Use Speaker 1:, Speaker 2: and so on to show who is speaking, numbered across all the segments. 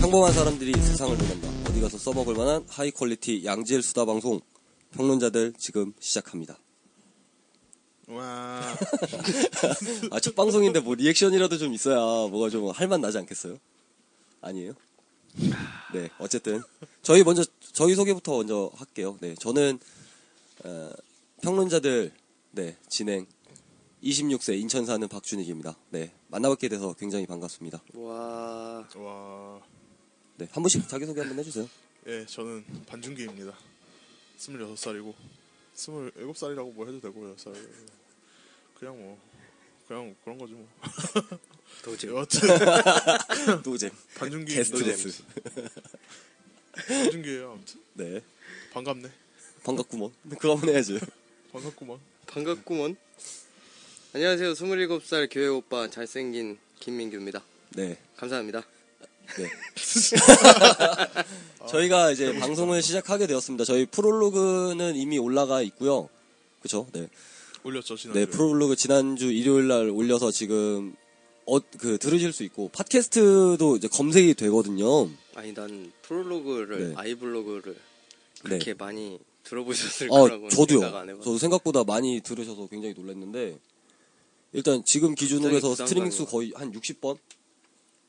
Speaker 1: 평범한 사람들이 세상을 논한다. 어디 가서 써먹을 만한 하이 퀄리티 양질 수다 방송 평론자들 지금 시작합니다.
Speaker 2: 와.
Speaker 1: 아, 첫 방송인데 뭐 리액션이라도 좀 있어야 뭐가 좀 할만 나지 않겠어요? 아니에요? 네, 어쨌든 저희 먼저 저희 소개부터 먼저 할게요. 네, 저는 어, 평론자들 네 진행 26세 인천 사는 박준익입니다. 네, 만나뵙게 돼서 굉장히 반갑습니다.
Speaker 3: 와
Speaker 2: 와.
Speaker 1: 네, 한 분씩 자기 소개 한번 해주세요.
Speaker 2: 예, 저는 반준기입니다. 26살이고 27살이라고 뭐 해도 되고 6살. 그냥 뭐 그냥 그런 거지 뭐.
Speaker 3: 도저히
Speaker 2: 여하튼
Speaker 1: 노잼
Speaker 2: 반준기
Speaker 1: 게스트스.
Speaker 2: 반준기예요, 아무튼.
Speaker 1: 네,
Speaker 2: 반갑네.
Speaker 1: 반갑구먼. 그거 한번 해야지.
Speaker 2: 반갑구만.
Speaker 3: 반갑구먼 안녕하세요 27살 교회 오빠 잘생긴 김민규입니다
Speaker 1: 네,
Speaker 3: 감사합니다
Speaker 1: 네. 저희가 이제 방송을 시작하게 되었습니다. 저희 프롤로그는 이미 올라가 있고요. 그쵸? 네.
Speaker 2: 올렸죠, 지난주.
Speaker 1: 네, 프롤로그 지난주 일요일 날 올려서 지금 어, 그 들으실 수 있고 팟캐스트도 이제 검색이 되거든요.
Speaker 3: 아니 난 프롤로그를
Speaker 1: 네.
Speaker 3: 아이블로그를
Speaker 1: 네.
Speaker 3: 그렇게 많이 들어보셨을
Speaker 1: 아,
Speaker 3: 거라고 생각 안
Speaker 1: 저도요.
Speaker 3: 해봤어요
Speaker 1: 저도 생각보다 많이 들으셔서 굉장히 놀랐는데 일단 지금 기준으로
Speaker 3: 굉장히
Speaker 1: 해서
Speaker 3: 부담감이
Speaker 1: 스트리밍 수
Speaker 3: 와요.
Speaker 1: 거의 한 60번?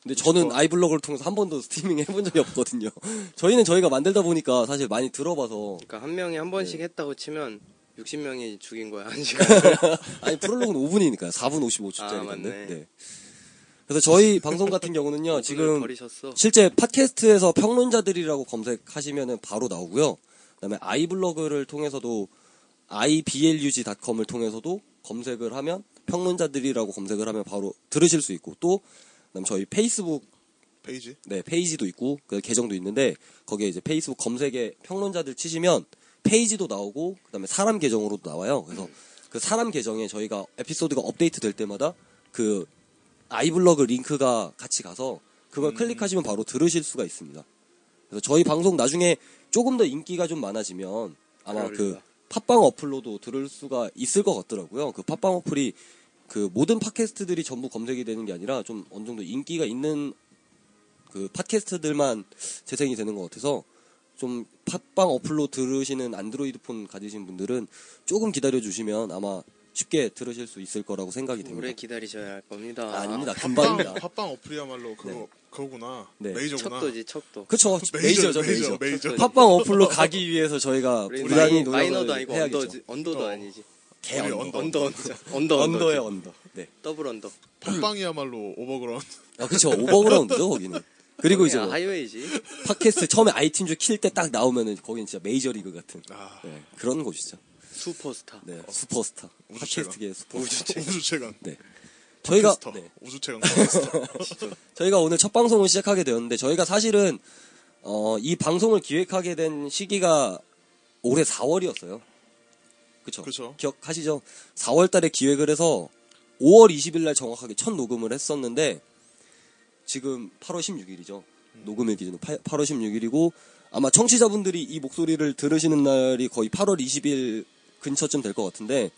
Speaker 1: 근데 저는 아이블로그를 통해서 한 번도 스트리밍 해본 적이 없거든요. 저희는 저희가 만들다 보니까 사실 많이 들어봐서
Speaker 3: 그러니까 한 명이 한 번씩
Speaker 1: 네.
Speaker 3: 했다고 치면 60명이 죽인 거야 한 시간
Speaker 1: 아니 프롤로그는 5분이니까요. 4분 55초짜리인데.
Speaker 3: 아, 맞네.
Speaker 1: 네. 그래서 저희 방송 같은 경우는요.
Speaker 3: 오늘
Speaker 1: 지금
Speaker 3: 버리셨어
Speaker 1: 실제 팟캐스트에서 평론자들이라고 검색하시면은 바로 나오고요. 그다음에 아이블로그를 통해서도 iblug.com을 통해서도 검색을 하면 평론자들이라고 검색을 하면 바로 들으실 수 있고 또 그다음 저희 페이스북
Speaker 2: 페이지.
Speaker 1: 네, 페이지도 있고 그 계정도 있는데 거기에 이제 페이스북 검색에 평론자들 치시면 페이지도 나오고 그다음에 사람 계정으로도 나와요. 그래서 그 사람 계정에 저희가 에피소드가 업데이트 될 때마다 그 아이블로그 링크가 같이 가서 그걸 클릭하시면 바로 들으실 수가 있습니다. 그래서 저희 방송 나중에 조금 더 인기가 좀 많아지면 아마
Speaker 3: 그럴
Speaker 1: 그
Speaker 3: 리가.
Speaker 1: 팟빵 어플로도 들을 수가 있을 것 같더라고요. 그 팟빵 어플이 그 모든 팟캐스트들이 전부 검색이 되는 게 아니라 좀 어느 정도 인기가 있는 그 팟캐스트들만 재생이 되는 것 같아서 좀 팟빵 어플로 들으시는 안드로이드폰 가지신 분들은 조금 기다려 주시면 아마 쉽게 들으실 수 있을 거라고 생각이 됩니다.
Speaker 3: 오래 기다리셔야 할 겁니다
Speaker 1: 아, 아닙니다.
Speaker 2: 팟빵,
Speaker 1: 금방입니다.
Speaker 2: 팟빵 어플이야말로 그거 그거구나.
Speaker 1: 네.
Speaker 2: 메이저구나.
Speaker 3: 척도지 척도
Speaker 1: 그쵸 메이저죠 메이저.
Speaker 2: 메이저. 메이저.
Speaker 1: 팟빵 어플로 가기 위해서 저희가
Speaker 3: 우리
Speaker 1: 부단히
Speaker 3: 마이- 마이너도
Speaker 1: 노력을
Speaker 3: 아니고
Speaker 1: 해야겠죠.
Speaker 3: 언더지, 언더도
Speaker 2: 어.
Speaker 3: 아니지
Speaker 1: 개
Speaker 2: 우리
Speaker 1: 언더.
Speaker 2: 언더.
Speaker 3: 언더 언더 언더
Speaker 1: 언더의
Speaker 3: 언더지.
Speaker 1: 언더. 네.
Speaker 3: 더블 언더
Speaker 2: 팟빵이야말로 오버그라운드.
Speaker 1: 아 그쵸 오버그라운드죠 거기는. 그리고 이제
Speaker 3: 야,
Speaker 1: 뭐
Speaker 3: 하이웨이지
Speaker 1: 팟캐스트 처음에 아이튠즈 킬 때 딱 나오면은 거긴 진짜 메이저리그 같은
Speaker 2: 아.
Speaker 1: 네, 그런 곳이죠.
Speaker 3: 슈퍼스타
Speaker 1: 네 슈퍼스타.
Speaker 2: 우주체가.
Speaker 1: 팟캐스트계의 슈퍼스타.
Speaker 2: 우주체감. 그
Speaker 1: 네. 저희가
Speaker 2: 팟캐스터.
Speaker 1: 네.
Speaker 2: 우주체감.
Speaker 1: 저희가 오늘 첫 방송을 시작하게 되었는데 저희가 사실은 어, 이 방송을 기획하게 된 시기가 올해 4월이었어요. 그쵸?
Speaker 2: 그쵸.
Speaker 1: 기억하시죠? 4월 달에 기획을 해서 5월 20일 날 정확하게 첫 녹음을 했었는데 지금 8월 16일이죠. 녹음일 기준으로 8, 월 16일이고 아마 청취자분들이 이 목소리를 들으시는 날이 거의 8월 20일 근처쯤 될 것 같은데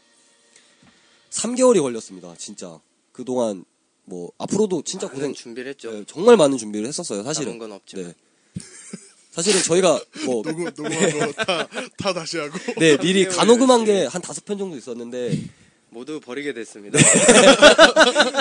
Speaker 1: 3개월이 걸렸습니다. 진짜. 그동안 뭐 앞으로도 진짜
Speaker 3: 많은
Speaker 1: 고생
Speaker 3: 준비를 했죠
Speaker 1: 네, 정말 많은 준비를 했었어요. 사실은. 네.
Speaker 3: 남은 건 없지만.
Speaker 1: 사실은 저희가 뭐
Speaker 2: 녹음 녹음하고 다, 다 다시 하고.
Speaker 1: 네, 미리
Speaker 3: 개월
Speaker 1: 간호금한 게 한 다섯 편 정도 있었는데
Speaker 3: 모두 버리게 됐습니다.
Speaker 1: 네,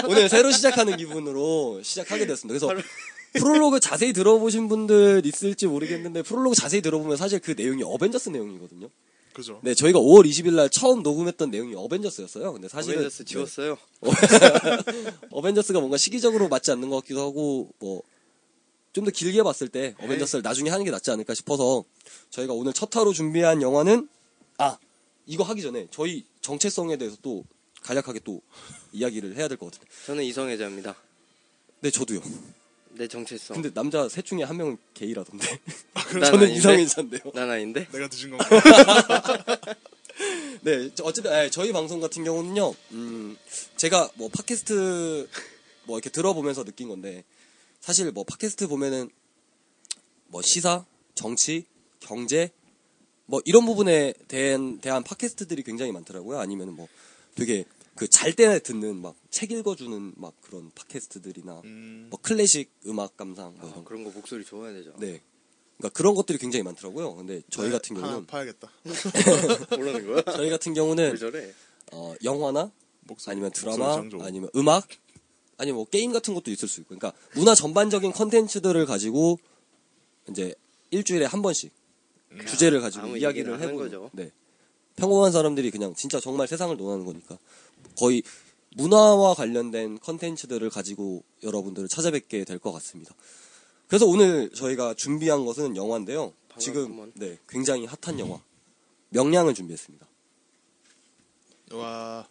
Speaker 1: 오늘 새로 시작하는 기분으로 시작하게 됐습니다. 그래서 프롤로그 자세히 들어보신 분들 있을지 모르겠는데 프롤로그 자세히 들어보면 사실 그 내용이 어벤져스 내용이거든요.
Speaker 2: 그죠.
Speaker 1: 네, 저희가 5월 20일 날 처음 녹음했던 내용이 어벤져스였어요. 근데 사실은 네.
Speaker 3: 어벤져스 지웠어요.
Speaker 1: 어벤져스가 뭔가 시기적으로 맞지 않는 것 같기도 하고 뭐 좀 더 길게 봤을 때 어벤져스를 나중에 하는 게 낫지 않을까 싶어서 저희가 오늘 첫 화로 준비한 영화는 아 이거 하기 전에 저희 정체성에 대해서 또 간략하게 또 이야기를 해야 될 것 같은데
Speaker 3: 저는 이성애자입니다.
Speaker 1: 네 저도요
Speaker 3: 내 정체성.
Speaker 1: 근데 남자 셋 중에 한 명은 게이라던데
Speaker 3: 난
Speaker 1: 저는
Speaker 3: 아닌데?
Speaker 1: 이상인자인데요
Speaker 3: 난 아닌데?
Speaker 2: 내가 드신 건가?
Speaker 1: 네, 저- 어쨌든 예, 저희 방송 같은 경우는요. 음, 제가 뭐 팟캐스트 뭐 이렇게 들어보면서 느낀 건데 사실 뭐 팟캐스트 보면은 뭐 시사, 정치, 경제 뭐 이런 부분에 대한 대한 팟캐스트들이 굉장히 많더라고요. 아니면 뭐 되게 그 잘 때 듣는 막 책 읽어주는 막 그런 팟캐스트들이나
Speaker 2: 음,
Speaker 1: 뭐 클래식 음악 감상 뭐
Speaker 3: 아,
Speaker 1: 이런 거.
Speaker 3: 그런 거 목소리 좋아야 되죠.
Speaker 1: 네. 그러니까 그런 것들이 굉장히 많더라고요. 근데 저희
Speaker 2: 하나-
Speaker 1: 같은
Speaker 2: 네. 하나
Speaker 1: 경우는
Speaker 2: 파야겠다.
Speaker 3: 모르는 거야?
Speaker 1: 저희 같은
Speaker 3: 왜
Speaker 1: 경우는
Speaker 3: 저래?
Speaker 1: 어, 영화나
Speaker 2: 목소리,
Speaker 1: 아니면 드라마
Speaker 2: 목소리 장조.
Speaker 1: 아니면 음악 아니면 뭐 게임 같은 것도 있을 수 있고 그러니까 문화 전반적인 컨텐츠들을 가지고 이제 일주일에 한 번씩
Speaker 2: 음.
Speaker 1: 주제를 가지고
Speaker 3: 아무
Speaker 1: 이야기를
Speaker 3: 얘기나 하는
Speaker 1: 해보는
Speaker 3: 거죠.
Speaker 1: 네. 평범한 사람들이 그냥 진짜 정말 세상을 논하는 거니까 거의 문화와 관련된 컨텐츠들을 가지고 여러분들을 찾아뵙게 될 것 같습니다. 그래서 오늘 저희가 준비한 것은 영화인데요. 지금
Speaker 3: 반갑구먼.
Speaker 1: 네, 굉장히 핫한 영화 명량을 준비했습니다.
Speaker 2: 와.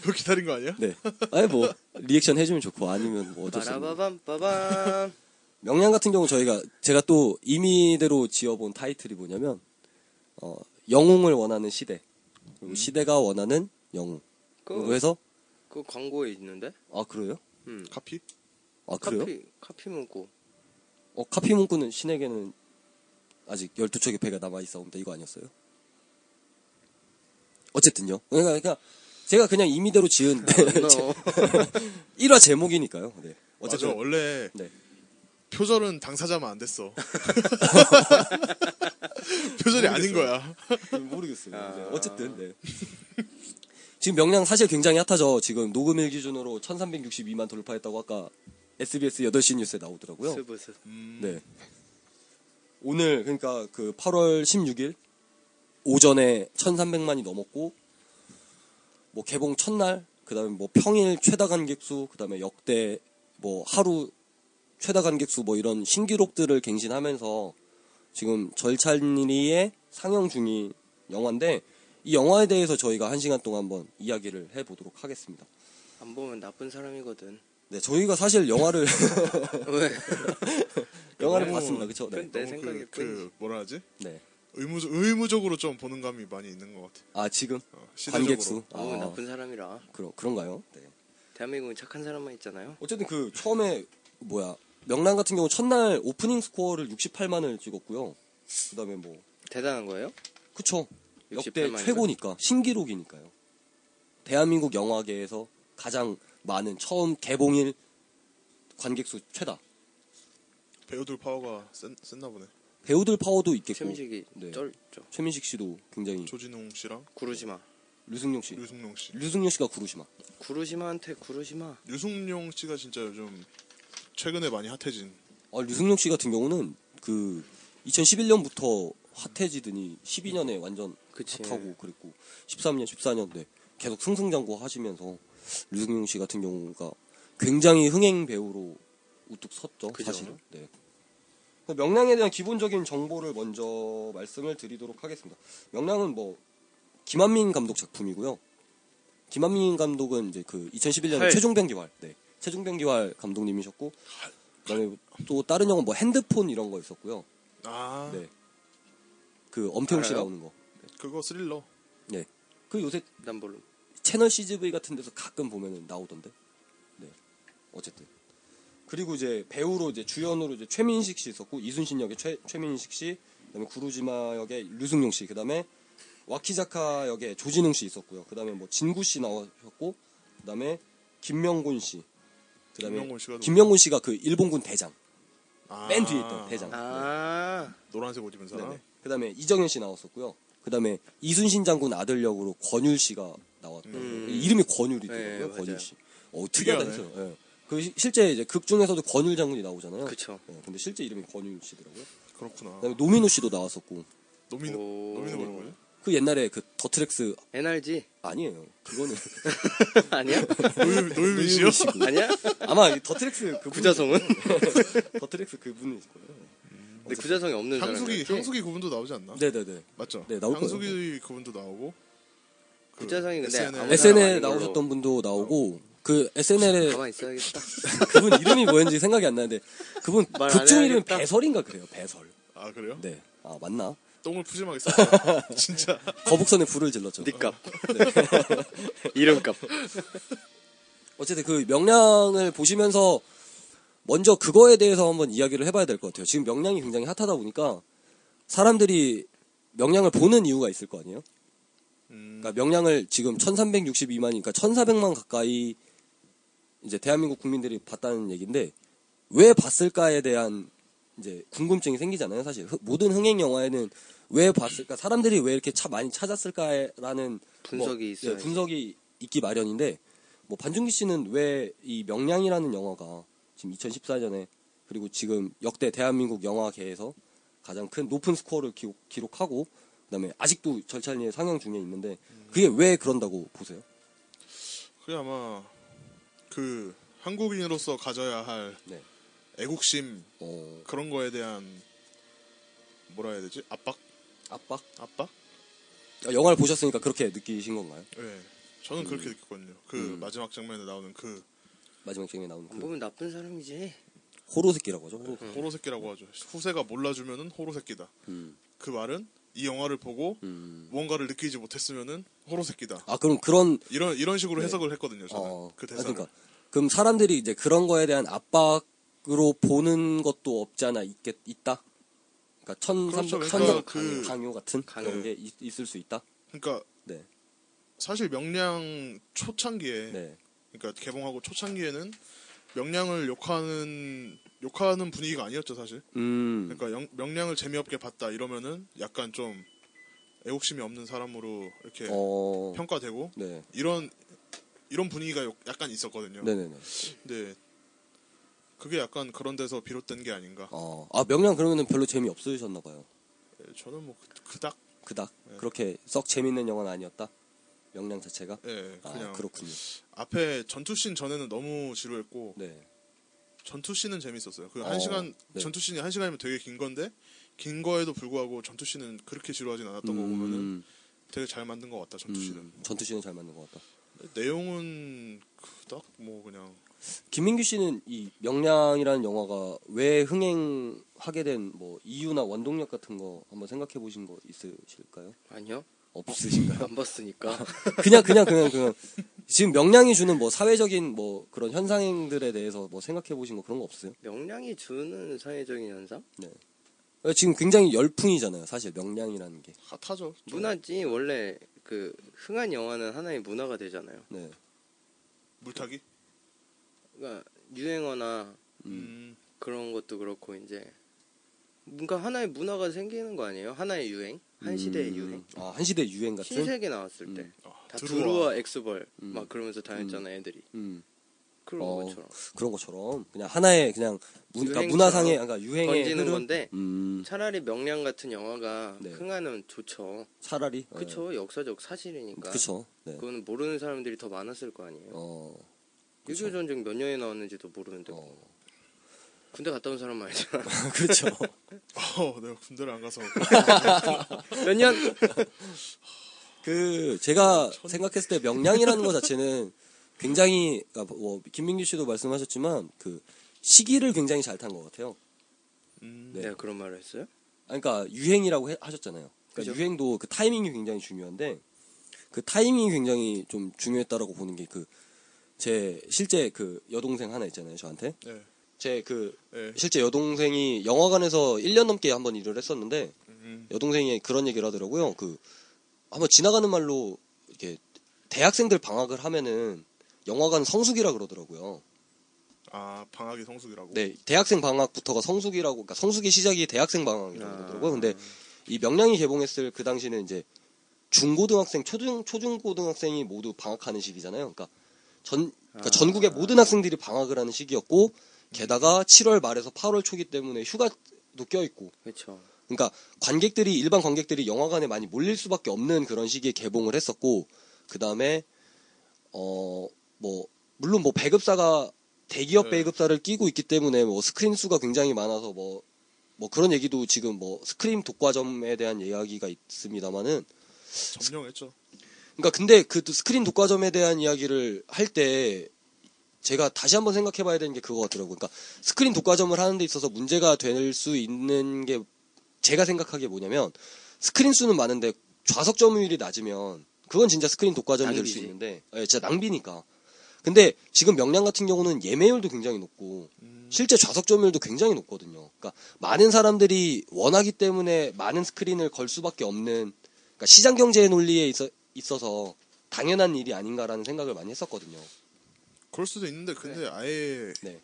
Speaker 2: 그거 기다린 거 아니야?
Speaker 1: 네. 아니 뭐 리액션 해주면 좋고 아니면 뭐 어쩔 수 없는.
Speaker 3: 바라바밤 빠밤.
Speaker 1: 명량 같은 경우 저희가 제가 또 임의대로 지어본 타이틀이 뭐냐면 어, 영웅을 원하는 시대 그리고 시대가 원하는 영웅 그리고
Speaker 3: 음. 그,
Speaker 1: 해서
Speaker 3: 그 광고에 있는데?
Speaker 1: 아 그래요?
Speaker 3: 음.
Speaker 2: 카피?
Speaker 1: 아 그래요?
Speaker 3: 카피 카피 문구.
Speaker 1: 어 카피 문구는 신에게는 아직 12척의 배가 남아 있어옵니다 이거 아니었어요? 어쨌든요 그러니까, 그러니까 제가 그냥 임의대로
Speaker 3: 아,
Speaker 1: 지은
Speaker 3: No.
Speaker 1: 1화 제목이니까요 네.
Speaker 2: 맞아.
Speaker 1: 어쨌든
Speaker 2: 원래
Speaker 1: 네.
Speaker 2: 표절은 당사자만 안 됐어. 표절이 아닌 거야.
Speaker 1: 모르겠어요.
Speaker 3: 아.
Speaker 1: 네, 어쨌든 네. 지금 명량 사실 굉장히 핫하죠. 지금 녹음일 기준으로 1,362만 돌파했다고 아까 SBS 8시 뉴스에 나오더라고요.
Speaker 3: 스브스.
Speaker 2: 음,
Speaker 1: 네. 오늘 그러니까 그 8월 16일 오전에 1,300만이 넘었고 뭐 개봉 첫날 그다음에 뭐 평일 최다 관객수 그다음에 역대 뭐 하루 최다 관객수 뭐 이런 신기록들을 갱신하면서 지금 절찬리에 상영 중인 영화인데 이 영화에 대해서 저희가 한 시간 동안 한번 이야기를 해보도록 하겠습니다.
Speaker 3: 안 보면 나쁜 사람이거든.
Speaker 1: 네, 저희가 사실 영화를
Speaker 3: 왜?
Speaker 1: 영화를
Speaker 2: 너무
Speaker 1: 봤습니다, 그렇죠? 네,
Speaker 3: 내
Speaker 2: 너무
Speaker 3: 생각일
Speaker 2: 그, 그
Speaker 3: 뿐이지.
Speaker 2: 뭐라 하지?
Speaker 1: 네.
Speaker 2: 의무 의무적으로 좀 보는 감이 많이 있는 것 같아.
Speaker 1: 아 지금
Speaker 2: 어, 시대적으로.
Speaker 1: 관객수 아,
Speaker 3: 너무 나쁜 사람이라.
Speaker 1: 그런 그런가요? 네.
Speaker 3: 대한민국은 착한 사람만 있잖아요.
Speaker 1: 어쨌든 그 처음에 뭐야 명랑 같은 경우 첫날 오프닝 스코어를 68만을 찍었고요. 그다음에 뭐
Speaker 3: 대단한 거예요?
Speaker 1: 그쵸 역대
Speaker 3: 68만 인가?
Speaker 1: 최고니까 신기록이니까요. 대한민국 영화계에서 가장 많은 처음 개봉일 관객수 최다.
Speaker 2: 배우들 파워가 센, 나 보네.
Speaker 1: 음. 배우들 파워도 있겠고
Speaker 3: 챔식이
Speaker 1: 네.
Speaker 3: 쩔죠.
Speaker 1: 최민식 씨도 굉장히
Speaker 2: 조진웅 씨랑
Speaker 3: 구루시마.
Speaker 1: 류승룡 씨
Speaker 2: 류승룡 씨.
Speaker 1: 류승룡 씨가 구루시마
Speaker 3: 구루시마한테 구루시마.
Speaker 2: 류승룡 씨가 진짜 요즘 최근에 많이 핫해진.
Speaker 1: 아, 류승룡 씨 같은 경우는 그 2011년부터 핫해지더니 12년에 완전
Speaker 3: 그치.
Speaker 1: 핫하고 그랬고 13년, 14년 네. 계속 승승장구 하시면서 류승룡 씨 같은 경우가 굉장히 흥행 배우로 우뚝 섰죠.
Speaker 3: 그죠.
Speaker 1: 사실. 네. 그럼 명량에 대한 기본적인 정보를 먼저 말씀을 드리도록 하겠습니다. 명량은 뭐 김한민 감독 작품이고요. 김한민 감독은 이제 그 2011년
Speaker 3: 헐.
Speaker 1: 최종병기활, 네, 최종병기활 감독님이셨고 그다음에 또 다른 영화 뭐 핸드폰 이런 거 있었고요.
Speaker 2: 아
Speaker 1: 네. 그 엄태웅 씨
Speaker 3: 알아요?
Speaker 1: 나오는 거.
Speaker 2: 그거 스릴러.
Speaker 1: 네. 그 요새
Speaker 3: 난 모르.
Speaker 1: 채널 CGV 같은 데서 가끔 보면은 나오던데. 네. 어쨌든. 그리고 이제 배우로 이제 주연으로 이제 최민식 씨 있었고 이순신 역의 최, 최민식 씨, 그다음에 구루지마 역의 류승룡 씨, 그다음에 와키자카 역의 조진웅 씨 있었고요. 그다음에 뭐 진구 씨 나오셨고, 그다음에 김명곤 씨, 그다음에
Speaker 2: 김명곤 씨가 누구?
Speaker 1: 김명곤 씨가 그 일본군 대장.
Speaker 2: 아,
Speaker 1: 맨 뒤에 있던 대장.
Speaker 3: 아.
Speaker 2: 노란색 옷 입은 사람.
Speaker 1: 네네. 그다음에 이정현 씨 나왔었고요. 그다음에 이순신 장군 아들 역으로 권율 씨가 나왔고
Speaker 3: 음.
Speaker 1: 이름이 권율이더라고요.
Speaker 3: 네, 맞아요.
Speaker 1: 권율 씨. 어 특이하다
Speaker 2: 특이하네.
Speaker 1: 했어요. 예. 그 시- 실제 이제 극 중에서도 권율 장군이 나오잖아요.
Speaker 3: 그쵸.
Speaker 1: 예, 근데 실제 이름이 권율 씨더라고요.
Speaker 2: 그렇구나.
Speaker 1: 그다음에 노민우 씨도 나왔었고
Speaker 2: 노민우
Speaker 3: 오.
Speaker 2: 노민우 뭐는 거지?
Speaker 1: 그 옛날에 그 더트렉스
Speaker 3: NRG
Speaker 1: 아니에요. 그거는
Speaker 3: 아니야?
Speaker 2: 노유 노유민 씨요?
Speaker 1: 씨고.
Speaker 3: 아니야?
Speaker 1: 아마 이 더트렉스 그분
Speaker 3: 구자성은?
Speaker 1: 더트렉스 그분일 거예요.
Speaker 3: 근데 구자성이 없는 사람.
Speaker 2: 향수기 향수기 그분도 나오지 않나?
Speaker 1: 네. 네네네.
Speaker 2: 맞죠?
Speaker 1: 네, 나올
Speaker 2: 향수기 그분도 나오고. 그
Speaker 3: 구자성이 근데
Speaker 2: SNL.
Speaker 3: 아무 사람
Speaker 1: SNL
Speaker 3: 아닌 걸로.
Speaker 1: 나오셨던 분도 나오고 그 SNL에
Speaker 3: 가만 있어야겠다.
Speaker 1: 그분 이름이 뭐였는지 생각이 안 나는데 그분
Speaker 3: 말안
Speaker 1: 극중 이름이
Speaker 3: 해야겠다.
Speaker 1: 배설인가 그래요 배설
Speaker 2: 아 그래요?
Speaker 1: 네 아 맞나
Speaker 2: 똥을 푸짐하게 쌌다. 진짜.
Speaker 1: 거북선에 불을 질렀죠
Speaker 3: 니값.
Speaker 1: 네.
Speaker 3: 이름값.
Speaker 1: 뭐, 어쨌든 그 명량을 보시면서 먼저 그거에 대해서 한번 이야기를 해봐야 될 것 같아요 지금 명량이 굉장히 핫하다 보니까 사람들이 명량을 보는 이유가 있을 거 아니에요
Speaker 2: 음,
Speaker 1: 그러니까 명량을 지금 1362만이니까 1400만 가까이 이제 대한민국 국민들이 봤다는 얘기인데 왜 봤을까에 대한 이제 궁금증이 생기잖아요. 사실 흐- 모든 흥행 영화에는 왜 봤을까 사람들이 왜 이렇게 차 많이 찾았을까라는
Speaker 3: 분석이
Speaker 1: 뭐,
Speaker 3: 있어야지.
Speaker 1: 예, 분석이 있기 마련인데 뭐 반준기 씨는 왜 이 명량이라는 영화가 지금 2014년에 그리고 지금 역대 대한민국 영화계에서 가장 큰 높은 스코어를 기, 기록하고 그다음에 아직도 절찬리에 상영 중에 있는데 그게 왜 그런다고 보세요?
Speaker 2: 그게 아마 그 한국인으로서 가져야 할
Speaker 1: 네.
Speaker 2: 애국심
Speaker 1: 어,
Speaker 2: 그런 거에 대한 뭐라 해야 되지? 압박?
Speaker 1: 압박?
Speaker 2: 압박?
Speaker 1: 아, 영화를 보셨으니까 그렇게 느끼신 건가요?
Speaker 2: 예. 저는
Speaker 1: 음.
Speaker 2: 그렇게 느꼈거든요. 그 마지막 장면에 나오는 그
Speaker 1: 마지막 장면에 나오는
Speaker 3: 안
Speaker 1: 그
Speaker 3: 보면 나쁜 사람이지.
Speaker 1: 호로새끼라고 하죠.
Speaker 3: 음.
Speaker 1: 호로.
Speaker 2: 호로새끼라고 하죠. 후세가 몰라주면은 호로새끼다.
Speaker 1: 음.
Speaker 2: 그 말은 이 영화를 보고
Speaker 1: 음.
Speaker 2: 뭔가를 느끼지 못했으면은 호로새끼다.
Speaker 1: 아 그럼 그런
Speaker 2: 이런 이런 식으로 해석을 했거든요. 저는
Speaker 1: 네. 어, 아,
Speaker 2: 그 대사를.
Speaker 1: 그러니까 그럼 사람들이 이제 그런 거에 대한 압박으로 보는 것도 없지 않아 있겠 있다. 그러니까
Speaker 2: 그렇죠.
Speaker 1: 천삼천
Speaker 2: 그러니까
Speaker 1: 천
Speaker 2: 그-
Speaker 1: 강요 같은
Speaker 3: 강요.
Speaker 1: 그런 게 있, 있을 수 있다.
Speaker 2: 그러니까
Speaker 1: 네,
Speaker 2: 사실 명량 초창기에
Speaker 1: 네,
Speaker 2: 그러니까 개봉하고 초창기에는 명량을 욕하는 욕하는 분위기가 아니었죠 사실.
Speaker 1: 음,
Speaker 2: 그러니까 영- 명량을 재미없게 봤다 이러면은 약간 좀 애국심이 없는 사람으로 이렇게
Speaker 1: 어,
Speaker 2: 예. 평가되고
Speaker 1: 네,
Speaker 2: 이런 이런 분위기가 요- 약간 있었거든요.
Speaker 1: 네, 네, 네.
Speaker 2: 근데 그게 약간 그런 데서 비롯된 게 아닌가.
Speaker 1: 어, 아 명량 그러면은 별로 재미 없으셨나 봐요.
Speaker 2: 예, 저는 뭐 그- 그닥
Speaker 1: 그닥 그렇게 썩 재밌는 영화는 아니었다. 명량 자체가.
Speaker 2: 예, 그냥
Speaker 1: 아, 그렇군요.
Speaker 2: 앞에 전투씬 전에는 너무 지루했고
Speaker 1: 네.
Speaker 2: 전투씬은 재밌었어요. 그
Speaker 1: 어,
Speaker 2: 한 시간
Speaker 1: 네.
Speaker 2: 전투씬이 한 시간이면 되게 긴 건데 긴 거에도 불구하고 전투씬은 그렇게 지루하진 않았던 거 보면은
Speaker 1: 음,
Speaker 2: 되게 잘 만든 것 같다. 전투씬은
Speaker 1: 음, 전투씬은 잘 맞는 것 같다.
Speaker 2: 내용은 그닥 뭐 그냥
Speaker 1: 김민규 씨는 이 명량이라는 영화가 왜 흥행하게 된 뭐 이유나 원동력 같은 거 한번 생각해 보신 거 있으실까요?
Speaker 3: 아니요.
Speaker 1: 없으신가요?
Speaker 3: 안 봤으니까.
Speaker 1: 그냥 그냥 그냥 그냥 지금 명량이 주는 뭐 사회적인 뭐 그런 현상들에 대해서 뭐 생각해 보신 거 그런 거 없으세요?
Speaker 3: 명량이 주는 사회적인 현상?
Speaker 1: 예, 지금 굉장히 열풍이잖아요, 사실 명량이라는 게.
Speaker 2: 핫하죠. 좀
Speaker 1: 네.
Speaker 3: 문화지 원래 그 흥한 영화는 하나의 문화가 되잖아요.
Speaker 1: 네.
Speaker 2: 물타기.
Speaker 3: 그러니까 유행어나
Speaker 2: 음.
Speaker 3: 그런 것도 그렇고 이제 뭔가 하나의 문화가 생기는 거 아니에요? 하나의 유행, 한 시대의
Speaker 1: 음,
Speaker 3: 유행.
Speaker 1: 아, 한 시대 유행 같은.
Speaker 3: 신세계 나왔을
Speaker 1: 음.
Speaker 3: 때 다
Speaker 2: 아,
Speaker 3: 두루와 엑스벌
Speaker 1: 음.
Speaker 3: 막 그러면서 다녔잖아 애들이.
Speaker 1: 음,
Speaker 3: 그런
Speaker 1: 어,
Speaker 3: 것처럼
Speaker 1: 그런 것처럼 그냥 하나의 그냥 문, 그러니까
Speaker 3: 유행처럼
Speaker 1: 문화상의 그러니까 유행의
Speaker 3: 던지는
Speaker 1: 흐름?
Speaker 3: 건데
Speaker 1: 음,
Speaker 3: 차라리 명량 같은 영화가
Speaker 1: 네.
Speaker 3: 흥하면 좋죠.
Speaker 1: 차라리.
Speaker 3: 그쵸 역사적
Speaker 1: 네.
Speaker 3: 사실이니까.
Speaker 1: 그쵸. 네.
Speaker 3: 그거는 모르는 사람들이 더 많았을 거 아니에요.
Speaker 1: 어, 그쵸.
Speaker 3: 유교 전쟁 몇 년에 나왔는지도 모르는데
Speaker 1: 어.
Speaker 3: 군대 갔다 온 사람 알잖아.
Speaker 1: 그렇죠.
Speaker 2: 어, 내가 군대를 안 가서
Speaker 3: 몇 년?
Speaker 1: 네. 그 제가 생각했을 때 명량이라는 것 자체는 굉장히 그러니까 뭐 김민규 씨도 말씀하셨지만 그 시기를 굉장히 잘 탄 것 같아요.
Speaker 2: 음,
Speaker 1: 네.
Speaker 3: 내가 그런 말을 했어요?
Speaker 1: 아니, 그러니까 유행이라고 해- 하셨잖아요. 그러니까
Speaker 3: 그죠.
Speaker 1: 유행도 그 타이밍이 굉장히 중요한데 그 타이밍이 굉장히 좀 중요했다라고 보는 게 그 제 실제 그 여동생 하나 있잖아요, 저한테.
Speaker 2: 네.
Speaker 1: 제 그
Speaker 2: 네.
Speaker 1: 실제 여동생이 영화관에서 1년 넘게 한번 일을 했었는데
Speaker 2: 음,
Speaker 1: 여동생이 그런 얘기를 하더라고요. 그 한번 지나가는 말로 이렇게 대학생들 방학을 하면은 영화관 성수기라 그러더라고요.
Speaker 2: 아, 방학이 성숙이라고.
Speaker 1: 네, 대학생 방학부터가 성수기라고 그러니까 성수기 시작이 대학생 방학이라고 그러더라고요. 근데 이 명량이 개봉했을 그 당시는 이제 중고등학생, 초중 초중고등학생이 모두 방학하는 시기잖아요. 그러니까 전 그러니까
Speaker 3: 아.
Speaker 1: 전국의 모든 학생들이 방학을 하는 시기였고 게다가 7월 말에서 8월 초기 때문에 휴가도 껴 있고
Speaker 3: 그렇죠.
Speaker 1: 그러니까 관객들이 일반 관객들이 영화관에 많이 몰릴 수밖에 없는 그런 시기에 개봉을 했었고 그 다음에 어 뭐 물론 뭐 배급사가 대기업
Speaker 2: 네.
Speaker 1: 배급사를 끼고 있기 때문에 뭐 스크린 수가 굉장히 많아서 뭐 뭐 그런 얘기도 지금 뭐 스크린 독과점에 대한 이야기가 있습니다만은
Speaker 2: 점령했죠.
Speaker 1: 그러니까 근데 그 스크린 독과점에 대한 이야기를 할 때 제가 다시 한번 생각해 봐야 되는 게 그거 같더라고요. 그러니까 스크린 독과점을 하는 데 있어서 문제가 될 수 있는 게 제가 생각하기에 뭐냐면 스크린 수는 많은데 좌석 점유율이 낮으면 그건 진짜 스크린 독과점이 될 수
Speaker 3: 낭비지.
Speaker 1: 있는데 예, 진짜 낭비니까. 근데 지금 명량 같은 경우는 예매율도 굉장히 높고
Speaker 2: 음,
Speaker 1: 실제 좌석 점유율도 굉장히 높거든요. 그러니까 많은 사람들이 원하기 때문에 많은 스크린을 걸 수밖에 없는 그러니까 시장 경제의 논리에 있어 있어서 당연한 일이 아닌가라는 생각을 많이 했었거든요.
Speaker 2: 그럴 수도 있는데 근데 아예
Speaker 1: 네.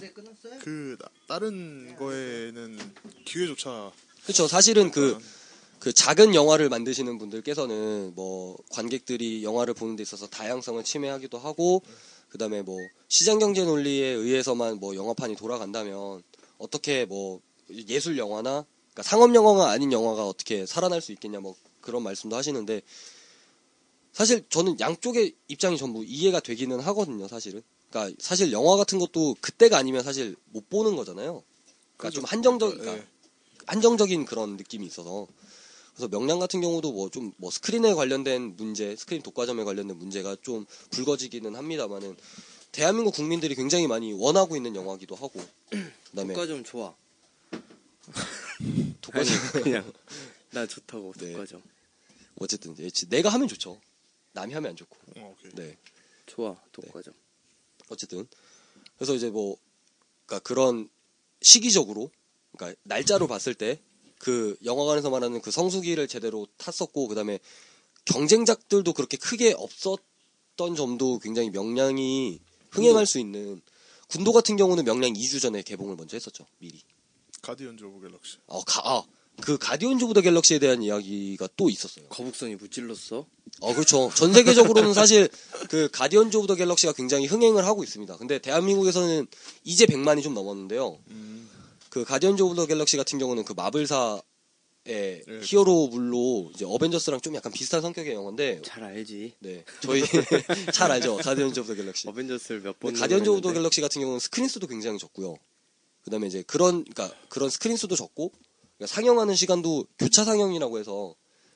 Speaker 3: 네 끊었어요? 네,
Speaker 2: 그 나- 다른 거에는 기회조차
Speaker 1: 그렇죠. 사실은 그, 그 작은 영화를 만드시는 분들께서는 뭐 관객들이 영화를 보는 데 있어서 다양성을 침해하기도 하고 그다음에 뭐 시장 경제 논리에 의해서만 뭐 영화판이 돌아간다면 어떻게 뭐 예술 영화나 그러니까 상업 영화가 아닌 영화가 어떻게 살아날 수 있겠냐 뭐 그런 말씀도 하시는데 사실 저는 양쪽의 입장이 전부 이해가 되기는 하거든요, 사실은. 그러니까 사실 영화 같은 것도 그때가 아니면 사실 못 보는 거잖아요. 그러니까 좀 한정적, 그러니까
Speaker 2: 예.
Speaker 1: 한정적인 그런 느낌이 있어서 그래서 명량 같은 경우도 뭐 좀 뭐 스크린에 관련된 문제, 스크린 독과점에 관련된 문제가 좀 불거지기는 합니다만은 대한민국 국민들이 굉장히 많이 원하고 있는 영화기도 하고 그다음에
Speaker 3: 독과점 좋아.
Speaker 1: 독과점
Speaker 3: 아니, 그냥 나 좋다고
Speaker 1: 네.
Speaker 3: 독과점.
Speaker 1: 어쨌든 이제 지- 내가 하면 좋죠. 남이 하면 안 좋고.
Speaker 2: 어, 오케이.
Speaker 1: 네.
Speaker 3: 좋아 독과점.
Speaker 1: 어쨌든 그래서 이제 뭐 그러니까 그런 시기적으로 그러니까 날짜로 봤을 때 그 영화관에서 말하는 그 성수기를 제대로 탔었고 그다음에 경쟁작들도 그렇게 크게 없었던 점도 굉장히 명량이 흥행할 수 있는 군도 같은 경우는 명량 2주 전에 개봉을 먼저 했었죠 미리 어,
Speaker 2: 가디언즈 오브 갤럭시
Speaker 1: 어가아그 가디언즈 오브 더 갤럭시에 대한 이야기가 또 있었어요
Speaker 3: 거북선이 무찔렀어.
Speaker 1: 어, 그렇죠. 전 세계적으로는 사실 그 가디언즈 오브 더 갤럭시가 굉장히 흥행을 하고 있습니다. 근데 대한민국에서는 이제 100만이 좀 넘었는데요.
Speaker 2: 음,
Speaker 1: 그 가디언즈 오브 더 갤럭시 같은 경우는 그 마블사의 히어로물로 이제 어벤져스랑 좀 약간 비슷한 성격의 영화인데
Speaker 3: 잘 알지.
Speaker 1: 네. 저희 잘 알죠. 가디언즈 오브 더 갤럭시.
Speaker 3: 어벤져스를 몇 번.
Speaker 1: 근데 가디언즈 오브 더 갤럭시 같은 경우는 스크린 수도 굉장히 적고요. 그다음에 이제 그런 그러니까 그런 스크린 수도 적고 그러니까 상영하는 시간도 교차 상영이라고 해서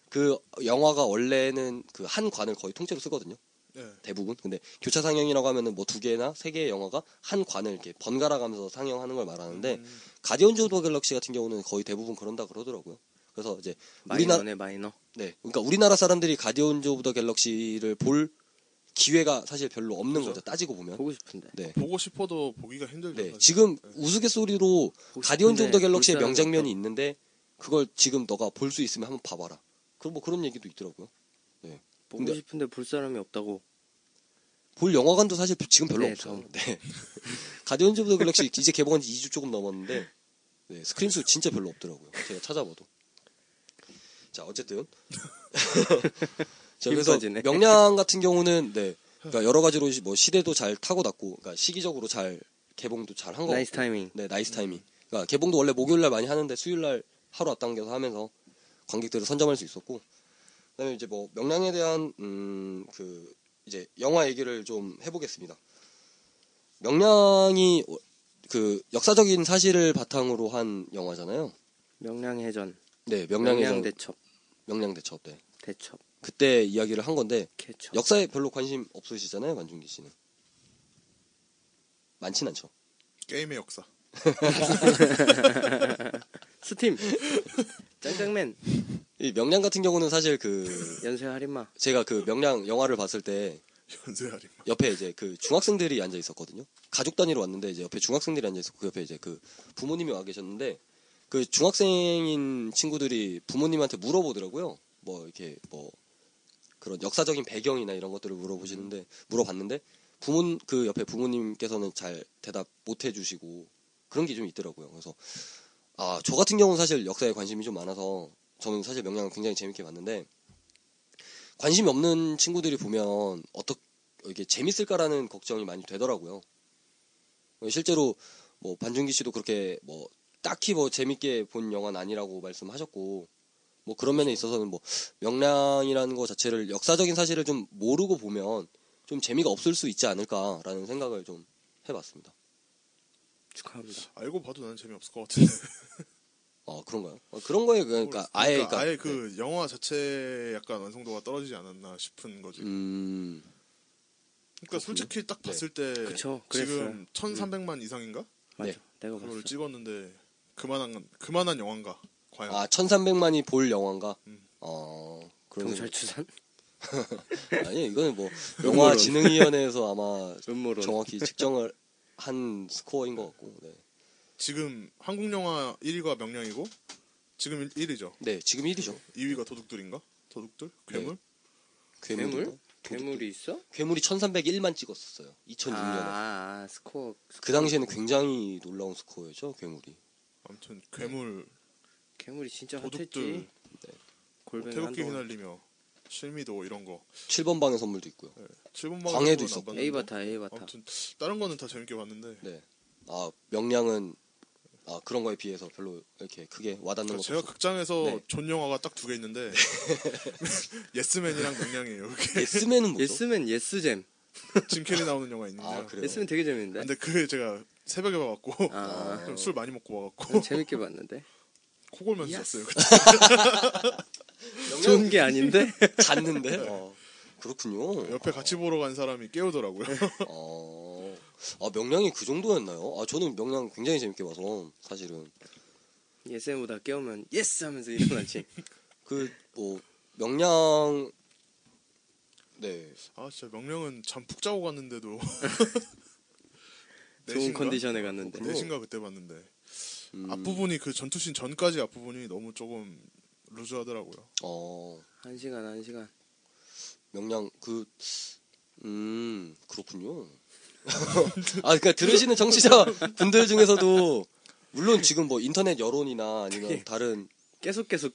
Speaker 1: 그 영화가 원래는 그 한 관을 거의 통째로 쓰거든요.
Speaker 2: 네.
Speaker 1: 대부분. 근데 교차 상영이라고 하면은 뭐 두 개나 세 개의 영화가 한 관을 이렇게 번갈아 가면서 상영하는 걸 말하는데
Speaker 3: 음.
Speaker 2: 음,
Speaker 1: 가디언즈 오브 더 갤럭시 같은 경우는 거의 대부분 그런다 그러더라고요. 그래서 이제 우리나
Speaker 3: 마이너네 마이너.
Speaker 1: 네. 그러니까 우리나라 사람들이 가디언즈 오브 더 갤럭시를 볼 기회가 사실 별로 없는
Speaker 2: 그죠.
Speaker 1: 거죠. 따지고 보면.
Speaker 3: 보고 싶은데.
Speaker 1: 네.
Speaker 2: 보고 싶어도 보기가 힘들죠
Speaker 1: 네,
Speaker 2: 사실.
Speaker 1: 지금 우스갯소리로 가디언즈 오브 더 갤럭시의
Speaker 3: 볼 사람이
Speaker 1: 명장면이
Speaker 3: 없다.
Speaker 1: 있는데 그걸 지금 너가 볼 수 있으면 한번 봐봐라. 그럼 뭐 그런 얘기도 있더라고요.
Speaker 3: 보고
Speaker 1: 근데-
Speaker 3: 싶은데 볼 사람이 없다고.
Speaker 1: 볼 영화관도 사실 지금 별로
Speaker 3: 네,
Speaker 1: 없어요.
Speaker 3: 저-
Speaker 1: 네. 가디언즈 오브 더 갤럭시 이제 개봉한 지 2주 조금 넘었는데 네, 스크린 수 진짜 별로 없더라고요. 제가 찾아봐도. 자, 어쨌든 자,
Speaker 3: 힘
Speaker 1: 그래서
Speaker 3: 빠지네.
Speaker 1: 명량 같은 경우는 네. 그러니까 여러 가지로 시- 뭐 시대도 잘 타고났고 그러니까 시기적으로 잘 개봉도 잘 한 거고.
Speaker 3: 나이스 타이밍.
Speaker 1: 네, 나이스 타이밍. 그러니까 개봉도 원래 목요일 날 많이 하는데 수요일 날 하루 앞당겨서 하면서 관객들을 선점할 수 있었고 그다음에 이제 뭐 명량에 대한 음, 그 이제 영화 얘기를 좀 해보겠습니다. 명량이 어, 그 역사적인 사실을 바탕으로 한 영화잖아요.
Speaker 3: 명량 해전.
Speaker 1: 네, 명량의
Speaker 3: 명량
Speaker 1: 명량,
Speaker 3: 대첩.
Speaker 1: 명량 대첩 때
Speaker 3: 대첩.
Speaker 1: 그때 이야기를 한 건데
Speaker 3: 캐첩.
Speaker 1: 역사에 별로 관심 없으시잖아요, 관중기 씨는. 많진 않죠.
Speaker 2: 게임의 역사
Speaker 3: 스팀. 짱짱맨.
Speaker 1: 이 명량 같은 경우는 사실 그
Speaker 3: 연쇄 할인마.
Speaker 1: 제가 그 명량 영화를 봤을 때
Speaker 2: 연쇄 할인
Speaker 1: 옆에 이제 그 중학생들이 앉아 있었거든요. 가족 단위로 왔는데 이제 옆에 중학생들이 앉아 있었고 그 옆에 이제 그 부모님이 와 계셨는데 그 중학생인 친구들이 부모님한테 물어보더라고요. 뭐 이렇게 뭐 그런 역사적인 배경이나 이런 것들을 물어보시는데 물어봤는데 부모 그 옆에 부모님께서는 잘 대답 못 해주시고 그런 게 좀 있더라고요. 그래서 아 저 같은 경우는 사실 역사에 관심이 좀 많아서 저는 사실 명량을 굉장히 재밌게 봤는데 관심이 없는 친구들이 보면 어떻게 이게 재밌을까라는 걱정이 많이 되더라고요. 실제로 뭐 반준기 씨도 그렇게 뭐 딱히 뭐 재밌게 본 영화는 아니라고 말씀하셨고 뭐 그런 면에
Speaker 2: 그렇죠.
Speaker 1: 있어서는 뭐 명량이라는 거 자체를 역사적인 사실을 좀 모르고 보면 좀 재미가 없을 수 있지 않을까라는 생각을 좀 해봤습니다.
Speaker 3: 축하합니다.
Speaker 2: 알고 봐도 나는 재미없을 것 같은데
Speaker 1: 어 그런가요? 어, 그런 거에 그러니까 아예
Speaker 2: 그러니까
Speaker 1: 그러니까
Speaker 2: 아예 그 영화 자체 약간 완성도가 떨어지지 않았나 싶은 거지
Speaker 1: 음 네.
Speaker 2: 그러니까 솔직히 딱 봤을 때
Speaker 3: 그쵸,
Speaker 2: 지금
Speaker 3: 그랬어요.
Speaker 2: 1300만 이상인가
Speaker 3: 맞아.
Speaker 1: 네.
Speaker 3: 내가 봤어.
Speaker 2: 그걸 찍었는데 그만한 그만한 영화인가 과연
Speaker 1: 아, 1300만이 볼 영화인가?
Speaker 2: 네. 음.
Speaker 1: 어, 그런
Speaker 3: 경찰
Speaker 1: 생각-
Speaker 3: 추산?
Speaker 1: 아니, 이거는 뭐,
Speaker 3: 음모론.
Speaker 1: 영화진흥위원회에서 아마
Speaker 3: 음모론.
Speaker 1: 정확히 측정을 한 스코어인 것 같고, 네.
Speaker 2: 지금 한국 영화 1위가 명량이고 지금 1, 위죠
Speaker 1: 네, 지금 1위죠. 네.
Speaker 2: 2위가 도둑들인가? 도둑들? 괴물?
Speaker 1: 괴물?
Speaker 3: 괴물? 괴물이 있어?
Speaker 1: 괴물이 1301만 찍었었어요. 2006년에.
Speaker 3: 아, 아, 스코어.
Speaker 1: 그 당시에는 굉장히 놀라운 스코어였죠, 괴물이.
Speaker 2: 아무튼
Speaker 1: 네.
Speaker 2: 괴물 뭐
Speaker 3: 괴물이 진짜
Speaker 2: 도둑들 뭐,
Speaker 3: 핫했지. 골뱅이
Speaker 2: 태극기
Speaker 3: 한동안.
Speaker 2: 휘날리며 실미도 이런 거
Speaker 1: 7번 방의 선물도 있고요.
Speaker 2: 칠분방
Speaker 1: 광해도 있었고.
Speaker 3: 에이바타, 에이바타.
Speaker 2: 아무튼 다른 거는 다 재밌게 봤는데
Speaker 1: 네. 아, 명량은 아, 그런 거에 비해서 별로 이렇게 크게 와닿는 것도
Speaker 2: 제가
Speaker 1: 없었고.
Speaker 2: 극장에서
Speaker 1: 그렇죠. 네.
Speaker 2: 존 영화가 딱 두 개 있는데 예스맨이랑 명량이에요.
Speaker 1: 네.
Speaker 2: 그게
Speaker 1: 예스맨은 뭐죠?
Speaker 3: 예스맨, 예스잼.
Speaker 2: 짐 캐리 나오는 영화 있는데
Speaker 1: 아, 그래요?
Speaker 3: 예스맨 되게 재밌는데.
Speaker 2: 근데 그게 제가 새벽에 봐갖고
Speaker 3: 아.
Speaker 2: 좀술 많이 먹고 와갖고
Speaker 3: 난
Speaker 1: 네.
Speaker 3: 재밌게 봤는데.
Speaker 2: 코골면서
Speaker 3: 예스.
Speaker 2: 잤어요.
Speaker 3: 좋은 게 아닌데?
Speaker 1: 잤는데? 어, 그렇군요.
Speaker 2: 옆에 같이 보러 간 사람이 깨우더라고요.
Speaker 1: 네. 어, 아, 명량이 그 정도였나요? 아, 저는 명량 굉장히 재밌게 봐서, 사실은.
Speaker 3: 예스맨보다 깨우면 예스 하면서 일어나지.
Speaker 1: 그, 뭐, 명량, 네.
Speaker 2: 아 진짜 명령은 잠 푹 자고 갔는데도
Speaker 3: 좋은
Speaker 2: 내신가?
Speaker 3: 컨디션에
Speaker 2: 네.
Speaker 3: 갔는데.
Speaker 2: 내신가 그때 봤는데
Speaker 1: 음,
Speaker 2: 앞부분이 그 전투씬 전까지 앞부분이 너무 조금 루즈하더라고요.
Speaker 1: 어,
Speaker 3: 한 시간, 한 시간.
Speaker 1: 명량, 그, 음, 그렇군요. 아, 그니까 들으시는 정치자 분들 중에서도, 물론 지금 뭐 인터넷 여론이나 아니면 다른
Speaker 3: 계속 계속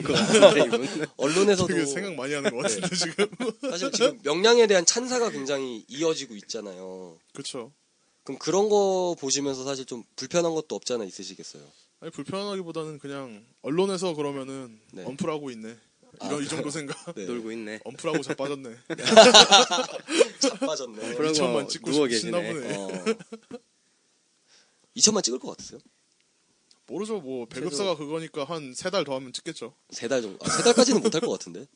Speaker 3: 거 같은데, 이분.
Speaker 1: 언론에서도
Speaker 2: 되게 생각 많이 하는 것 같은데
Speaker 1: 네.
Speaker 2: 지금.
Speaker 1: 사실 지금 명량에 대한 찬사가 굉장히 이어지고 있잖아요.
Speaker 2: 그렇죠.
Speaker 1: 그럼 그런 거 보시면서 사실 좀 불편한 것도 없지 않아 있으시겠어요.
Speaker 2: 아니 불편하기보다는 그냥 언론에서 그러면은
Speaker 1: 네.
Speaker 2: 언플하고 있네.
Speaker 3: 아,
Speaker 2: 이런 이 정도 생각.
Speaker 1: 네.
Speaker 3: 놀고 있네.
Speaker 2: 언플하고 자빠졌네.
Speaker 1: 자빠졌네.
Speaker 3: 그러고
Speaker 2: 2천만 찍고
Speaker 3: 누워
Speaker 2: 싶으시나 보네.
Speaker 3: 계시네.
Speaker 1: 어. 2천만 찍을 것 같으세요?
Speaker 2: 모르죠. 뭐 배급사가 그거니까 한 세 달 더 하면 찍겠죠.
Speaker 1: 세 달 정도. 아, 세 달까지는 못할 것 같은데.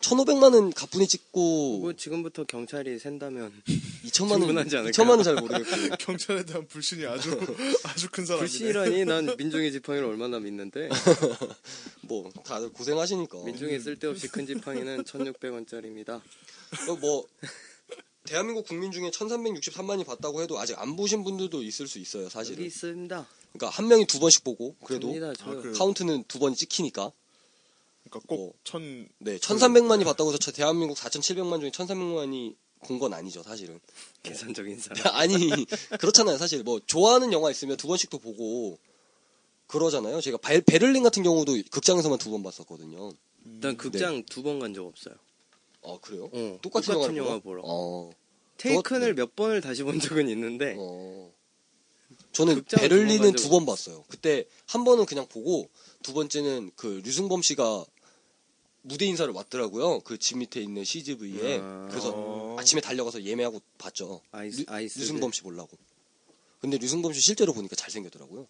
Speaker 1: 1,500만은 가뿐히
Speaker 3: 뭐
Speaker 1: 찍고
Speaker 3: 지금부터 경찰이 샌다면
Speaker 1: 네. 2천만은
Speaker 3: 충분하지 않을까요?
Speaker 1: 2천만은 잘 모르겠고.
Speaker 2: 경찰에 대한 불신이 아주 아주 큰 사람이네.
Speaker 3: 불신이라니 난 민중의 지팡이를 얼마나 믿는데
Speaker 1: 어. 뭐 다들 고생하시니까.
Speaker 3: 민중의 쓸데없이 큰 지팡이는 1600원짜리입니다.
Speaker 1: 어, 뭐 대한민국 국민 중에 1,363만이 봤다고 해도 아직 안 보신 분들도 있을 수 있어요,
Speaker 3: 여기
Speaker 1: 사실은.
Speaker 3: 있습니다.
Speaker 1: 그러니까 한 명이 두 번씩 보고 그래도
Speaker 3: 접니다, 저요.
Speaker 2: 아, 그-
Speaker 1: 카운트는 두 번이 찍히니까.
Speaker 2: 그러니까
Speaker 1: 뭐.
Speaker 3: 어.
Speaker 2: 꼭 천
Speaker 3: 그
Speaker 1: 네, 1,300만이 봤다고 해서 저 대한민국 4,700만 중에 1,300만이 본 건 아니죠, 사실은.
Speaker 3: 계산적인
Speaker 1: 네.
Speaker 3: 사람.
Speaker 1: 아니, 그렇잖아요, 사실. 뭐, 좋아하는 영화 있으면 두 번씩 또 보고, 그러잖아요. 제가 발- 베를린 같은 경우도 극장에서만 두 번 봤었거든요.
Speaker 3: 난
Speaker 2: 음,
Speaker 3: 극장 두 번 간 적 없어요.
Speaker 1: 아, 그래요?
Speaker 3: 어,
Speaker 1: 똑같은,
Speaker 3: 똑같은
Speaker 1: 영화를
Speaker 3: 영화
Speaker 1: 보러?
Speaker 3: 보러.
Speaker 1: 어,
Speaker 3: 테이큰을 몇 번을 다시 본 적은 있는데
Speaker 1: 어. 저는
Speaker 3: 네. 극장은
Speaker 1: 베를린은
Speaker 3: 두
Speaker 1: 두
Speaker 3: 번
Speaker 1: 번 봤어요. 그때 한 번은 그냥 보고, 두 번째는 그 류승범 씨가 무대 인사를 왔더라고요. 그 집 밑에 있는 CGV에.
Speaker 3: 아.
Speaker 1: 그래서 아침에 달려가서 예매하고 봤죠.
Speaker 3: 아이스 아이스 그.
Speaker 1: 류승범 씨 보려고. 근데 류승범 씨 실제로 보니까 잘생겼더라고요.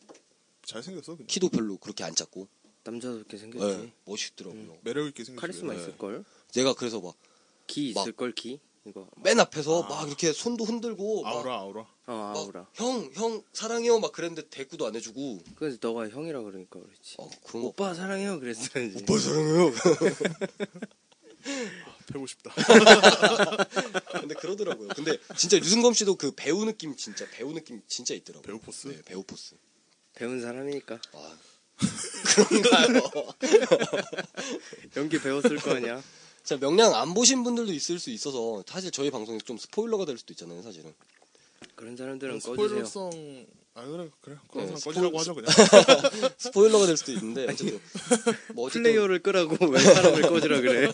Speaker 2: 잘생겼어. 그냥.
Speaker 1: 키도 별로 그렇게 안 작고.
Speaker 3: 남자답게 생겼지.
Speaker 1: 네, 멋있더라고요.
Speaker 2: 매력 있게 생겼어.
Speaker 3: 카리스마
Speaker 1: 네.
Speaker 3: 있을 걸.
Speaker 1: 제가 그래서
Speaker 3: 기
Speaker 1: 막-
Speaker 3: 있을 걸 기. 이거
Speaker 1: 막 맨 앞에서 막 이렇게 손도 흔들고 막,
Speaker 2: 네. 아우라 아우라.
Speaker 3: 어
Speaker 1: 막
Speaker 3: 아. 아우라.
Speaker 1: 형, 형 사랑해요 막 그랬는데 대꾸도 안 해주고
Speaker 3: 그래서 너가 형이라 그러니까 그렇지.
Speaker 1: 아, 그런 거
Speaker 3: 오빠 사랑해요 그랬어야지.
Speaker 1: 오빠 사랑해요.
Speaker 2: 패고 싶다.
Speaker 3: 네.
Speaker 1: 근데 그러더라고요. 근데 진짜 류승범 씨도 그 배우 느낌 진짜 배우 느낌 진짜 있더라고요.
Speaker 2: 배우 포스?
Speaker 1: 네, 배우 포스.
Speaker 3: 배운 사람이니까
Speaker 1: 아. 그런가요?
Speaker 3: 연기 배웠을 거 아니야.
Speaker 1: 자, 명량 안 보신 분들도 있을 수 있어서 사실 저희 방송에서 좀 스포일러가 될 수도 있잖아요, 사실은.
Speaker 3: 그런 사람들은 꺼주세요.
Speaker 2: 스포일러성 아 그래 그래
Speaker 1: 네,
Speaker 2: 그런 사람
Speaker 1: 스포-
Speaker 2: 꺼지라고 하죠 그냥.
Speaker 1: 스포일러가 될 수도 있는데 어쨌든 뭐 어쨌든
Speaker 3: 플레이어를 끄라고 왜 사람을 꺼지라 그래.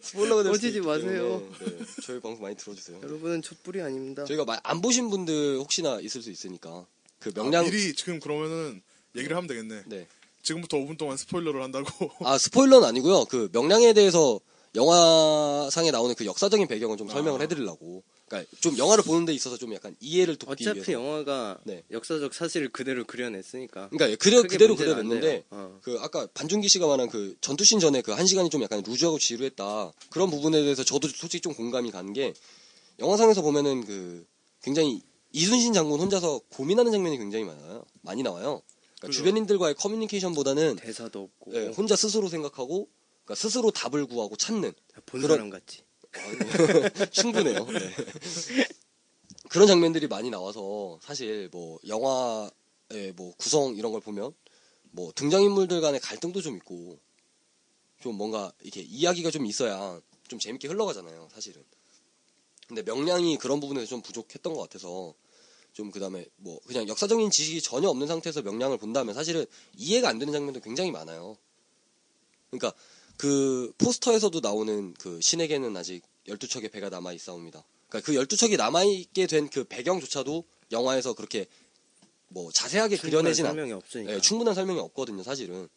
Speaker 1: 스포일러가 될 수도
Speaker 3: 꺼지지
Speaker 1: 있기
Speaker 3: 마세요.
Speaker 1: 때문에, 네, 저희 방송 많이 들어주세요.
Speaker 3: 여러분은 촛불이 아닙니다.
Speaker 1: 저희가 마- 안 보신 분들 혹시나 있을 수 있으니까 그
Speaker 2: 아,
Speaker 1: 명량
Speaker 2: 미리 지금 그러면은 얘기를 하면 되겠네.
Speaker 1: 네.
Speaker 2: 지금부터 5분 동안 스포일러를 한다고.
Speaker 1: 아 스포일러는 아니고요. 그 명량에 대해서 영화상에 나오는 그 역사적인 배경은
Speaker 2: 아.
Speaker 1: 좀 설명을 해드리려고. 그러니까 좀 영화를 보는 데 있어서 좀 약간 이해를 돕기
Speaker 3: 어차피
Speaker 1: 위해서.
Speaker 3: 영화가
Speaker 1: 네.
Speaker 3: 역사적 사실을 그대로 그려냈으니까.
Speaker 1: 그러니까 그대,
Speaker 3: 크게
Speaker 1: 그대로
Speaker 3: 문제는 안
Speaker 1: 그려냈는데
Speaker 3: 돼요. 어.
Speaker 1: 그 아까 반준기 씨가 말한 그 전투신 전에 그 한 시간이 좀 약간 루즈하고 지루했다 그런 부분에 대해서 저도 솔직히 좀 공감이 간 게 영화상에서 보면은 그 굉장히 이순신 장군 혼자서 고민하는 장면이 굉장히 많아요 많이 나와요 그러니까
Speaker 2: 그죠.
Speaker 1: 주변인들과의 커뮤니케이션보다는
Speaker 3: 대사도 없고
Speaker 1: 예, 혼자 스스로 생각하고 그러니까 스스로 답을 구하고 찾는
Speaker 3: 본
Speaker 1: 그런-
Speaker 3: 사람 같지.
Speaker 1: 충분해요. 네. 그런 장면들이 많이 나와서 사실 뭐 영화의 뭐 구성 이런 걸 보면 뭐 등장인물들 간의 갈등도 좀 있고 좀 뭔가 이렇게 이야기가 좀 있어야 좀 재밌게 흘러가잖아요, 사실은. 근데 명량이 그런 부분에서 좀 부족했던 것 같아서 좀 그다음에 뭐 그냥 역사적인 지식이 전혀 없는 상태에서 명량을 본다면 사실은 이해가 안 되는 장면도 굉장히 많아요. 그러니까 그 포스터에서도 나오는 그 신에게는 아직 12척의 배가 남아 있사옵니다. 그러니까 그 12척이 남아 있게 된 그 배경조차도 영화에서 그렇게 뭐 자세하게 그려내진 않
Speaker 3: 설명이 없으니까.
Speaker 1: 예, 충분한 설명이 없거든요, 사실은.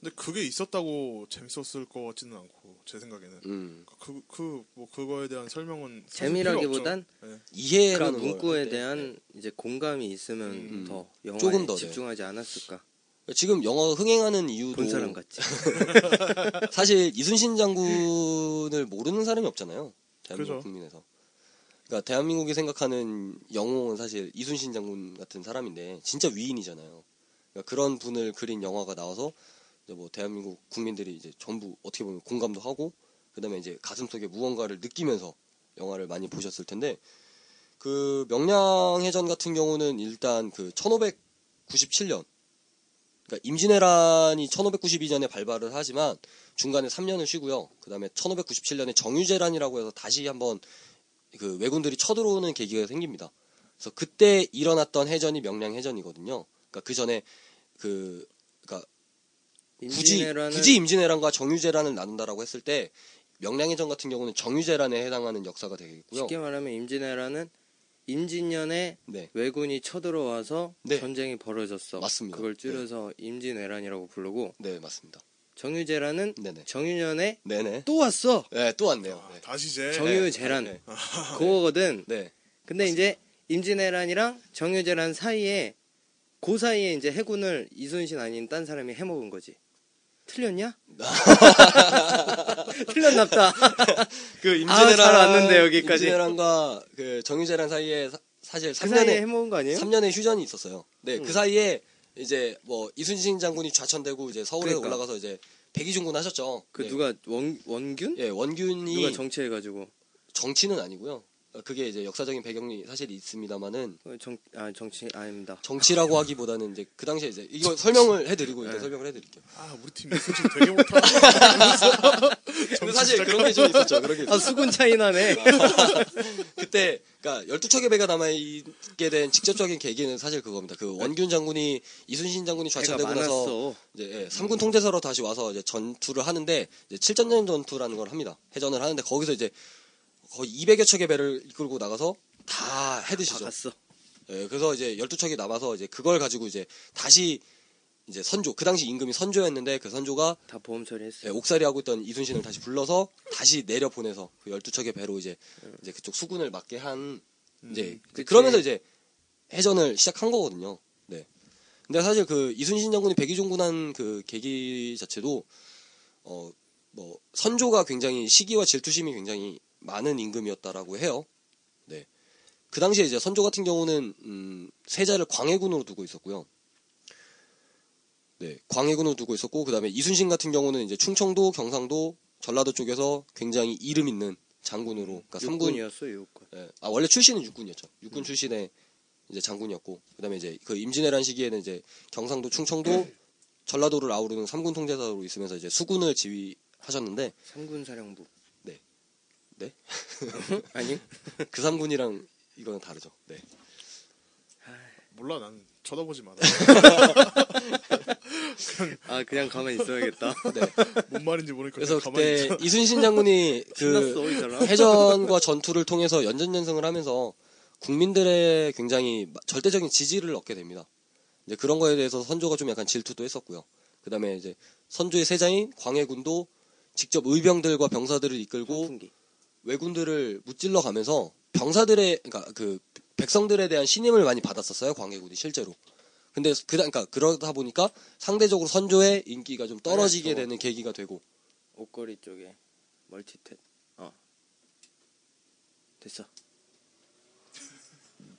Speaker 2: 근데 그게 있었다고 재밌었을 것 같지는 않고 제 생각에는
Speaker 1: 음.
Speaker 2: 그 그 뭐 그거에 대한 설명은 사실 필요 없죠.
Speaker 3: 재미라기보단
Speaker 2: 예.
Speaker 3: 그
Speaker 1: 이해라는 걸.
Speaker 3: 문구에 대한 이제 공감이 있으면
Speaker 2: 음.
Speaker 3: 더 영화에
Speaker 1: 조금 더, 네.
Speaker 3: 집중하지 않았을까.
Speaker 1: 지금 영어 흥행하는 이유도
Speaker 3: 본 사람 같지.
Speaker 1: 사실 이순신 장군을 모르는 사람이 없잖아요. 대한민국
Speaker 2: 그죠.
Speaker 1: 국민에서. 그러니까 대한민국이 생각하는 영웅은 사실 이순신 장군 같은 사람인데 진짜 위인이잖아요. 그러니까 그런 분을 그린 영화가 나와서 이제 뭐 대한민국 국민들이 이제 전부 어떻게 보면 공감도 하고 그다음에 이제 가슴 속에 무언가를 느끼면서 영화를 많이 보셨을 텐데 그 명량해전 같은 경우는 일단 그 1597년 그러니까 임진왜란이 1592년에 발발을 하지만 중간에 3년을 쉬고요. 그다음에 1597년에 정유재란이라고 해서 다시 한번 그 왜군들이 쳐들어오는 계기가 생깁니다. 그래서 그때 일어났던 해전이 명량해전이거든요. 그러니까 그 전에 그 그러니까 굳이
Speaker 3: 임진왜란은
Speaker 1: 굳이 임진왜란과 정유재란을 나눈다라고 했을 때 명량해전 같은 경우는 정유재란에 해당하는 역사가 되겠고요.
Speaker 3: 쉽게 말하면 임진왜란은 임진년에
Speaker 1: 네.
Speaker 3: 왜군이 쳐들어와서
Speaker 1: 네.
Speaker 3: 전쟁이 벌어졌어.
Speaker 1: 맞습니다.
Speaker 3: 그걸 줄여서 임진왜란이라고 부르고
Speaker 1: 네, 맞습니다.
Speaker 3: 정유재란은
Speaker 1: 네네.
Speaker 3: 정유년에
Speaker 1: 네네.
Speaker 3: 또 왔어.
Speaker 1: 네, 또 왔네요.
Speaker 2: 아,
Speaker 1: 네.
Speaker 2: 다시 제
Speaker 3: 정유재란
Speaker 1: 네.
Speaker 3: 그거거든.
Speaker 1: 네.
Speaker 3: 근데 이제 임진왜란이랑 정유재란 사이에 그 사이에 이제 해군을 이순신 아닌 딴 사람이 해먹은 거지. 틀렸냐? 틀렸나보다.
Speaker 1: 그
Speaker 3: 임진왜란- 아, 잘 왔는데, 여기까지.
Speaker 1: 임진왜란과 그 정유재란 사이에 사, 사실
Speaker 3: 그
Speaker 1: 3년에
Speaker 3: 사이에 해먹은 거 아니에요?
Speaker 1: 3년의 휴전이 있었어요. 네,
Speaker 3: 음.
Speaker 1: 그 사이에 이제 뭐 이순신 장군이 좌천되고 이제 서울에
Speaker 3: 그러니까.
Speaker 1: 올라가서 이제 백이중군 하셨죠.
Speaker 3: 그
Speaker 1: 네.
Speaker 3: 누가 원 원균?
Speaker 1: 예, 원균이
Speaker 3: 누가 정치해가지고
Speaker 1: 정... 치는 아니고요. 어, 그게 이제 역사적인 배경이 사실 있습니다만은
Speaker 3: 정아 정치 아닙니다.
Speaker 1: 정치라고 하기보다는 이제 그 당시에 이제 이거 설명을 해드리고 일단
Speaker 3: 네.
Speaker 1: 설명을 해드릴게요.
Speaker 2: 아 우리 팀 소식 되게 못하네.
Speaker 1: 근데 사실 그런 게 좀 있었죠. 그런 게 있었죠.
Speaker 3: 아 수군 차이나네.
Speaker 1: 그때 그러니까 12척의 배가 남아 있게 된 직접적인 계기는 사실 그겁니다. 그 원균 장군이 이순신 장군이
Speaker 3: 제가
Speaker 1: 좌천되고 나서
Speaker 3: 많았어.
Speaker 1: 이제 예, 삼군 통제사로 다시 와서 이제 전투를 하는데 이제 7전쟁 전투라는 걸 합니다. 해전을 하는데 거기서 이제 거의 200여 척의 배를 이끌고 나가서 다
Speaker 3: 다
Speaker 1: 해드시죠.
Speaker 3: 갔어.
Speaker 1: 예, 그래서 이제 12척이 남아서 이제 그걸 가지고 이제 다시 이제 선조 그 당시 임금이 선조였는데 그 선조가
Speaker 3: 다 보험
Speaker 1: 예,
Speaker 3: 처리했어. 요
Speaker 1: 옥살이 하고 있던 이순신을 다시 불러서 다시 내려 보내서 그 12척의 배로 이제 이제 그쪽 수군을 맡게 한
Speaker 2: 음,
Speaker 1: 이제
Speaker 3: 음, 그치.
Speaker 1: 그러면서 이제 해전을 시작한 거거든요. 네. 근데 사실 그 이순신 장군이 백의종군한 그 계기 자체도 어 뭐 선조가 굉장히 시기와 질투심이 굉장히 많은 임금이었다라고 해요. 네. 그 당시에 이제 선조 같은 경우는 음 세자를 광해군으로 두고 있었고요. 네, 광해군으로 두고 있었고 그다음에 이순신 같은 경우는 이제 충청도, 경상도, 전라도 쪽에서 굉장히 이름 있는 장군으로 그러니까 삼군
Speaker 3: 육군이었어 육군.
Speaker 1: 예. 아 원래 출신은 육군이었죠. 육군 출신의 이제 장군이었고 그다음에 이제 그 임진왜란 시기에는 이제 경상도, 충청도, 전라도를 아우르는 삼군 통제사로 있으면서 이제 수군을 지휘하셨는데
Speaker 3: 삼군 사령부.
Speaker 1: 네. 네?
Speaker 3: 아니?
Speaker 1: 그 삼군이랑 이거는 다르죠. 네.
Speaker 2: 몰라 난 쳐다보지 마.
Speaker 3: 아 그냥 가만히 있어야겠다.
Speaker 2: 뭔 말인지 모르니까
Speaker 1: 그래서
Speaker 2: 그냥 가만히
Speaker 1: 그때
Speaker 2: 있어.
Speaker 1: 이순신 장군이 그
Speaker 3: 신났어 이 사람.
Speaker 1: 해전과 전투를 통해서 연전연승을 하면서 국민들의 굉장히 마- 절대적인 지지를 얻게 됩니다. 이제 그런 거에 대해서 선조가 좀 약간 질투도 했었고요. 그 다음에 이제 선조의 세자인 광해군도 직접 의병들과 병사들을 이끌고
Speaker 3: 선풍기.
Speaker 1: 왜군들을 무찔러 가면서 병사들의 그러니까 그 백성들에 대한 신임을 많이 받았었어요 광해군이 실제로. 근데 그 그러니까 그러다 보니까 상대적으로 선조의 인기가 좀 떨어지게
Speaker 3: 네, 저-
Speaker 1: 되는 계기가 되고
Speaker 3: 옷걸이 쪽에 멀티탭. 어. 됐어.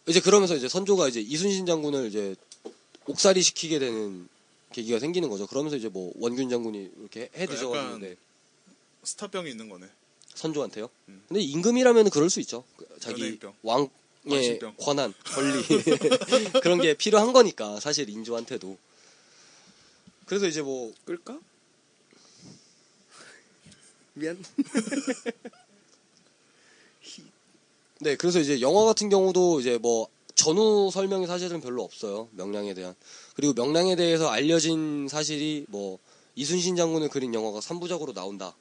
Speaker 1: 이제 그러면서 이제 선조가 이제 이순신 장군을 이제 옥살이 시키게 되는 계기가 생기는 거죠. 그러면서 이제 뭐 원균 장군이 이렇게 해드셔
Speaker 2: 그러니까 약간-
Speaker 1: 가지고
Speaker 2: 스타병이 있는 거네.
Speaker 1: 선조한테요.
Speaker 2: 음.
Speaker 1: 근데 임금이라면 그럴 수 있죠. 그 자기
Speaker 2: 연예인병.
Speaker 1: 왕의
Speaker 2: 왕실병.
Speaker 1: 권한, 권리 그런 게 필요한 거니까 사실 인조한테도. 그래서 이제 뭐
Speaker 3: 끌까? 미안.
Speaker 1: 네, 그래서 이제 영화 같은 경우도 이제 뭐 전후 설명이 사실은 별로 없어요. 명량에 대한. 그리고 명량에 대해서 알려진 사실이 뭐 이순신 장군을 그린 영화가 3부작으로 나온다.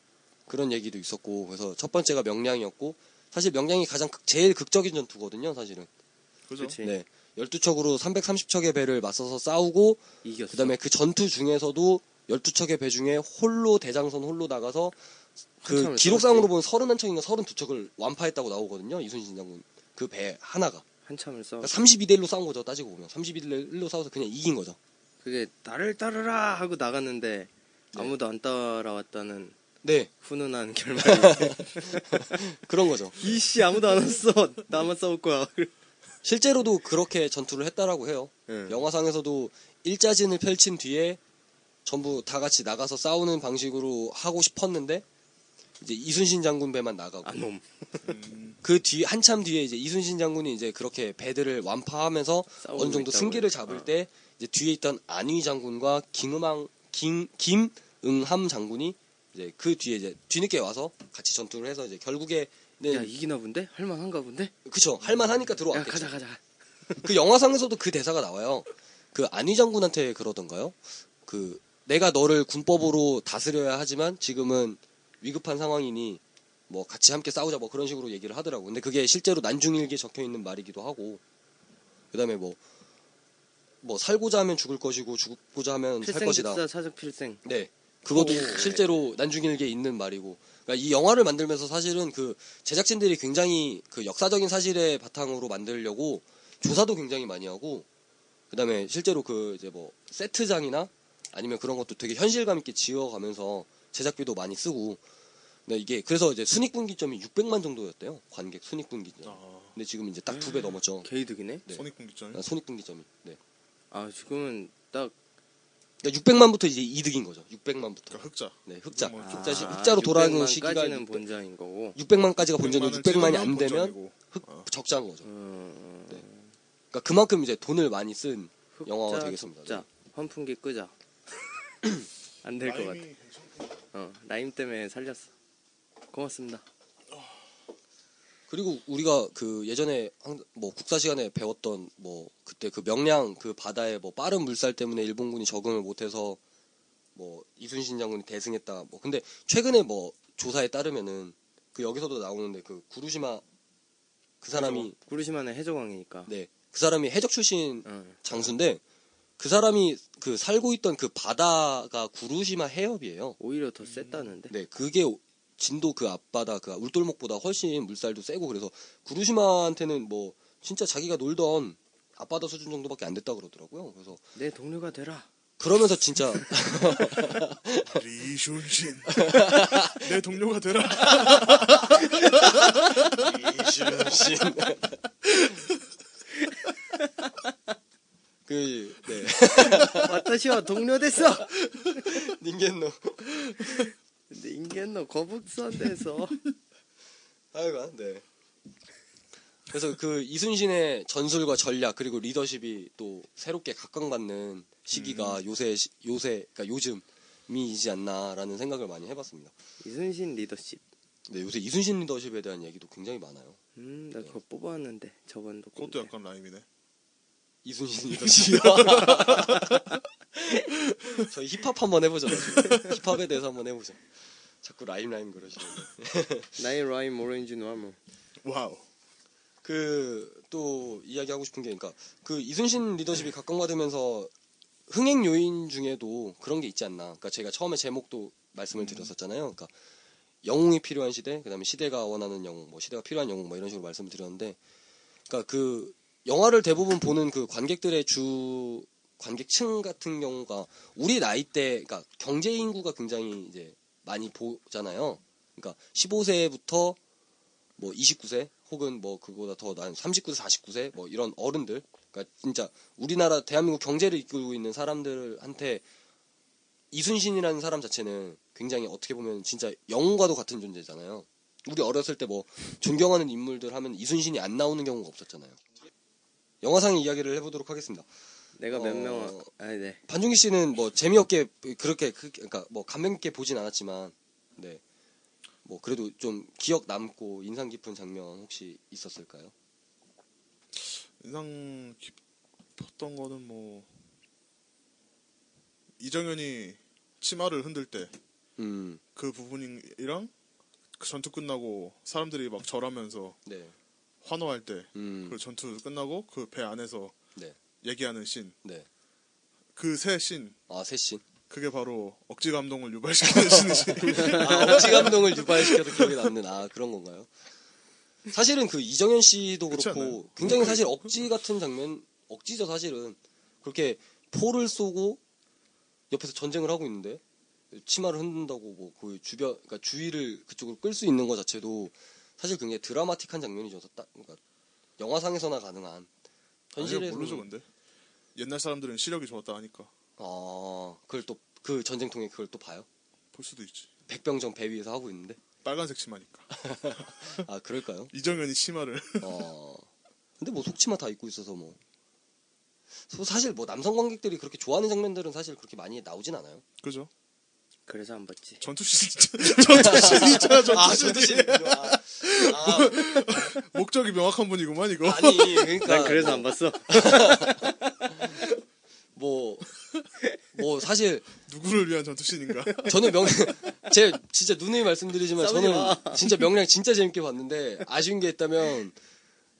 Speaker 1: 그런 얘기도 있었고. 그래서 첫 번째가 명량이었고 사실 명량이 가장 극- 제일 극적인 전투거든요, 사실은.
Speaker 2: 그죠?
Speaker 3: 그치.
Speaker 1: 네. 12척으로 330척의 배를 맞서서 싸우고
Speaker 3: 이겼어.
Speaker 1: 그다음에 그 전투 중에서도 12척의 배 중에 홀로 대장선 홀로 나가서 그
Speaker 3: 한참을
Speaker 1: 기록상으로
Speaker 3: 싸웠지.
Speaker 1: 보면 31척인가 32척을 완파했다고 나오거든요. 이순신 장군. 그 배 하나가.
Speaker 3: 한참을 써.
Speaker 1: 그러니까 32대 1로 싸운 거죠. 따지고 보면. 32대 1로 싸워서 그냥 이긴 거죠.
Speaker 3: 그게 나를 따르라 하고 나갔는데 아무도 안 따라왔다는
Speaker 1: 네.
Speaker 3: 훈훈한 결말이.
Speaker 1: 그런 거죠.
Speaker 3: 이씨 아무도 안 왔어. 나만 싸울 거야.
Speaker 1: 실제로도 그렇게 전투를 했다라고 해요.
Speaker 3: 예.
Speaker 1: 영화상에서도 일자진을 펼친 뒤에 전부 다 같이 나가서 싸우는 방식으로 하고 싶었는데 이제 이순신 장군 배만 나가고
Speaker 3: 아 놈.
Speaker 2: 음,
Speaker 1: 그 뒤 한참 뒤에 이제 이순신 장군이 이제 그렇게 배들을 완파하면서
Speaker 3: 싸우고
Speaker 1: 어느 정도
Speaker 3: 있다고
Speaker 1: 승기를
Speaker 3: 했죠.
Speaker 1: 잡을
Speaker 3: 아.
Speaker 1: 때 이제 뒤에 있던 안위 장군과 김음항 김 김응함 장군이 이제 그 뒤에 이제 뒤늦게 와서 같이 전투를 해서 이제 결국에는
Speaker 3: 야 이기나 본데? 할만한가 본데?
Speaker 1: 그쵸 할만하니까
Speaker 3: 야
Speaker 1: 들어왔겠죠.
Speaker 3: 가자 가자.
Speaker 1: 그 영화상에서도 그 대사가 나와요. 그 안위 장군한테 그러던가요? 그 내가 너를 군법으로 다스려야 하지만 지금은 위급한 상황이니 뭐 같이 함께 싸우자 뭐 그런 식으로 얘기를 하더라고. 근데 그게 실제로 난중일기에 적혀 있는 말이기도 하고 그다음에 뭐 뭐 살고자 하면 죽을 것이고 죽고자 하면 살
Speaker 3: 필생
Speaker 1: 것이다.
Speaker 3: 집사 사적 필생.
Speaker 1: 네. 그것도
Speaker 3: 오.
Speaker 1: 실제로 난중일기에 있는 말이고. 그러니까 이 영화를 만들면서 사실은 그 제작진들이 굉장히 그 역사적인 사실의 바탕으로 만들려고 조사도 굉장히 많이 하고 그다음에 실제로 그 이제 뭐 세트장이나 아니면 그런 것도 되게 현실감 있게 지어가면서 제작비도 많이 쓰고 근데 이게 그래서 이제 순익분기점이 600만 정도였대요 관객 순익분기점
Speaker 2: 아,
Speaker 1: 근데 지금 이제 딱 두 배 넘었죠
Speaker 3: 개이득이네.
Speaker 1: 네.
Speaker 2: 손익분기점이
Speaker 1: 아, 순익분기점이 네
Speaker 3: 아 지금은 딱
Speaker 1: 그러니까 600만부터 이제 이득인 거죠 600만부터
Speaker 2: 그러니까 흑자.
Speaker 1: 네 흑자
Speaker 2: 뭐
Speaker 1: 흑자 시,
Speaker 2: 아,
Speaker 1: 흑자로 돌아가는
Speaker 3: 600만
Speaker 1: 시기가
Speaker 3: 까지는 본전인 거고.
Speaker 1: 600만까지가 본전이고
Speaker 2: 600만 을
Speaker 1: 600만이
Speaker 2: 찍으면
Speaker 1: 안 되면
Speaker 2: 본전이고.
Speaker 1: 흑
Speaker 2: 어.
Speaker 1: 적자인 거죠.
Speaker 3: 음,
Speaker 1: 네. 그러니까 그만큼 이제 돈을 많이 쓴
Speaker 3: 흑자,
Speaker 1: 영화가 되겠습니다. 네.
Speaker 3: 자 환풍기 끄자. 안 될 것 같아.
Speaker 2: 라임이 괜찮-
Speaker 3: 어 라임 때문에 살렸어. 고맙습니다.
Speaker 1: 그리고 우리가 그 예전에 항- 뭐 국사 시간에 배웠던 뭐 그때 그 명량 그 바다에 뭐 빠른 물살 때문에 일본군이 적응을 못해서 뭐 이순신 장군이 대승했다. 뭐 근데 최근에 뭐 조사에 따르면은 그 여기서도 나오는데 그 구루시마 그 사람이
Speaker 3: 어, 구르시마는 해적왕이니까.
Speaker 1: 네 그 사람이 해적 출신
Speaker 3: 어.
Speaker 1: 장수인데 그 사람이 그 살고 있던 그 바다가 구루시마 해협이에요.
Speaker 3: 오히려 더 셌다는데.
Speaker 1: 네, 그게 진도 그 앞바다 그 울돌목보다 훨씬 물살도 세고 그래서 구루시마한테는 뭐 진짜 자기가 놀던 앞바다 수준 정도밖에 안 됐다 그러더라고요. 그래서
Speaker 3: 내 동료가 되라.
Speaker 1: 그러면서 진짜
Speaker 2: 아, 리슌신 내 동료가 되라 리슌신
Speaker 1: 그 네,
Speaker 3: 와타시와 동료 됐어.
Speaker 1: 닌겐노
Speaker 3: 근데 인간노 거북선에서
Speaker 1: 하여간 네. 그래서 그 이순신의 전술과 전략 그리고 리더십이 또 새롭게 각광받는 시기가 요새 시- 요새 그러니까 요즘이지 않나라는 생각을 많이 해봤습니다.
Speaker 3: 이순신 리더십.
Speaker 1: 근데 요새 이순신 리더십에 대한 얘기도 굉장히 많아요.
Speaker 3: 음, 나 그거 뽑아왔는데 저번도.
Speaker 2: 그것도 약간 라임이네
Speaker 1: 이순신 리더십. 저희 힙합 한번 해보자. 나중에. 힙합에 대해서 한번 해보자. 자꾸 라임 라임 그러시는데.
Speaker 3: 나의 라임 오렌지 노아무.
Speaker 2: 와우
Speaker 1: 그 또 이야기하고 싶은 게 그러니까 그 이순신 리더십이 각광받으면서 흥행 요인 중에도 그런 게 있지 않나. 그러니까 제가 처음에 제목도 말씀을 드렸었잖아요. 그러니까 영웅이 필요한 시대, 그다음에 시대가 원하는 영웅, 뭐 시대가 필요한 영웅, 뭐 이런 식으로 말씀을 드렸는데, 그러니까 그 영화를 대부분 보는 그 관객들의 주 관객층 같은 경우가 우리 나이 때, 그러니까 경제 인구가 굉장히 이제 많이 보잖아요. 그러니까 15세부터 뭐 29세 혹은 뭐 그보다 더난 39세, 49세 뭐 이런 어른들, 그러니까 진짜 우리나라 대한민국 경제를 이끌고 있는 사람들한테 이순신이라는 사람 자체는 굉장히 어떻게 보면 진짜 영웅과도 같은 존재잖아요. 우리 어렸을 때 뭐 존경하는 인물들 하면 이순신이 안 나오는 경우가 없었잖아요. 영화상의 이야기를 해보도록 하겠습니다.
Speaker 3: 내가 몇
Speaker 1: 어.
Speaker 3: 명? 아니 네.
Speaker 1: 반중기 씨는 뭐 재미없게 그렇게 그- 그러니까 뭐 감명 깊게 보진 않았지만 네 뭐 그래도 좀 기억 남고 인상 깊은 장면 혹시 있었을까요?
Speaker 2: 인상 깊었던 거는 뭐 이정현이 치마를 흔들 때 그
Speaker 1: 음,
Speaker 2: 부분이랑 그 전투 끝나고 사람들이 막 절하면서
Speaker 1: 네,
Speaker 2: 환호할 때 그
Speaker 1: 음,
Speaker 2: 전투 끝나고 그 배 안에서
Speaker 1: 네.
Speaker 2: 얘기하는 씬
Speaker 1: 네.
Speaker 2: 그 세 씬
Speaker 1: 아, 세신.
Speaker 2: 그게 바로 억지 감동을 유발시키는 신이지
Speaker 1: 아, 억지 감동을 유발시켜서 기억에 남는 아 그런 건가요? 사실은 그 이정현 씨도
Speaker 2: 그렇지
Speaker 1: 그렇고
Speaker 2: 않나요?
Speaker 1: 굉장히 사실 억지 같은 장면 억지죠 사실은 그렇게 포를 쏘고 옆에서 전쟁을 하고 있는데 치마를 흔든다고 뭐 그 주변 그러니까 주의를 그쪽으로 끌 수 있는 것 자체도 사실 굉장히 드라마틱한 장면이죠. 딱 그러니까 영화상에서나 가능한
Speaker 2: 아니요
Speaker 1: 현실에서
Speaker 2: 모르죠 근데 옛날 사람들은 시력이 좋았다 하니까
Speaker 1: 아 그걸 또 그 전쟁통에 그걸 또 봐요.
Speaker 2: 볼 수도 있지
Speaker 1: 백병정 배 위에서 하고 있는데
Speaker 2: 빨간색 치마니까
Speaker 1: 아 그럴까요?
Speaker 2: 이정현이 치마를
Speaker 1: 어. 근데 뭐 속치마 다 입고 있어서 뭐. 소- 사실 뭐 남성 관객들이 그렇게 좋아하는 장면들은 사실 그렇게 많이 나오진 않아요.
Speaker 2: 그죠
Speaker 3: 그래서 안 봤지.
Speaker 2: 전투 씬 진짜 전투 씬 진짜 전투
Speaker 1: 아,
Speaker 2: 씬
Speaker 1: 전두신. 아,
Speaker 2: 목적이 명확한 분이구만 이거
Speaker 1: 아니, 그러니까.
Speaker 3: 난 그래서 안 봤어.
Speaker 1: 뭐, 뭐 사실
Speaker 2: 누구를 위한 전투 씬인가
Speaker 1: 저는 명, 제 진짜 누누이 말씀드리지만
Speaker 3: 싸우지
Speaker 1: 저는 진짜 명량 진짜 재밌게 봤는데 아쉬운 게 있다면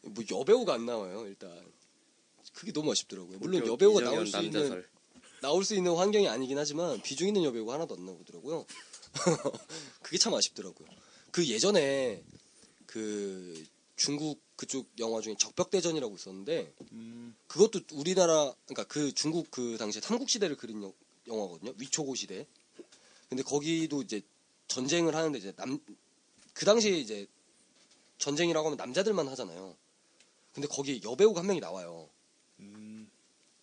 Speaker 1: 뭐 여배우가 안 나와요, 일단. 그게 너무 아쉽더라고요. 물론 여배우가
Speaker 3: 이정현
Speaker 1: 나올 수 있는
Speaker 3: 남자설.
Speaker 1: 나올 수 있는 환경이 아니긴 하지만 비중 있는 여배우가 하나도 안 나오더라고요. 그게 참 아쉽더라고요. 그 예전에 그 중국 그쪽 영화 중에 적벽대전이라고 있었는데
Speaker 2: 음,
Speaker 1: 그것도 우리나라 그러니까 그 중국 그 당시에 삼국 시대를 그린 여- 영화거든요. 위초고 시대. 근데 거기도 이제 전쟁을 하는데 이제 남 그 당시에 이제 전쟁이라고 하면 남자들만 하잖아요. 근데 거기에 여배우가 한 명이 나와요.
Speaker 2: 음,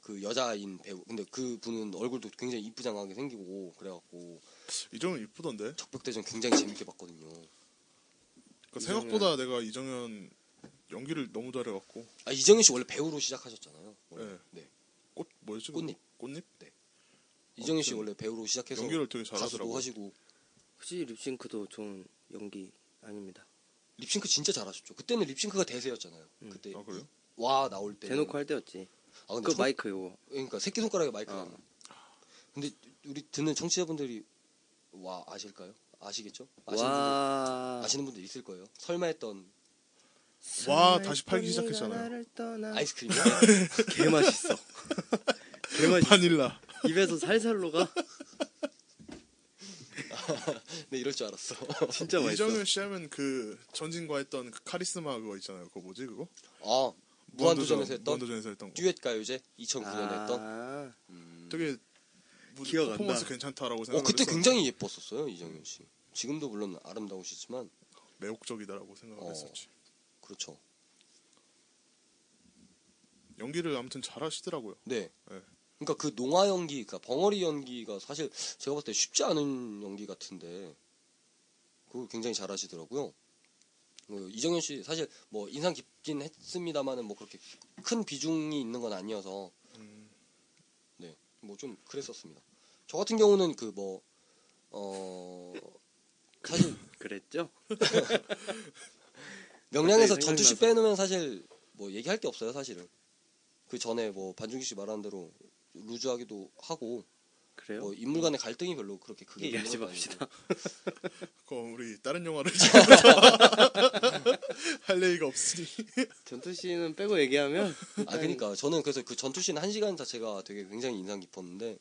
Speaker 1: 그 여자인 배우 근데 그 분은 얼굴도 굉장히 이쁘장하게 생기고 그래갖고
Speaker 2: 이정현 이쁘던데
Speaker 1: 적벽대전 굉장히 재밌게 봤거든요.
Speaker 2: 그러니까 생각보다 내가 이정현 연기를 너무 잘해갖고
Speaker 1: 아 이정현 씨 원래 배우로 시작하셨잖아요. 원래.
Speaker 2: 네.
Speaker 1: 네.
Speaker 2: 꽃 뭐였지 그거?
Speaker 1: 꽃잎
Speaker 2: 꽃잎
Speaker 1: 이정현 씨 원래 배우로 시작해서
Speaker 2: 연기를 되게
Speaker 1: 가수도
Speaker 2: 잘하더라고
Speaker 1: 하시고
Speaker 3: 혹시 립싱크도 좋은 연기 아닙니다.
Speaker 1: 립싱크 진짜 잘하셨죠. 그때는 립싱크가 대세였잖아요. 그때
Speaker 2: 아 그래요
Speaker 1: 와 나올 때
Speaker 3: 대놓고 할 때였지.
Speaker 1: 네. 아 근데
Speaker 3: 그
Speaker 1: 청-
Speaker 3: 마이크 요거.
Speaker 1: 그러니까 새끼 손가락에 마이크
Speaker 2: 아.
Speaker 3: 어.
Speaker 1: 가 근데 우리 듣는 청취자분들이 와 아실까요? 아시겠죠? 아시는 분들
Speaker 3: 와.
Speaker 1: 아시는 분들 있을 거예요. 설마 했던
Speaker 2: 와, 다시 팔기 시작했잖아요.
Speaker 1: 아이스크림
Speaker 3: 개 맛있어. 개 맛있어.
Speaker 2: 그 바닐라
Speaker 3: 입에서 살살 녹아.
Speaker 1: 네 이럴 줄 알았어.
Speaker 3: 진짜 맛있어.
Speaker 2: 이정현 씨 하면 그 전진과 했던 그 카리스마 그거 있잖아요 그거 뭐지 그거
Speaker 1: 아 무한도전에서 했던 음.
Speaker 2: 무한도전에서 했던 거
Speaker 1: 듀엣 가요제 2009년에 했던
Speaker 3: 아,
Speaker 2: 되게 무-
Speaker 3: 기억 안 나.
Speaker 2: 퍼포먼스 괜찮다라고
Speaker 1: 어 그때
Speaker 2: 생각했어
Speaker 1: 굉장히 예뻤었어요 이정현 씨 지금도 물론 아름다우시지만
Speaker 2: 매혹적이다라고 생각을
Speaker 1: 어.
Speaker 2: 했었지
Speaker 1: 그렇죠
Speaker 2: 연기를 아무튼 잘하시더라고요
Speaker 1: 네
Speaker 2: 네.
Speaker 1: 그러니까 그 농화 연기 그러니까 벙어리 연기가 사실 제가 봤을 때 쉽지 않은 연기 같은데 그걸 굉장히 잘하시더라고요 어, 이정현 씨 사실 뭐 인상 깊긴 했습니다만은 뭐 그렇게 큰 비중이 있는 건 아니어서
Speaker 2: 음,
Speaker 1: 뭐 좀 그랬었습니다 저 같은 경우는 그 뭐 어 사실
Speaker 3: 그랬죠?
Speaker 1: 명량에서
Speaker 3: 갑자기
Speaker 1: 전투시
Speaker 3: 네, 생각나서.
Speaker 1: 빼놓으면 사실 뭐 얘기할 게 없어요 사실은 그 전에 뭐 반중기 씨 말한 대로 루즈하기도 하고
Speaker 3: 그래요?
Speaker 1: 뭐 인물 간의 갈등이 별로 그렇게 크게 있는
Speaker 3: 얘기하지
Speaker 1: 것도
Speaker 3: 맙시다.
Speaker 2: 그거 우리 다른 영화를 찍으면서 할 얘기가 없으니
Speaker 3: 전투 씨는 빼고 얘기하면
Speaker 1: 아니고. 아 그러니까 저는 그래서 그 전투씬 한 시간 자체가 되게 굉장히 인상 깊었는데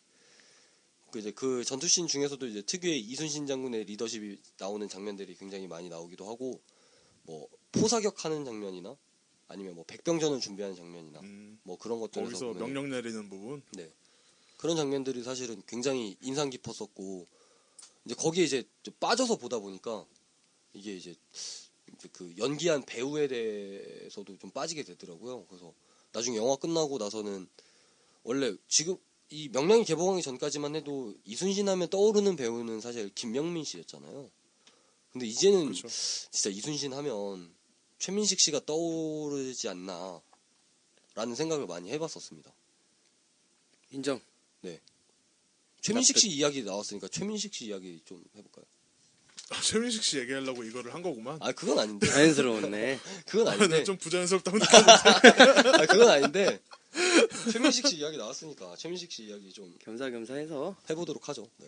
Speaker 1: 그 이제 그 전투씬 중에서도 이제 특유의 이순신 장군의 리더십이 나오는 장면들이 굉장히 많이 나오기도 하고 뭐 포사격하는 장면이나 아니면 뭐 백병전을 준비하는 장면이나
Speaker 2: 음,
Speaker 1: 뭐 그런 것들에서
Speaker 2: 거기서
Speaker 1: 보면은
Speaker 2: 명령 내리는 부분
Speaker 1: 그런 장면들이 사실은 굉장히 인상 깊었었고 이제 거기에 이제 좀 빠져서 보다 보니까 이게 이제 이제 그 연기한 배우에 대해서도 좀 빠지게 되더라고요. 그래서 나중에 영화 끝나고 나서는 원래 지금 이 명량이 개봉하기 전까지만 해도 이순신 하면 떠오르는 배우는 사실 김명민 씨였잖아요. 근데 이제는
Speaker 2: 그렇죠
Speaker 1: 진짜 이순신 하면 최민식 씨가 떠오르지 않나라는 생각을 많이 해봤었습니다.
Speaker 3: 인정. 네.
Speaker 1: 최민식 씨 이야기 나왔으니까 최민식 씨 이야기 좀 해볼까요?
Speaker 2: 아, 최민식 씨 얘기하려고 이거를 한 거구만.
Speaker 1: 아 그건 아닌데.
Speaker 3: 자연스러웠네.
Speaker 1: 그건 아닌데.
Speaker 2: 좀 부자연스럽다고 느껴.
Speaker 1: 아 그건 아닌데. 최민식 씨 이야기 나왔으니까 최민식 씨 이야기 좀
Speaker 3: 겸사겸사 해서.
Speaker 1: 해보도록 하죠. 네.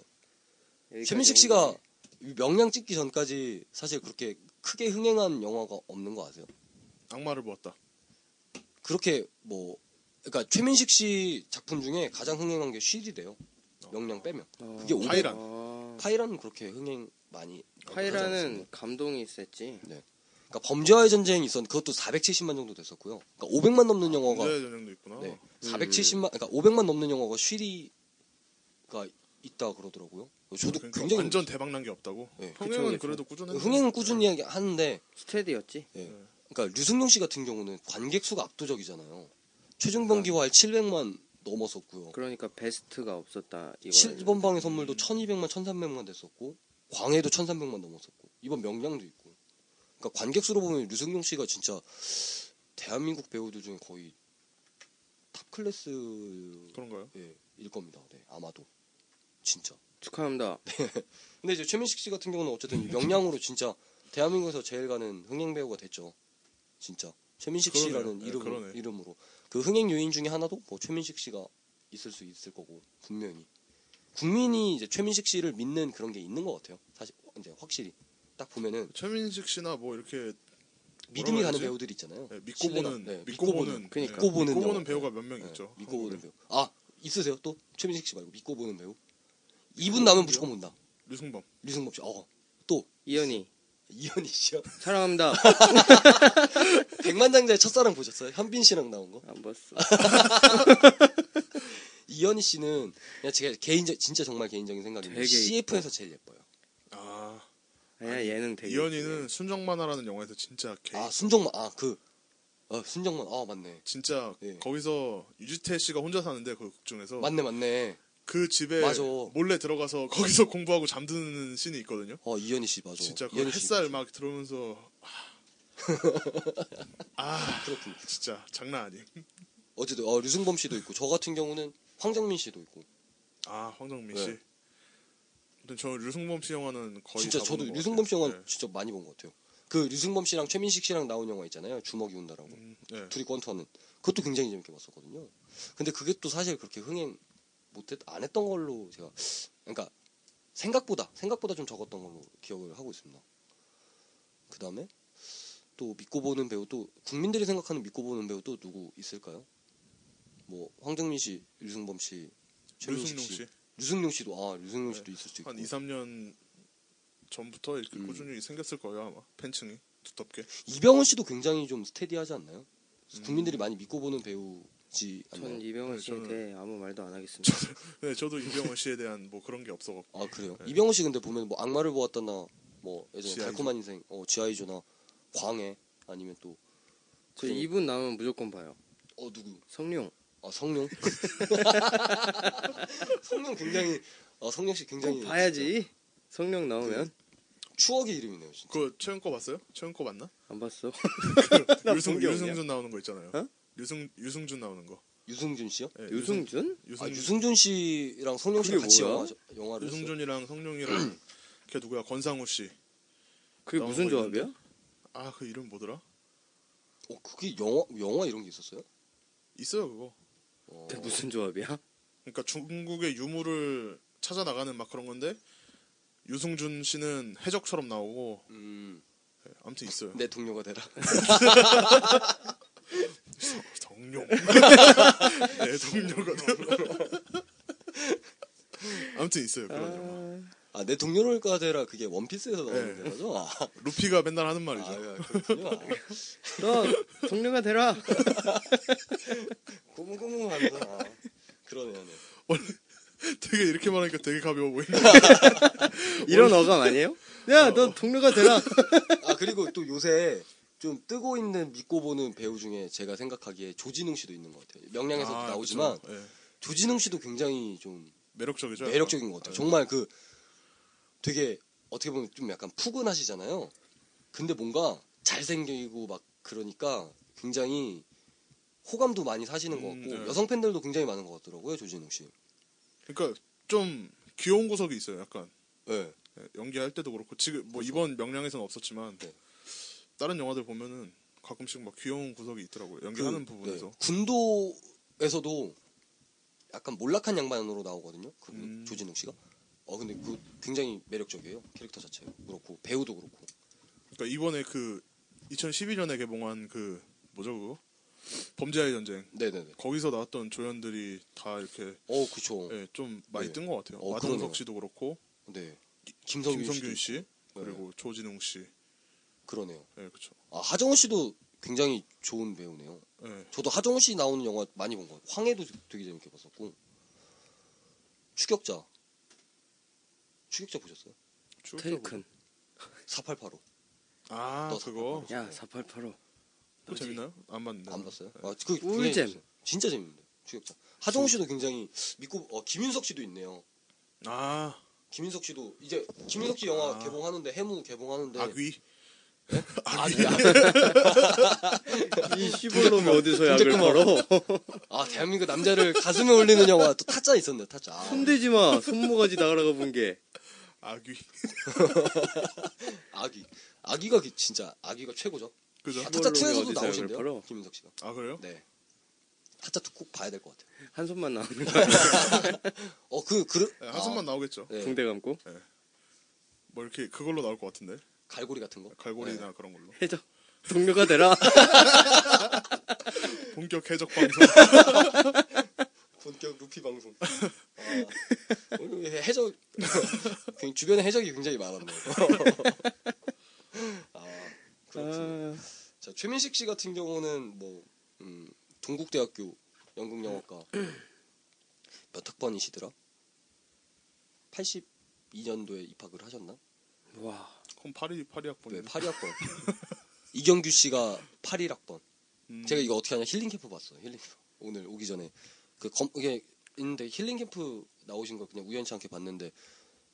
Speaker 3: 여기까지
Speaker 1: 최민식
Speaker 3: 온
Speaker 1: 씨가
Speaker 3: 거네.
Speaker 1: 이 명량 찍기 전까지 사실 그렇게 크게 흥행한 영화가 없는 거 아세요?
Speaker 2: 악마를 보았다.
Speaker 1: 그렇게 뭐 그러니까 최민식 씨 작품 중에 가장 흥행한 게 쉴이래요.
Speaker 2: 어.
Speaker 1: 명량 빼면
Speaker 3: 어,
Speaker 1: 그게 오백-
Speaker 2: 파이란.
Speaker 3: 아,
Speaker 1: 파이라는 그렇게 흥행 많이 하지 않았습니다.
Speaker 3: 파이라는 감동이 있었지.
Speaker 1: 그러니까 범죄와의 전쟁이 있었는데 그것도 470만 정도 됐었고요. 그러니까 500만 넘는 영화가
Speaker 2: 범죄의 전쟁도 있구나. 어,
Speaker 1: 네, 470만 그러니까 500만 넘는 영화가 쉬리가 있다 그러더라고요. 저도
Speaker 2: 그러니까
Speaker 1: 굉장히
Speaker 2: 완전 대박 난 게 없다고.
Speaker 1: 네.
Speaker 2: 흥행은
Speaker 3: 그쵸,
Speaker 2: 그래도 꾸준했는데.
Speaker 1: 흥행은 꾸준히 하는데
Speaker 3: 스테디였지.
Speaker 1: 예. 그러니까 류승룡 씨 같은 경우는 관객 수가 압도적이잖아요. 최종병
Speaker 3: 아.
Speaker 2: 그러니까
Speaker 1: 기화할 700만 넘었었고요.
Speaker 3: 그러니까 베스트가 없었다. 이거.
Speaker 1: 실번 방의 선물도 1200만 1300만 됐었고 광해도 1300만 넘었었고 이번 명량도 있고. 그러니까 관객 수로 보면 류승룡 씨가 진짜 대한민국 배우들 중에 거의 탑 클래스
Speaker 2: 그런가요?
Speaker 1: 예, 일 겁니다. 네, 아마도 진짜.
Speaker 3: 축하합니다.
Speaker 1: 근데 이제 최민식 씨 같은 경우는 어쨌든 이 명량으로 진짜 대한민국에서 제일 가는 흥행 배우가 됐죠. 진짜 최민식
Speaker 2: 그러네요.
Speaker 1: 씨라는
Speaker 2: 네,
Speaker 1: 이름
Speaker 2: 그러네.
Speaker 1: 이름으로 그 흥행 요인 중에 하나도 뭐 최민식 씨가 있을 수 있을 거고 분명히 국민이 이제 최민식 씨를 믿는 그런 게 있는 것 같아요. 사실 이제 확실히 딱 보면은
Speaker 2: 최민식 씨나 뭐 이렇게
Speaker 1: 믿음이 가는
Speaker 2: 그러지?
Speaker 1: 배우들이 있잖아요.
Speaker 2: 네, 믿고
Speaker 1: 신뢰가-
Speaker 2: 보는
Speaker 1: 네,
Speaker 2: 믿고 보는
Speaker 3: 그러니까.
Speaker 2: 네,
Speaker 1: 믿고 보는 영화.
Speaker 2: 배우가 몇 명
Speaker 1: 네,
Speaker 2: 있죠.
Speaker 1: 믿고
Speaker 2: 한국에.
Speaker 1: 보는 배우. 아 있으세요 또 최민식 씨 말고 믿고 보는 배우. 이분 남은 무조건 본다.
Speaker 2: 류승범.
Speaker 1: 류승범 씨. 어. 또
Speaker 3: 이현이
Speaker 1: 이현희 씨요.
Speaker 3: 사랑합니다. 아,
Speaker 1: 백만장자의 첫사랑 보셨어요? 현빈 씨랑 나온 거?
Speaker 3: 안 봤어.
Speaker 1: 이현희 씨는 그냥 제가 개인적 진짜 정말 개인적인 생각인데
Speaker 3: 되게
Speaker 1: CF에서 제일 예뻐요.
Speaker 2: 아
Speaker 3: 아니야 예능 되게. 네.
Speaker 2: 이현이는 순정만화라는 영화에서 진짜 개
Speaker 1: 아 순정만 아 그 순정만 아 맞네
Speaker 2: 진짜
Speaker 1: 예.
Speaker 2: 거기서 유지태 씨가 혼자 사는데 그 극중에서
Speaker 1: 맞네 맞네
Speaker 2: 그 집에
Speaker 1: 맞아.
Speaker 2: 몰래 들어가서 거기서 공부하고 잠드는 씬이 있거든요.
Speaker 1: 어 이현희 씨 맞아
Speaker 2: 진짜 그
Speaker 1: 이현희 씨
Speaker 2: 햇살 막 들어오면서 아
Speaker 1: 그렇군
Speaker 2: 진짜 장난 아니.
Speaker 1: 어쨌든 어, 류승범 씨도 있고 저 같은 경우는 황정민 씨도 있고
Speaker 2: 아 황정민
Speaker 1: 네.
Speaker 2: 씨. 근데 저 류승범 씨 영화는 거의
Speaker 1: 진짜
Speaker 2: 다
Speaker 1: 저도
Speaker 2: 보는 것
Speaker 1: 류승범 씨
Speaker 2: 같아요. 네.
Speaker 1: 영화 는 진짜 많이 본 것 같아요. 그 류승범 씨랑 최민식 씨랑 나온 영화 있잖아요 주먹이 온다라고
Speaker 2: 네. 음, 네.
Speaker 1: 둘이 권투하는 그것도 굉장히 재밌게 봤었거든요. 근데 그게 또 사실 그렇게 흥행 못했 안 했던 걸로 제가 그러니까 생각보다 생각보다 좀 적었던 걸로 기억을 하고 있습니다. 그 다음에 또 믿고 보는 배우 또 국민들이 생각하는 믿고 보는 배우 또 누구 있을까요? 뭐 황정민 씨, 유승범 씨, 최민식
Speaker 2: 류승룡
Speaker 1: 씨,
Speaker 2: 씨.
Speaker 1: 류승룡 씨도 아 류승룡
Speaker 2: 네.
Speaker 1: 씨도 있을 수 있고
Speaker 2: 한 2, 3년 전부터 이렇게
Speaker 1: 음.
Speaker 2: 꾸준히 생겼을 거예요 아마 팬층이 두텁게
Speaker 1: 이병헌 씨도 굉장히 좀 스테디하지 않나요?
Speaker 2: 음.
Speaker 1: 국민들이 많이 믿고 보는 배우지
Speaker 3: 전
Speaker 1: 않나요?
Speaker 3: 이병헌
Speaker 2: 네,
Speaker 3: 씨에
Speaker 2: 저는-
Speaker 3: 대해 아무 말도 안 하겠습니다.
Speaker 2: 네 저도 이병헌 씨에 대한 뭐 그런 게 없어갖고
Speaker 1: 아 그래요?
Speaker 2: 네.
Speaker 1: 이병헌 씨 근데 보면 뭐 악마를 보았다나 뭐 예전에
Speaker 2: 지아이조.
Speaker 1: 달콤한 인생, 어 지아이조나 광해 아니면 또 어
Speaker 3: 저
Speaker 1: 그럼-
Speaker 3: 이분 나오면 무조건 봐요.
Speaker 1: 누구?
Speaker 3: 성룡.
Speaker 1: 아 성룡? 성룡 굉장히 어 성룡 씨 굉장히
Speaker 3: 꼭 봐야지. 성룡 나오면
Speaker 1: 추억의 이름이네요 진짜.
Speaker 2: 그 최근 거 봤어요? 최근 거 봤나?
Speaker 3: 안 봤어.
Speaker 2: 그
Speaker 3: 나
Speaker 2: 유승,
Speaker 3: 본게 없냐?
Speaker 2: 유승준 나오는 거 있잖아요
Speaker 3: 어?
Speaker 2: 유승, 유승준 나오는 거
Speaker 1: 유승준 씨요?
Speaker 2: 네, 유승-
Speaker 3: 유승준?
Speaker 1: 아
Speaker 2: 유승,
Speaker 1: 유승준 씨랑 성룡 씨랑
Speaker 3: 그게
Speaker 1: 같이
Speaker 3: 뭐야?
Speaker 1: 영화 영화를 했어요.
Speaker 2: 유승준이랑 성룡이랑 걔 누구야 권상우 씨아그
Speaker 3: 그게
Speaker 2: 나온
Speaker 3: 무슨
Speaker 2: 거 있는데?
Speaker 3: 조합이야?
Speaker 2: 이름 뭐더라?
Speaker 1: 어 그게 영화 영화 이런 게 있었어요?
Speaker 2: 있어요 그거
Speaker 1: 어,
Speaker 2: 네,
Speaker 3: 그게 무슨 조합이야?
Speaker 2: 그러니까 중국의 유물을 찾아 나가는 막 그런 건데 유승준 씨는 해적처럼 나오고
Speaker 1: 음,
Speaker 2: 네, 아무튼 있어요
Speaker 1: 내 동료가 되라.
Speaker 2: 정룡. 내 동료가 되라. 아무튼 있어요 그런 영화.
Speaker 3: 아,
Speaker 1: 아 내 동료가 되라 그게 원피스에서 나오는
Speaker 2: 네.
Speaker 1: 거죠? 아,
Speaker 2: 루피가 맨날 하는
Speaker 1: 아,
Speaker 2: 말이죠.
Speaker 1: 아 그렇군요.
Speaker 3: 너 동료가 되라.
Speaker 1: 고무고무하면서 아, 그러네요. 네.
Speaker 2: 되게 이렇게 말하니까 되게 가벼워 보인다.
Speaker 1: 그
Speaker 3: 이런 어감 아니에요? 야, 너 동료가 되라.
Speaker 1: 아 그리고 또 요새 좀 뜨고 있는 믿고 보는 배우 중에 제가 생각하기에 조진웅 씨도 있는 것 같아요. 명량에서도
Speaker 2: 아,
Speaker 1: 나오지만
Speaker 2: 그쵸. 예.
Speaker 1: 조진웅 씨도 굉장히 좀
Speaker 2: 매력적이죠.
Speaker 1: 매력적인 것 같아요.
Speaker 2: 예.
Speaker 1: 정말 그 되게 어떻게 보면 좀 약간 푸근하시잖아요. 근데 뭔가 잘생기고 막 그러니까 굉장히 호감도 많이 사시는 것
Speaker 2: 음,
Speaker 1: 같고
Speaker 2: 네.
Speaker 1: 여성 팬들도 굉장히 많은 것 같더라고요 조진웅 씨.
Speaker 2: 그러니까 좀 귀여운 구석이 있어요. 약간
Speaker 1: 예.
Speaker 2: 연기할 때도 그렇고 지금 뭐
Speaker 1: 그렇죠.
Speaker 2: 이번 명량에서는 없었지만 뭐 다른 영화들 보면은 가끔씩 막 귀여운 구석이 있더라고요. 연기하는
Speaker 1: 그,
Speaker 2: 부분에서.
Speaker 1: 네, 군도에서도 약간 몰락한 양반으로 나오거든요. 그
Speaker 2: 음.
Speaker 1: 조진웅 씨가. 어 근데 그 굉장히 매력적이에요. 캐릭터 자체가 그렇고 배우도 그렇고.
Speaker 2: 그러니까 이번에 그 2011년에 개봉한 그 뭐죠 그거? 범죄의 전쟁.
Speaker 1: 네네네.
Speaker 2: 거기서 나왔던 조연들이 다 이렇게
Speaker 1: 어 그쵸.
Speaker 2: 예, 좀 많이
Speaker 1: 네.
Speaker 2: 뜬 것 같아요.
Speaker 1: 어, 그러네요.
Speaker 2: 마동석 씨도 그렇고
Speaker 1: 네. 김성균,
Speaker 2: 김성균
Speaker 1: 씨도 네.
Speaker 2: 씨 그리고 조진웅 씨.
Speaker 1: 그러네요.
Speaker 2: 예, 그렇죠.
Speaker 1: 아 하정우 씨도 굉장히 좋은 배우네요.
Speaker 2: 예.
Speaker 1: 저도 하정우 씨 나오는 영화 많이 본 것 같아요. 황해도 되게 재밌게 봤었고. 추격자. 추격자 보셨어요?
Speaker 3: 테이큰.
Speaker 1: 488호.
Speaker 2: 아
Speaker 1: 또
Speaker 2: 그거
Speaker 3: 야, 4885.
Speaker 2: 그거 재밌나요? 안 봤는데.
Speaker 1: 안 봤어요? 아, 그
Speaker 3: 꿀잼.
Speaker 1: 굉장히 재밌어요. 진짜 재밌는데. 추격자. 하정우 씨도 굉장히 믿고 어, 김윤석 씨도 있네요.
Speaker 2: 아
Speaker 1: 김윤석 씨도 이제 김윤석 씨 영화 개봉하는데 해무 개봉하는데 아,
Speaker 2: 악귀
Speaker 3: 이 시벌놈이 어디서 약을 걸어?
Speaker 1: 아 대한민국 남자를 가슴에 올리는 영화 또 타짜 있었네요 타짜 아,
Speaker 3: 손대지 마. 손모가지 나가라가 본 게.
Speaker 2: 악귀
Speaker 1: 아기 아기가 기- 진짜 아기가 최고죠
Speaker 2: 네. 그죠?
Speaker 1: 아, 타짜
Speaker 3: 시벌놈이
Speaker 1: 2에서도
Speaker 3: 어디서 약을
Speaker 1: 나오신대요
Speaker 3: 팔어?
Speaker 1: 김윤석 씨가
Speaker 2: 아 그래요?
Speaker 1: 네 타짜 2 꼭 봐야 될 것 같아요
Speaker 3: 한 손만 나오는 거야.
Speaker 1: 어그 그릇
Speaker 2: 네, 한숨만 나오겠죠.
Speaker 1: 네,
Speaker 3: 붕대 감고.
Speaker 2: 뭐 이렇게 그걸로 나올 것 같은데
Speaker 1: 갈고리 같은 거
Speaker 2: 갈고리나 그런 걸로
Speaker 3: 해적. 동료가 되라.
Speaker 2: 본격 해적 방송
Speaker 1: 본격 루피 방송. 아, 오늘 해적 그 주변에 해적이 굉장히 많았네요. 아 그렇군요.
Speaker 3: 아,
Speaker 1: 자 최민식 씨 같은 경우는 뭐 음, 동국대학교 연극영화과 몇 학번이시더라? 82년도에 입학을 하셨나?
Speaker 3: 와.
Speaker 2: 그럼 파리
Speaker 1: 네,
Speaker 2: 파리 학번이
Speaker 1: 82학번. 이경규 씨가 81학번.
Speaker 2: 음,
Speaker 1: 제가 이거 어떻게 하냐 힐링 캠프 봤어요. 힐링 캠프. 오늘 오기 전에 그 검, 이게 있는데 힐링 캠프 나오신 걸 그냥 우연치 않게 봤는데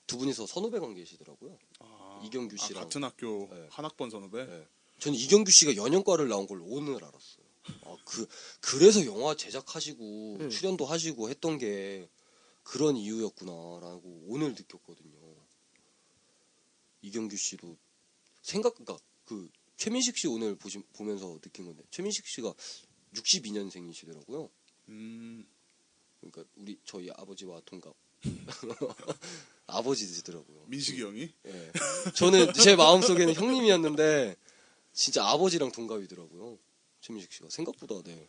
Speaker 1: 두 분이서 선후배 관계시더라고요.
Speaker 2: 아,
Speaker 1: 이경규
Speaker 2: 아,
Speaker 1: 씨랑
Speaker 2: 같은 학교
Speaker 1: 네.
Speaker 2: 한 학번 선후배
Speaker 1: 네. 저는 이경규 씨가 연영과를 나온 걸 오늘 알았어요. 아, 그 그래서 영화 제작하시고
Speaker 3: 음.
Speaker 1: 출연도 하시고 했던 게 그런 이유였구나라고 오늘 느꼈거든요. 이경규 씨도 생각 그니까 그 최민식 씨 오늘 보시, 보면서 느낀 건데 최민식 씨가 62년생이시더라고요.
Speaker 2: 음,
Speaker 1: 그러니까 우리 저희 아버지와 동갑 아버지시더라고요.
Speaker 2: 민식이 형이
Speaker 1: 예. 저는 제 마음속에는 형님이었는데 진짜 아버지랑 동갑이더라고요. 최민식 씨가 생각보다 네.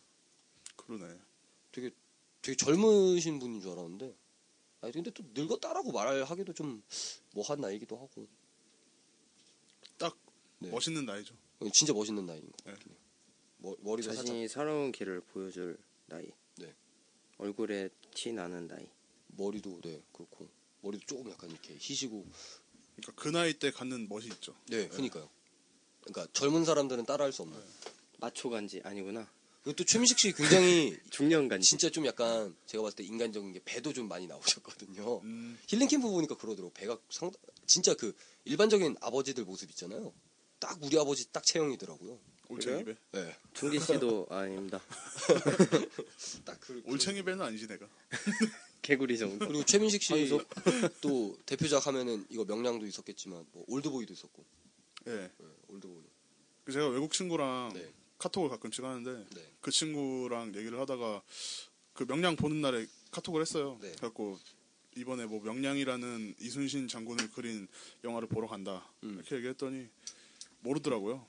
Speaker 2: 그러네
Speaker 1: 되게 젊으신 분인 줄 알았는데 아니 근데 또 늙었다라고 말하기도 좀 뭐한 나이기도 하고
Speaker 2: 딱
Speaker 1: 네.
Speaker 2: 멋있는 나이죠
Speaker 1: 진짜 멋있는 나이인 것
Speaker 2: 네.
Speaker 1: 같긴 해요. 머, 머리도 살짝
Speaker 3: 자신이 살아온 길을 보여줄 나이.
Speaker 1: 네.
Speaker 3: 얼굴에 티 나는 나이.
Speaker 1: 머리도 네 그렇고 머리도 조금 약간 이렇게 희시고
Speaker 2: 그러니까 그 나이 때 갖는 멋이 있죠
Speaker 1: 네 그러니까요. 그러니까 젊은 사람들은 따라할 수 없는.
Speaker 3: 마초간지 아니구나.
Speaker 1: 그리고 또 최민식 씨 굉장히
Speaker 3: 중년간지.
Speaker 1: 진짜 좀 약간 제가 봤을 때 인간적인 게 배도 좀 많이 나오셨거든요.
Speaker 2: 음,
Speaker 1: 힐링캠프 보니까 그러더라고. 배가 상 진짜 그 일반적인 아버지들 모습 있잖아요. 딱 우리 아버지 딱 체형이더라고요.
Speaker 2: 올챙이 배
Speaker 1: 네.
Speaker 3: 중기 씨도 아닙니다.
Speaker 1: 딱 그.
Speaker 2: 올챙이 배는 아니지 내가
Speaker 3: 개구리 정도.
Speaker 1: 그리고 최민식 씨 또 대표작 하면은 이거 명량도 있었겠지만 뭐 올드보이도 있었고.
Speaker 2: 예그
Speaker 1: 네, 올드보이.
Speaker 2: 제가 외국 친구랑
Speaker 1: 네.
Speaker 2: 카톡을 가끔씩 하는데
Speaker 1: 네.
Speaker 2: 그 친구랑 얘기를 하다가 그 명량 보는 날에 카톡을 했어요.
Speaker 1: 네.
Speaker 2: 그래갖고 이번에 뭐 명량이라는 이순신 장군을 그린 영화를 보러 간다
Speaker 1: 음.
Speaker 2: 이렇게 얘기했더니 모르더라고요.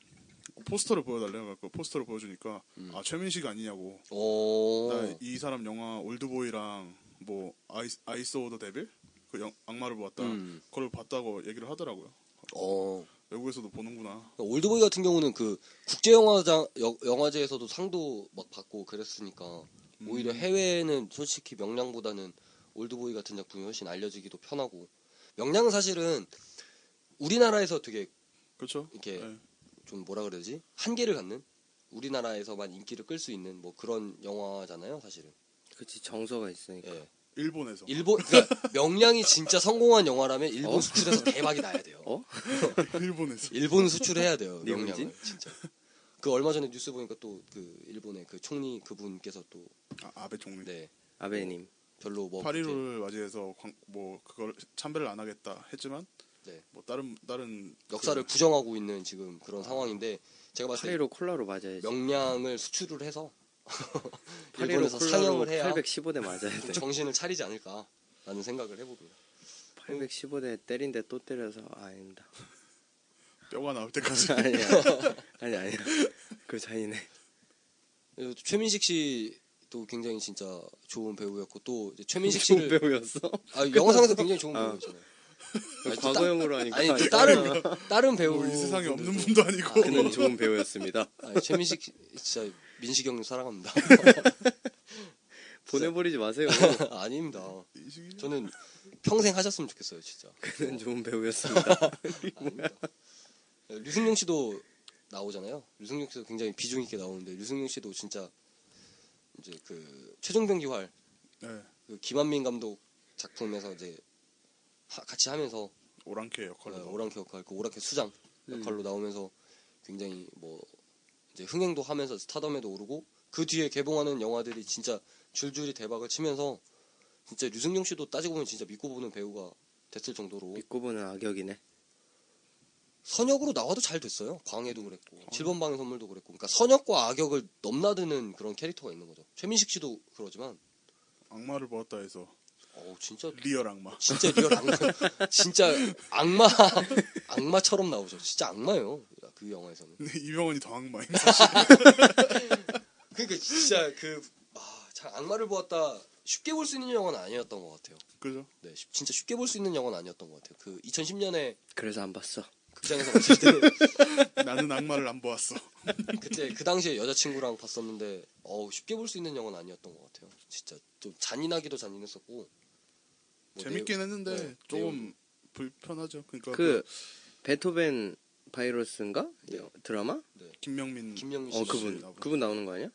Speaker 2: 포스터를 보여달래요. 그래갖고 포스터를 보여주니까
Speaker 1: 음.
Speaker 2: 아 최민식 아니냐고.
Speaker 1: 오.
Speaker 2: 어. 나 이 사람 영화 올드보이랑 뭐 아이 아이스 오더 데빌 그 영- 악마를 보았다.
Speaker 1: 음.
Speaker 2: 그걸 봤다고 얘기를 하더라고요.
Speaker 1: 어.
Speaker 2: 외국에서도 보는구나.
Speaker 1: 그러니까 올드보이 같은 경우는 그 국제 영화장 여- 영화제에서도 상도 막 받고 그랬으니까
Speaker 3: 음.
Speaker 1: 오히려 해외에는 솔직히 명량보다는 올드보이 같은 작품이 훨씬 알려지기도 편하고 명량은 사실은 우리나라에서 되게
Speaker 2: 그렇죠?
Speaker 1: 이렇게
Speaker 2: 네.
Speaker 1: 좀 뭐라 그러지 한계를 갖는 우리나라에서만 인기를 끌 수 있는 뭐 그런 영화잖아요 사실은
Speaker 3: 그치 정서가 있으니까.
Speaker 1: 예.
Speaker 2: 일본에서
Speaker 1: 일본 그러니까 명량이 진짜 성공한 영화라면 일본
Speaker 3: 어?
Speaker 1: 수출에서 대박이 나야 돼요
Speaker 3: 어?
Speaker 2: 일본에서
Speaker 1: 일본 수출해야 돼요.
Speaker 3: 네
Speaker 1: 명량을
Speaker 3: 분이지?
Speaker 1: 진짜. 그 얼마 전에 뉴스 보니까 또 그 일본의 그 총리 그분께서 또
Speaker 2: 아, 아베 총리.
Speaker 1: 네.
Speaker 3: 아베님.
Speaker 1: 별로 뭐
Speaker 2: 파리로를 맞이해서 광- 뭐 그걸 참배를 안 하겠다 했지만
Speaker 1: 네.
Speaker 2: 뭐 다른 다른
Speaker 1: 역사를
Speaker 2: 그,
Speaker 1: 부정하고 있는 지금 그런 상황인데 제가 봤을 때
Speaker 3: 파리로 콜라로 맞아야지.
Speaker 1: 어, 명량을 수출을 해서
Speaker 3: 파리로
Speaker 1: 일본에서 상영을
Speaker 3: 콜라로
Speaker 1: 해야
Speaker 3: 815대 맞아야
Speaker 1: 좀
Speaker 3: 돼.
Speaker 1: 정신을 차리지 않을까라는 생각을 해봅니다.
Speaker 3: 815대 때린데 또 때려서 아, 아닙니다.
Speaker 2: 뼈가 나올 때까지 뭐
Speaker 3: 아니야. 아니 아니야. 그 잔인해.
Speaker 1: 그래서 최민식 씨도 굉장히 진짜 좋은 배우였고 또 이제 최민식
Speaker 3: 좋은
Speaker 1: 씨를
Speaker 3: 배우였어.
Speaker 1: 아, 영상에서 굉장히 좋은
Speaker 3: 아. 그러니까
Speaker 1: 배우잖아요.
Speaker 3: 그 과거형으로 하니까.
Speaker 1: 아니 또 다른 다른 배우
Speaker 2: 뭐 이 세상에 없는
Speaker 1: 분들도-
Speaker 2: 분도 아니고
Speaker 3: 그는 좋은 배우였습니다.
Speaker 1: 아니, 최민식 씨, 진짜 민식 형님 사랑합니다.
Speaker 3: 보내버리지 마세요.
Speaker 1: 아닙니다.
Speaker 2: 이 시기
Speaker 1: 저는 평생 하셨으면 좋겠어요, 진짜.
Speaker 3: 그는 좋은 배우였습니다.
Speaker 1: 아닙니다. 류승룡 씨도 나오잖아요. 류승룡 씨도 굉장히 비중 있게 나오는데 류승룡 씨도 진짜 이제 그 최종병 기활
Speaker 2: 네,
Speaker 1: 그 김한민 감독 작품에서 이제 하- 같이 하면서
Speaker 2: 오랑캐 뭐 역할로
Speaker 1: 어, 오랑캐 역할, 그 오랑캐 수장 역할로 나오면서 굉장히 뭐 이제 흥행도 하면서 스타덤에도 오르고 그 뒤에 개봉하는 영화들이 진짜 줄줄이 대박을 치면서 진짜 류승룡 씨도 따지고 보면 진짜 믿고 보는 배우가 됐을 정도로
Speaker 3: 믿고 보는 악역이네. 선역으로
Speaker 1: 선역으로 나와도 잘 됐어요. 광해도 그랬고 7번 방의 선물도 그랬고 그러니까 선역과 악역을 넘나드는 그런 캐릭터가 있는 거죠. 최민식 씨도 그러지만
Speaker 2: 악마를 보았다 해서
Speaker 1: 어 진짜
Speaker 2: 리얼 악마
Speaker 1: 진짜 리얼 악마 진짜 악마 악마처럼 나오죠. 진짜 악마예요. 그 영화에서는.
Speaker 2: 근데 이병헌이 더 악마임
Speaker 1: 그러니까 진짜 그 아, 참 악마를 보았다 쉽게 볼 수 있는 영화는 아니었던 것 같아요.
Speaker 2: 그죠?
Speaker 1: 네, 쉽- 진짜 쉽게 볼 수 있는 영화는 아니었던 것 같아요. 그 2010년에
Speaker 3: 그래서 안 봤어.
Speaker 1: 극장에서 봤을 때
Speaker 2: 나는 악마를 안 보았어
Speaker 1: 뭐 그때 그 당시에 여자친구랑 봤었는데 어우 쉽게 볼 수 있는 영화는 아니었던 것 같아요. 진짜 좀 잔인하기도 잔인했었고 뭐
Speaker 2: 재밌긴 했는데
Speaker 1: 네,
Speaker 2: 조금
Speaker 1: 내용.
Speaker 2: 불편하죠 그러니까
Speaker 3: 그 베토벤 바이러스인가
Speaker 1: 네.
Speaker 3: 드라마?
Speaker 2: 김명민
Speaker 1: 내용- 김명민 씨
Speaker 3: 어
Speaker 2: 그-
Speaker 3: 그분
Speaker 2: 나보다.
Speaker 3: 그분 나오는 거 아니야?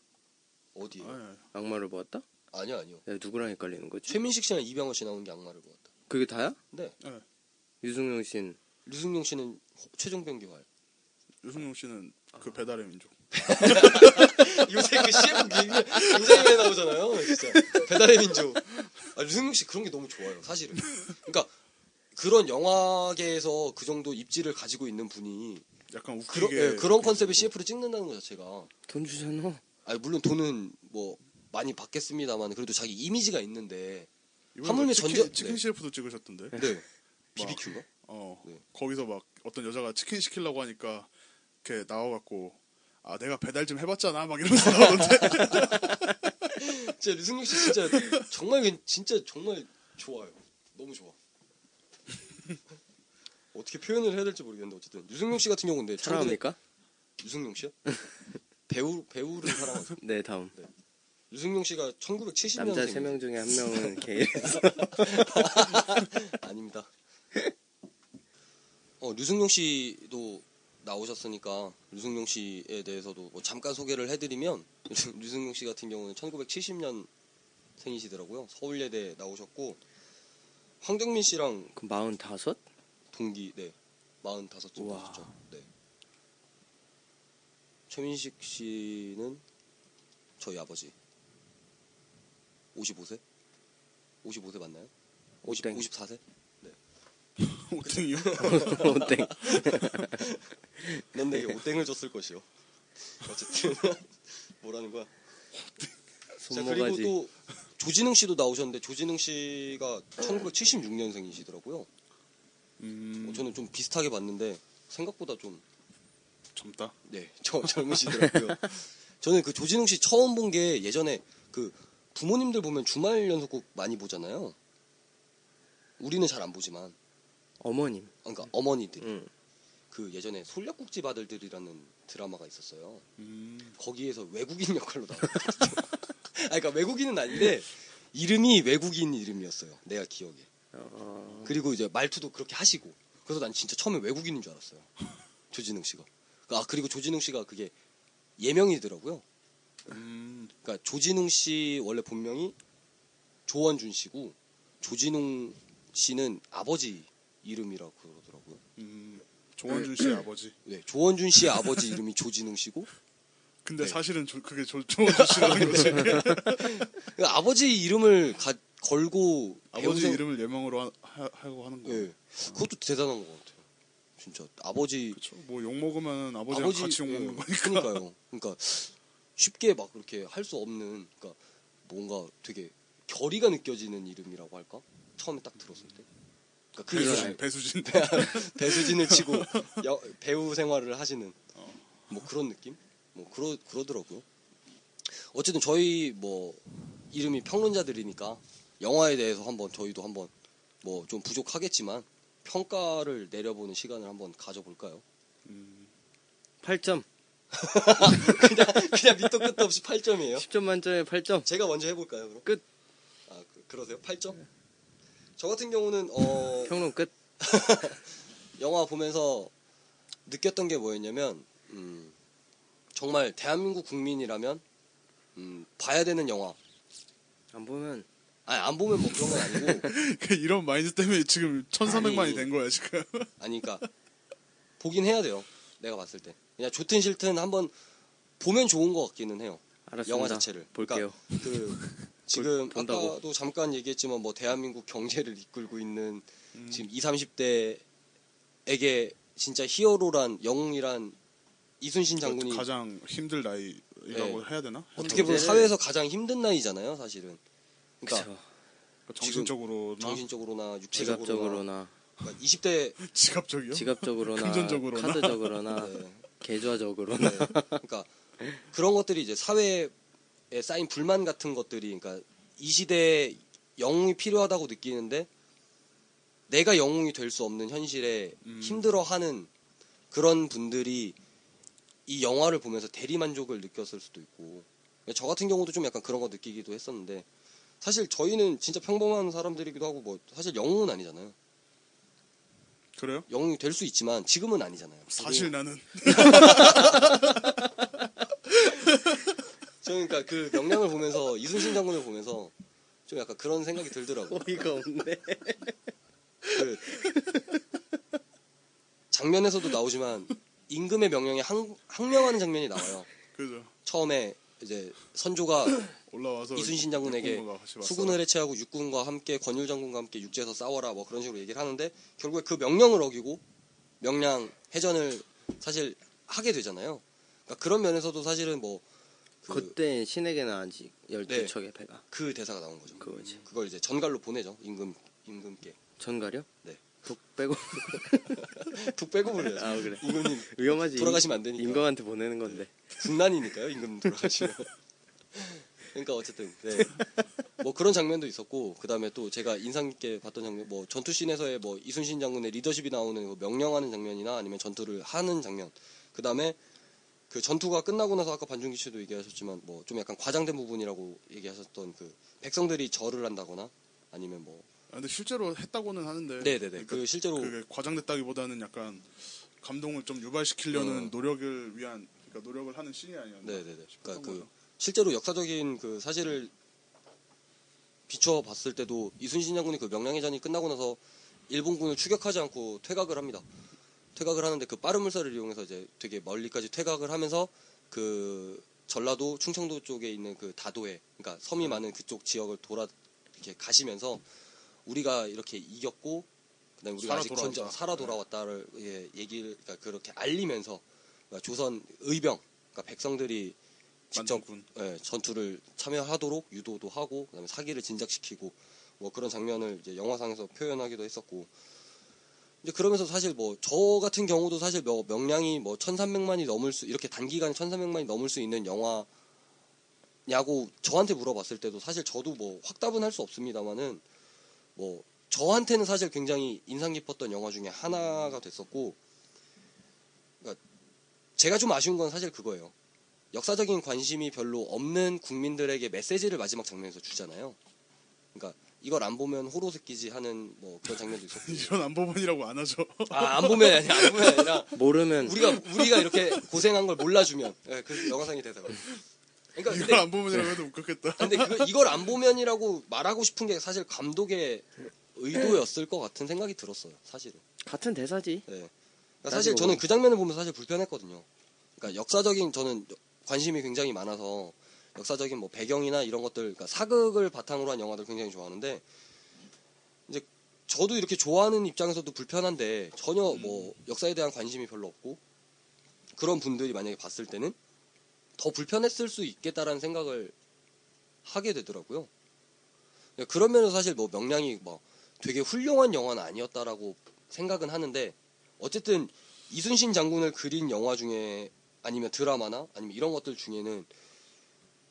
Speaker 1: 어디
Speaker 2: 아,
Speaker 1: 요
Speaker 2: 예.
Speaker 3: 악마를 보았다?
Speaker 1: 아니요 아니요
Speaker 3: 야, 누구랑 헷갈리는 거지?
Speaker 1: 최민식 씨랑 이병헌 씨 나온 게 악마를 보았다.
Speaker 3: 그게 다야?
Speaker 1: 네
Speaker 3: 유승용 신
Speaker 1: 류승룡 씨는 호- 최종병 기활
Speaker 2: 예. 유승용 씨는
Speaker 1: 아.
Speaker 2: 그 배달의 민족
Speaker 1: 요새 그 CF 굉장히, 굉장히 많이 나오잖아요. 진짜 배달의 민족. 아, 류승룡 씨 그런 게 너무 좋아요. 사실은. 그러니까 그런 영화계에서 그 정도 입지를 가지고 있는 분이
Speaker 2: 약간 웃기게
Speaker 1: 그런 예, 그런 컨셉의 CF를 찍는다는 것 자체가
Speaker 3: 돈 주잖아.
Speaker 1: 아니, 물론 돈은 뭐 많이 받겠습니다만 그래도 자기 이미지가 있는데
Speaker 2: 이번에
Speaker 1: 하물며
Speaker 2: 치킨,
Speaker 1: 전전-
Speaker 2: 치킨
Speaker 1: 네.
Speaker 2: CF도 찍으셨던데
Speaker 1: 네. BBQ가?
Speaker 2: 어
Speaker 1: 네.
Speaker 2: 거기서 막 어떤 여자가 치킨 시키려고 하니까 이렇게 나와갖고 아 내가 배달 좀 해봤잖아 막 이러면서 나오는데
Speaker 1: 진짜 류승룡 씨 진짜 정말 괜- 진짜 정말 좋아요. 너무 좋아. 어떻게 표현을 해야 될지 모르겠는데 어쨌든 류승룡 씨 같은 경우는
Speaker 3: 네,
Speaker 1: 근데 최근에
Speaker 3: 사랑합니까?
Speaker 1: 유승용 씨요? 배우 배우를 사랑하죠.
Speaker 3: 네 다음
Speaker 1: 유승용 씨가 1970년생
Speaker 3: 남자 세 명 중에 한 명은 게이.
Speaker 1: 아닙니다. 어 유승용 씨도 나오셨으니까 유승용 씨에 대해서도 뭐 잠깐 소개를 해드리면 유승용 씨 같은 경우는 1970년 생이시더라고요. 서울예대 나오셨고 황정민 씨랑
Speaker 3: 그 마흔다섯?
Speaker 1: 동기 네 45쯤
Speaker 3: 우와.
Speaker 1: 되셨죠. 네. 최민식 씨는 저희 아버지 55세? 55세 맞나요? 50,
Speaker 3: 땡.
Speaker 1: 54세?
Speaker 2: 오등이요
Speaker 3: 어때?
Speaker 1: 넌
Speaker 3: 네.
Speaker 1: 내게 오땡을 줬을 것이요. 어쨌든 뭐라는 거야. 자 그리고
Speaker 3: 손모가지.
Speaker 1: 또 조진웅 씨도 나오셨는데 조진웅 씨가 1976년생이시더라고요. 어,
Speaker 2: 음
Speaker 1: 저는 좀 비슷하게 봤는데 생각보다 좀
Speaker 2: 젊다
Speaker 1: 네, 저 젊으시더라고요. 저는 그 조진웅 씨 처음 본 게 예전에 그 부모님들 보면 주말 연속곡 많이 보잖아요. 우리는 잘 안 보지만,
Speaker 3: 어머님.
Speaker 1: 아, 그러니까 어머니들
Speaker 3: 응.
Speaker 1: 그 예전에 솔략국집 아들들이라는 드라마가 있었어요.
Speaker 2: 음
Speaker 1: 거기에서 외국인 역할로 나왔거든요. 아, 그러니까 외국인은 아닌데 이름이 외국인 이름이었어요. 내가 기억에.
Speaker 3: 어,
Speaker 1: 그리고 이제 말투도 그렇게 하시고 그래서 난 진짜 처음에 외국인인 줄 알았어요 조진웅 씨가 아 그리고 조진웅 씨가 그게 예명이더라고요
Speaker 2: 음,
Speaker 1: 그러니까 조진웅 씨 원래 본명이 조원준 씨고 조진웅 씨는 아버지 이름이라고 그러더라고요
Speaker 2: 음. 조원준 씨의 아버지
Speaker 1: 네 조원준 씨의 아버지 이름이 조진웅 씨고
Speaker 2: 근데
Speaker 1: 네. 아,
Speaker 2: 사실은 조, 그게 조, 조원준 씨라는 거지
Speaker 1: 그러니까 아버지 이름을 가, 걸고
Speaker 2: 아버지
Speaker 1: 배우자-
Speaker 2: 이름을 예명으로 하, 하, 하고 하는 거.
Speaker 1: 예. 그것도 대단한 것 같아요. 진짜 아버지
Speaker 2: 그렇죠. 뭐욕 먹으면 아버지랑 같이 욕
Speaker 1: 예,
Speaker 2: 먹는 거니까.
Speaker 1: 그러니까요. 그러니까 쉽게 막 그렇게 할 수 없는 그러니까 뭔가 되게 결의가 느껴지는 이름이라고 할까? 처음에 딱 들었을 때. 그러니까 그
Speaker 2: 배수진,
Speaker 1: 이름을
Speaker 2: 배수진.
Speaker 1: 배수진을 치고 여- 배우 생활을 하시는
Speaker 2: 어.
Speaker 1: 뭐 그런 느낌? 뭐 그러 그러더라고요. 어쨌든 저희 뭐 이름이 평론자들이니까 영화에 대해서 한번 저희도 한번 뭐 좀 부족하겠지만 평가를 내려보는 시간을 한번 가져볼까요?
Speaker 2: 음,
Speaker 3: 8점.
Speaker 1: 그냥 밑도 끝도 없이 8점이에요.
Speaker 3: 10점 만점에 8점.
Speaker 1: 제가 먼저 해볼까요, 그럼?
Speaker 3: 끝.
Speaker 1: 아, 그, 러세요 8점? 저 같은 경우는, 어,
Speaker 3: 평론 끝.
Speaker 1: 영화 보면서 느꼈던 게 뭐였냐면, 음, 정말 대한민국 국민이라면, 음, 봐야 되는 영화.
Speaker 3: 안 보면
Speaker 1: 아니, 안 보면 뭐 그런 건 아니고,
Speaker 2: 그 이런 마인드 때문에 지금 1,300만이
Speaker 1: 아니.
Speaker 2: 된 거야 지금.
Speaker 1: 아니, 그니까, 보긴 해야 돼요. 내가 봤을 때. 그냥 좋든 싫든 한번 보면 좋은 것 같기는 해요.
Speaker 3: 알았습니다.
Speaker 1: 영화 자체를.
Speaker 3: 볼게요.
Speaker 1: 그 지금
Speaker 3: 본다고.
Speaker 1: 아까도 잠깐 얘기했지만 뭐 대한민국 경제를 이끌고 있는
Speaker 2: 음,
Speaker 1: 지금 20, 30대에게 진짜 히어로란 영웅이란 이순신
Speaker 3: 그렇죠.
Speaker 1: 장군이 네.
Speaker 2: 가장 힘들 나이라고 해야 되나?
Speaker 1: 어떻게 보면
Speaker 3: 경제를-
Speaker 1: 사회에서 가장 힘든 나이잖아요, 사실은. 그러니까
Speaker 3: 그쵸.
Speaker 2: 그러니까 정신적으로나
Speaker 1: 정신적으로나 육체적으로나
Speaker 3: 지갑적으로나
Speaker 1: 그러니까 20대
Speaker 2: 지갑적이요?
Speaker 3: 지갑적으로나 네.
Speaker 2: 금전적으로나.
Speaker 3: 카드적으로나
Speaker 1: 네.
Speaker 3: 계좌적으로나
Speaker 1: 그러니까 그런 것들이 이제 사회에 쌓인 불만 같은 것들이 그러니까 이 시대에 영웅이 필요하다고 느끼는데 내가 영웅이 될 수 없는 현실에
Speaker 2: 음.
Speaker 1: 힘들어하는 그런 분들이 이 영화를 보면서 대리만족을 느꼈을 수도 있고 저 같은 경우도 좀 약간 그런 거 느끼기도 했었는데 사실 저희는 진짜 평범한 사람들이기도 하고 뭐 사실 영웅은 아니잖아요
Speaker 2: 그래요?
Speaker 1: 영웅이 될 수 있지만 지금은 아니잖아요
Speaker 2: 사실 나는
Speaker 1: 저 그러니까 그 명량을 보면서 이순신 장군을 보면서 좀 약간 그런 생각이 들더라고.
Speaker 3: 어이가 없네.
Speaker 1: 그 장면에서도 나오지만 임금의 명령에 항, 항명하는 장면이 나와요.
Speaker 2: 그죠.
Speaker 1: 처음에 이제 선조가
Speaker 2: 올라와서
Speaker 1: 이순신 장군에게
Speaker 2: 육군과 같이 맞서-
Speaker 1: 수군을 해체하고 육군과 함께 권율 장군과 함께 육지에서 싸워라 뭐 그런 식으로 얘기를 하는데 결국에 그 명령을 어기고 명량 해전을 사실 하게 되잖아요. 그러니까 그런 면에서도 사실은 뭐 그,
Speaker 3: 그때 신에게는 아직
Speaker 1: 네.
Speaker 3: 12척의 배가
Speaker 1: 그 대사가 나온 거죠.
Speaker 3: 그거지.
Speaker 1: 그걸 이제 전갈로 보내죠. 임금 임금께
Speaker 3: 전가려?
Speaker 1: 네.
Speaker 3: 독 빼고
Speaker 1: 툭 빼고 보내요.
Speaker 3: 아 그래.
Speaker 1: 임금님
Speaker 3: 위험하지. 임-
Speaker 1: 돌아가시면 안 되니까.
Speaker 3: 임금한테 보내는 건데.
Speaker 1: 군난이니까요. 임금 돌아가시면. 그러니까 어쨌든 네. 뭐 그런 장면도 있었고 그다음에 또 제가 인상 깊게 봤던 장면 뭐 전투 씬에서의 뭐 이순신 장군의 리더십이 나오는 뭐 명령하는 장면이나 아니면 전투를 하는 장면 그다음에 그 전투가 끝나고 나서 아까 반중기 씨도 얘기하셨지만 뭐 좀 약간 과장된 부분이라고 얘기하셨던 그 백성들이 절을 한다거나 아니면 뭐
Speaker 2: 아, 근데 실제로 했다고는 하는데.
Speaker 1: 네네네 그
Speaker 2: 그러니까
Speaker 1: 실제로
Speaker 2: 그게 과장됐다기보다는 약간 감동을 좀 유발시키려는
Speaker 1: 어.
Speaker 2: 노력을 위한 그러니까 노력을 하는 씬이 아니었나.
Speaker 1: 네네네.
Speaker 2: 싶었던
Speaker 1: 그러니까 그
Speaker 2: 거죠.
Speaker 1: 실제로 역사적인 그 사실을 비춰 봤을 때도 이순신 장군이 그 명량해전이 끝나고 나서 일본군을 추격하지 않고 퇴각을 합니다. 퇴각을 하는데 그 빠른 물살을 이용해서 이제 되게 멀리까지 퇴각을 하면서 그 전라도 충청도 쪽에 있는 그 다도에 그러니까
Speaker 2: 네.
Speaker 1: 섬이 많은 그쪽 지역을 돌아 이렇게 가시면서 우리가 이렇게 이겼고 그다음에 우리가
Speaker 2: 살아
Speaker 1: 아직 건져
Speaker 2: 돌아왔다.
Speaker 1: 살아 돌아왔다를 예, 얘기를 그러니까 그렇게 알리면서 그러니까 조선 의병 그러니까 백성들이 직접
Speaker 2: 만두군.
Speaker 1: 예, 전투를 참여하도록 유도도 하고 그다음에 사기를 진작시키고 뭐 그런 장면을 이제 영화상에서 표현하기도 했었고 이제 그러면서 사실 뭐 저 같은 경우도 사실 뭐 명량이 뭐 1,300만이 넘을 수 이렇게 단기간에 1,300만이 넘을 수 있는 영화냐고 저한테 물어봤을 때도 사실 저도 뭐 확답은 할 수 없습니다만은 뭐 저한테는 사실 굉장히 인상 깊었던 영화 중에 하나가 됐었고 그러니까 제가 좀 아쉬운 건 사실 그거예요. 역사적인 관심이 별로 없는 국민들에게 메시지를 마지막 장면에서 주잖아요. 그러니까 이걸 안 보면 호로 새끼지 하는 뭐 그런 장면도 있었고
Speaker 2: 이런 안보본이라고 안 하죠.
Speaker 1: 아, 안 보면 아니 안 보면 아니라
Speaker 3: 모르면
Speaker 1: 우리가 우리가 이렇게 고생한 걸 몰라주면 예, 그 영화상이 돼서 그러니까
Speaker 2: 이걸
Speaker 1: 근데,
Speaker 2: 안 보면이라고 해도 웃겼겠다.
Speaker 1: 근데 그거- 이걸 안 보면이라고 말하고 싶은 게 사실 감독의 의도였을 것 같은 생각이 들었어요 사실은
Speaker 3: 같은 대사지.
Speaker 1: 예. 그러니까 사실
Speaker 3: 따지고
Speaker 1: 저는
Speaker 3: 보면.
Speaker 1: 그 장면을 보면서 사실 불편했거든요 그러니까 역사적인 저는 관심이 굉장히 많아서 역사적인 뭐 배경이나 이런 것들, 그러니까 사극을 바탕으로 한 영화들 굉장히 좋아하는데 이제 저도 이렇게 좋아하는 입장에서도 불편한데 전혀 뭐
Speaker 3: 음.
Speaker 1: 역사에 대한 관심이 별로 없고 그런 분들이 만약에 봤을 때는 더 불편했을 수 있겠다라는 생각을 하게 되더라고요. 그러니까 그런 면에서 사실 뭐 명량이 뭐 되게 훌륭한 영화는 아니었다라고 생각은 하는데 어쨌든 이순신 장군을 그린 영화 중에 아니면 드라마나 아니면 이런 것들 중에는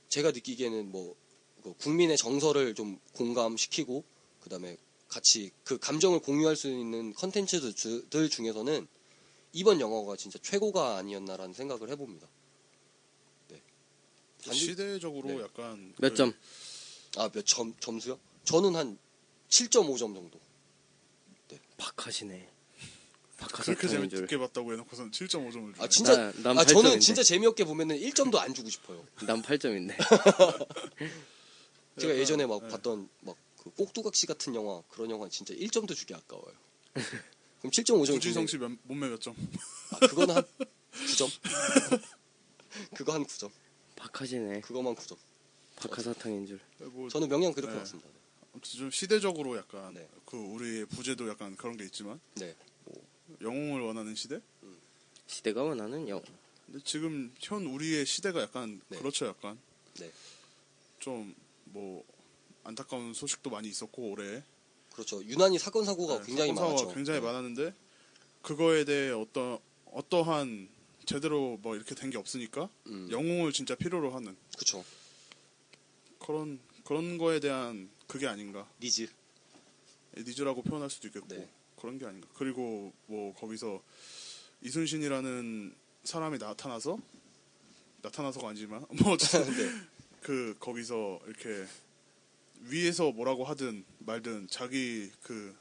Speaker 1: 제가 느끼기에는 뭐그 국민의 정서를 좀 공감시키고 그다음에 같이 그 감정을 공유할 수 있는 컨텐츠들 주- 들 중에서는 이번 영화가 진짜 최고가 아니었나라는 생각을 해봅니다. 네. 반드-
Speaker 2: 시대적으로
Speaker 1: 네.
Speaker 2: 약간
Speaker 3: 몇 점?
Speaker 1: 아, 몇 점, 점수요? 저는 한 7.5점 정도.
Speaker 3: 박하시네.
Speaker 2: 그렇게
Speaker 3: 박하사탕인 줄.
Speaker 2: 재밌게 봤다고 해놓고선 7.5점을 주네.
Speaker 1: 아, 진짜.
Speaker 3: 나- 난
Speaker 1: 아, 저는
Speaker 3: 8점인데.
Speaker 1: 진짜 재미없게 보면은 1점도 안 주고 싶어요.
Speaker 3: 난 8점인데.
Speaker 1: 제가
Speaker 2: 약간,
Speaker 1: 예전에 막
Speaker 2: 네.
Speaker 1: 봤던 막 그 꼭두각시 같은 영화 그런 영화 는 진짜 1점도 주기 아까워요. 그럼 7.5점
Speaker 2: 구지성 씨 몇- 몸매 몇 점?
Speaker 1: 아, 그건 한 9점. 그거 한 9점.
Speaker 3: 박하시네.
Speaker 1: 그거만 9점.
Speaker 3: 박하사탕인 줄.
Speaker 2: 뭐
Speaker 1: 저는 명량 그렇게
Speaker 2: 네.
Speaker 1: 봤습니다.
Speaker 2: 아무튼 좀 시대적으로 약간
Speaker 1: 네.
Speaker 2: 그 우리의 부재도 약간 그런 게 있지만
Speaker 1: 네.
Speaker 2: 영웅을 원하는 시대.
Speaker 3: 시대가 원하는 영.
Speaker 2: 근데 지금 현 우리의 시대가 약간
Speaker 1: 네.
Speaker 2: 그렇죠, 약간
Speaker 1: 네.
Speaker 2: 좀 뭐 안타까운 소식도 많이 있었고 올해
Speaker 1: 그렇죠. 유난히 사건 사고가
Speaker 2: 네,
Speaker 1: 굉장히
Speaker 2: 사건 사고가
Speaker 1: 많았죠. 음.
Speaker 2: 굉장히 많았는데 그거에 대해 어떤 어떠한 제대로 뭐 이렇게 된 게 없으니까
Speaker 1: 음.
Speaker 2: 영웅을 진짜 필요로 하는
Speaker 1: 그렇죠.
Speaker 2: 그런 그런 거에 대한 그게 아닌가
Speaker 1: 니즈.
Speaker 2: 니즈라고 표현할 수도 있겠고
Speaker 1: 네.
Speaker 2: 그런 게 아닌가 그리고 뭐 거기서 이순신이라는 사람이 나타나서 나타나서가 아니지만 뭐 어쨌든
Speaker 1: 네.
Speaker 2: 그 거기서 이렇게 위에서 뭐라고 하든 말든 자기 그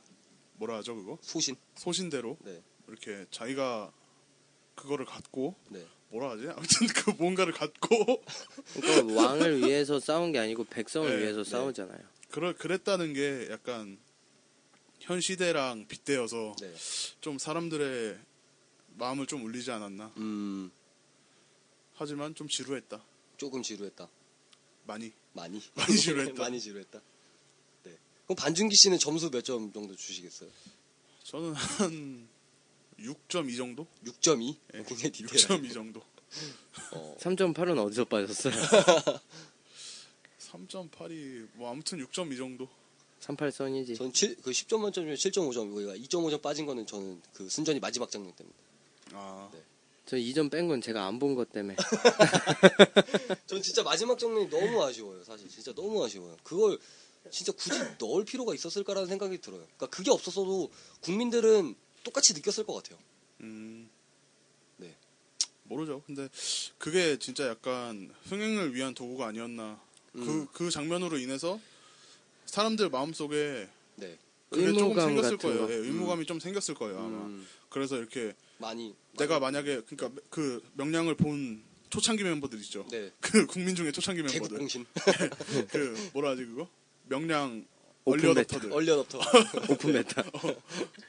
Speaker 2: 뭐라 하죠 그거
Speaker 1: 소신.
Speaker 2: 소신대로
Speaker 1: 네.
Speaker 2: 이렇게 자기가 그거를 갖고
Speaker 1: 네.
Speaker 2: 뭐라 하지 아무튼 그 뭔가를 갖고
Speaker 3: 그러니까 왕을 위해서 싸운 게 아니고 백성을
Speaker 2: 네,
Speaker 3: 위해서
Speaker 1: 네.
Speaker 3: 싸우잖아요.
Speaker 2: 그러, 그랬다는 게 약간 현 시대랑 빗대어서
Speaker 1: 네.
Speaker 2: 좀 사람들의 마음을 좀 울리지 않았나
Speaker 1: 음.
Speaker 2: 하지만 좀 지루했다
Speaker 1: 조금 지루했다.
Speaker 2: 많이
Speaker 1: 많이.
Speaker 2: 많이 지루했다.
Speaker 1: 많이 지루했다. 네. 그럼 반준기 씨는 점수 몇 점 정도 주시겠어요?
Speaker 2: 저는 한 6.2 정도
Speaker 1: 6.2?
Speaker 2: 예,
Speaker 1: 굉장히 디테일.
Speaker 2: 6.2 정도
Speaker 3: 3.8은 어디서 빠졌어요?
Speaker 2: 3.8이 뭐 아무튼 6.2 정도
Speaker 3: 38선이지.
Speaker 1: 전 7, 그 10점 만점 중에 7.5점, 이거 2.5점 빠진 거는 저는 그 순전히 마지막 장면 때문에.
Speaker 2: 아
Speaker 1: 네.
Speaker 3: 저 2점 뺀 건 제가 안 본 것 때문에.
Speaker 1: 전 진짜 마지막 장면이 너무 아쉬워요, 사실. 진짜 너무 아쉬워요. 그걸 진짜 굳이 넣을 필요가 있었을까라는 생각이 들어요. 그러니까 그게 없었어도 국민들은 똑같이 느꼈을 것 같아요.
Speaker 2: 음.
Speaker 1: 네.
Speaker 2: 모르죠. 근데 그게 진짜 약간 흥행을 위한 도구가 아니었나.
Speaker 1: 음.
Speaker 2: 그, 그 장면으로 인해서 사람들 마음속에
Speaker 1: 네.
Speaker 2: 그게 조금
Speaker 3: 의무감
Speaker 2: 생겼을
Speaker 3: 같은
Speaker 2: 거예요.
Speaker 3: 거.
Speaker 2: 예, 의무감이 좀 생겼을 거예요, 아마.
Speaker 1: 음,
Speaker 2: 그래서 이렇게
Speaker 1: 많이.
Speaker 2: 내가 만약에 그러니까 그 명량을 본 초창기 멤버들 있죠.
Speaker 1: 네.
Speaker 2: 그 국민 중에 초창기
Speaker 1: 개국
Speaker 2: 멤버들.
Speaker 1: 공신.
Speaker 2: 그 뭐라 하지 그거? 명량
Speaker 3: 오픈
Speaker 2: 얼리어답터들.
Speaker 1: 얼려부터
Speaker 3: 오픈 메타.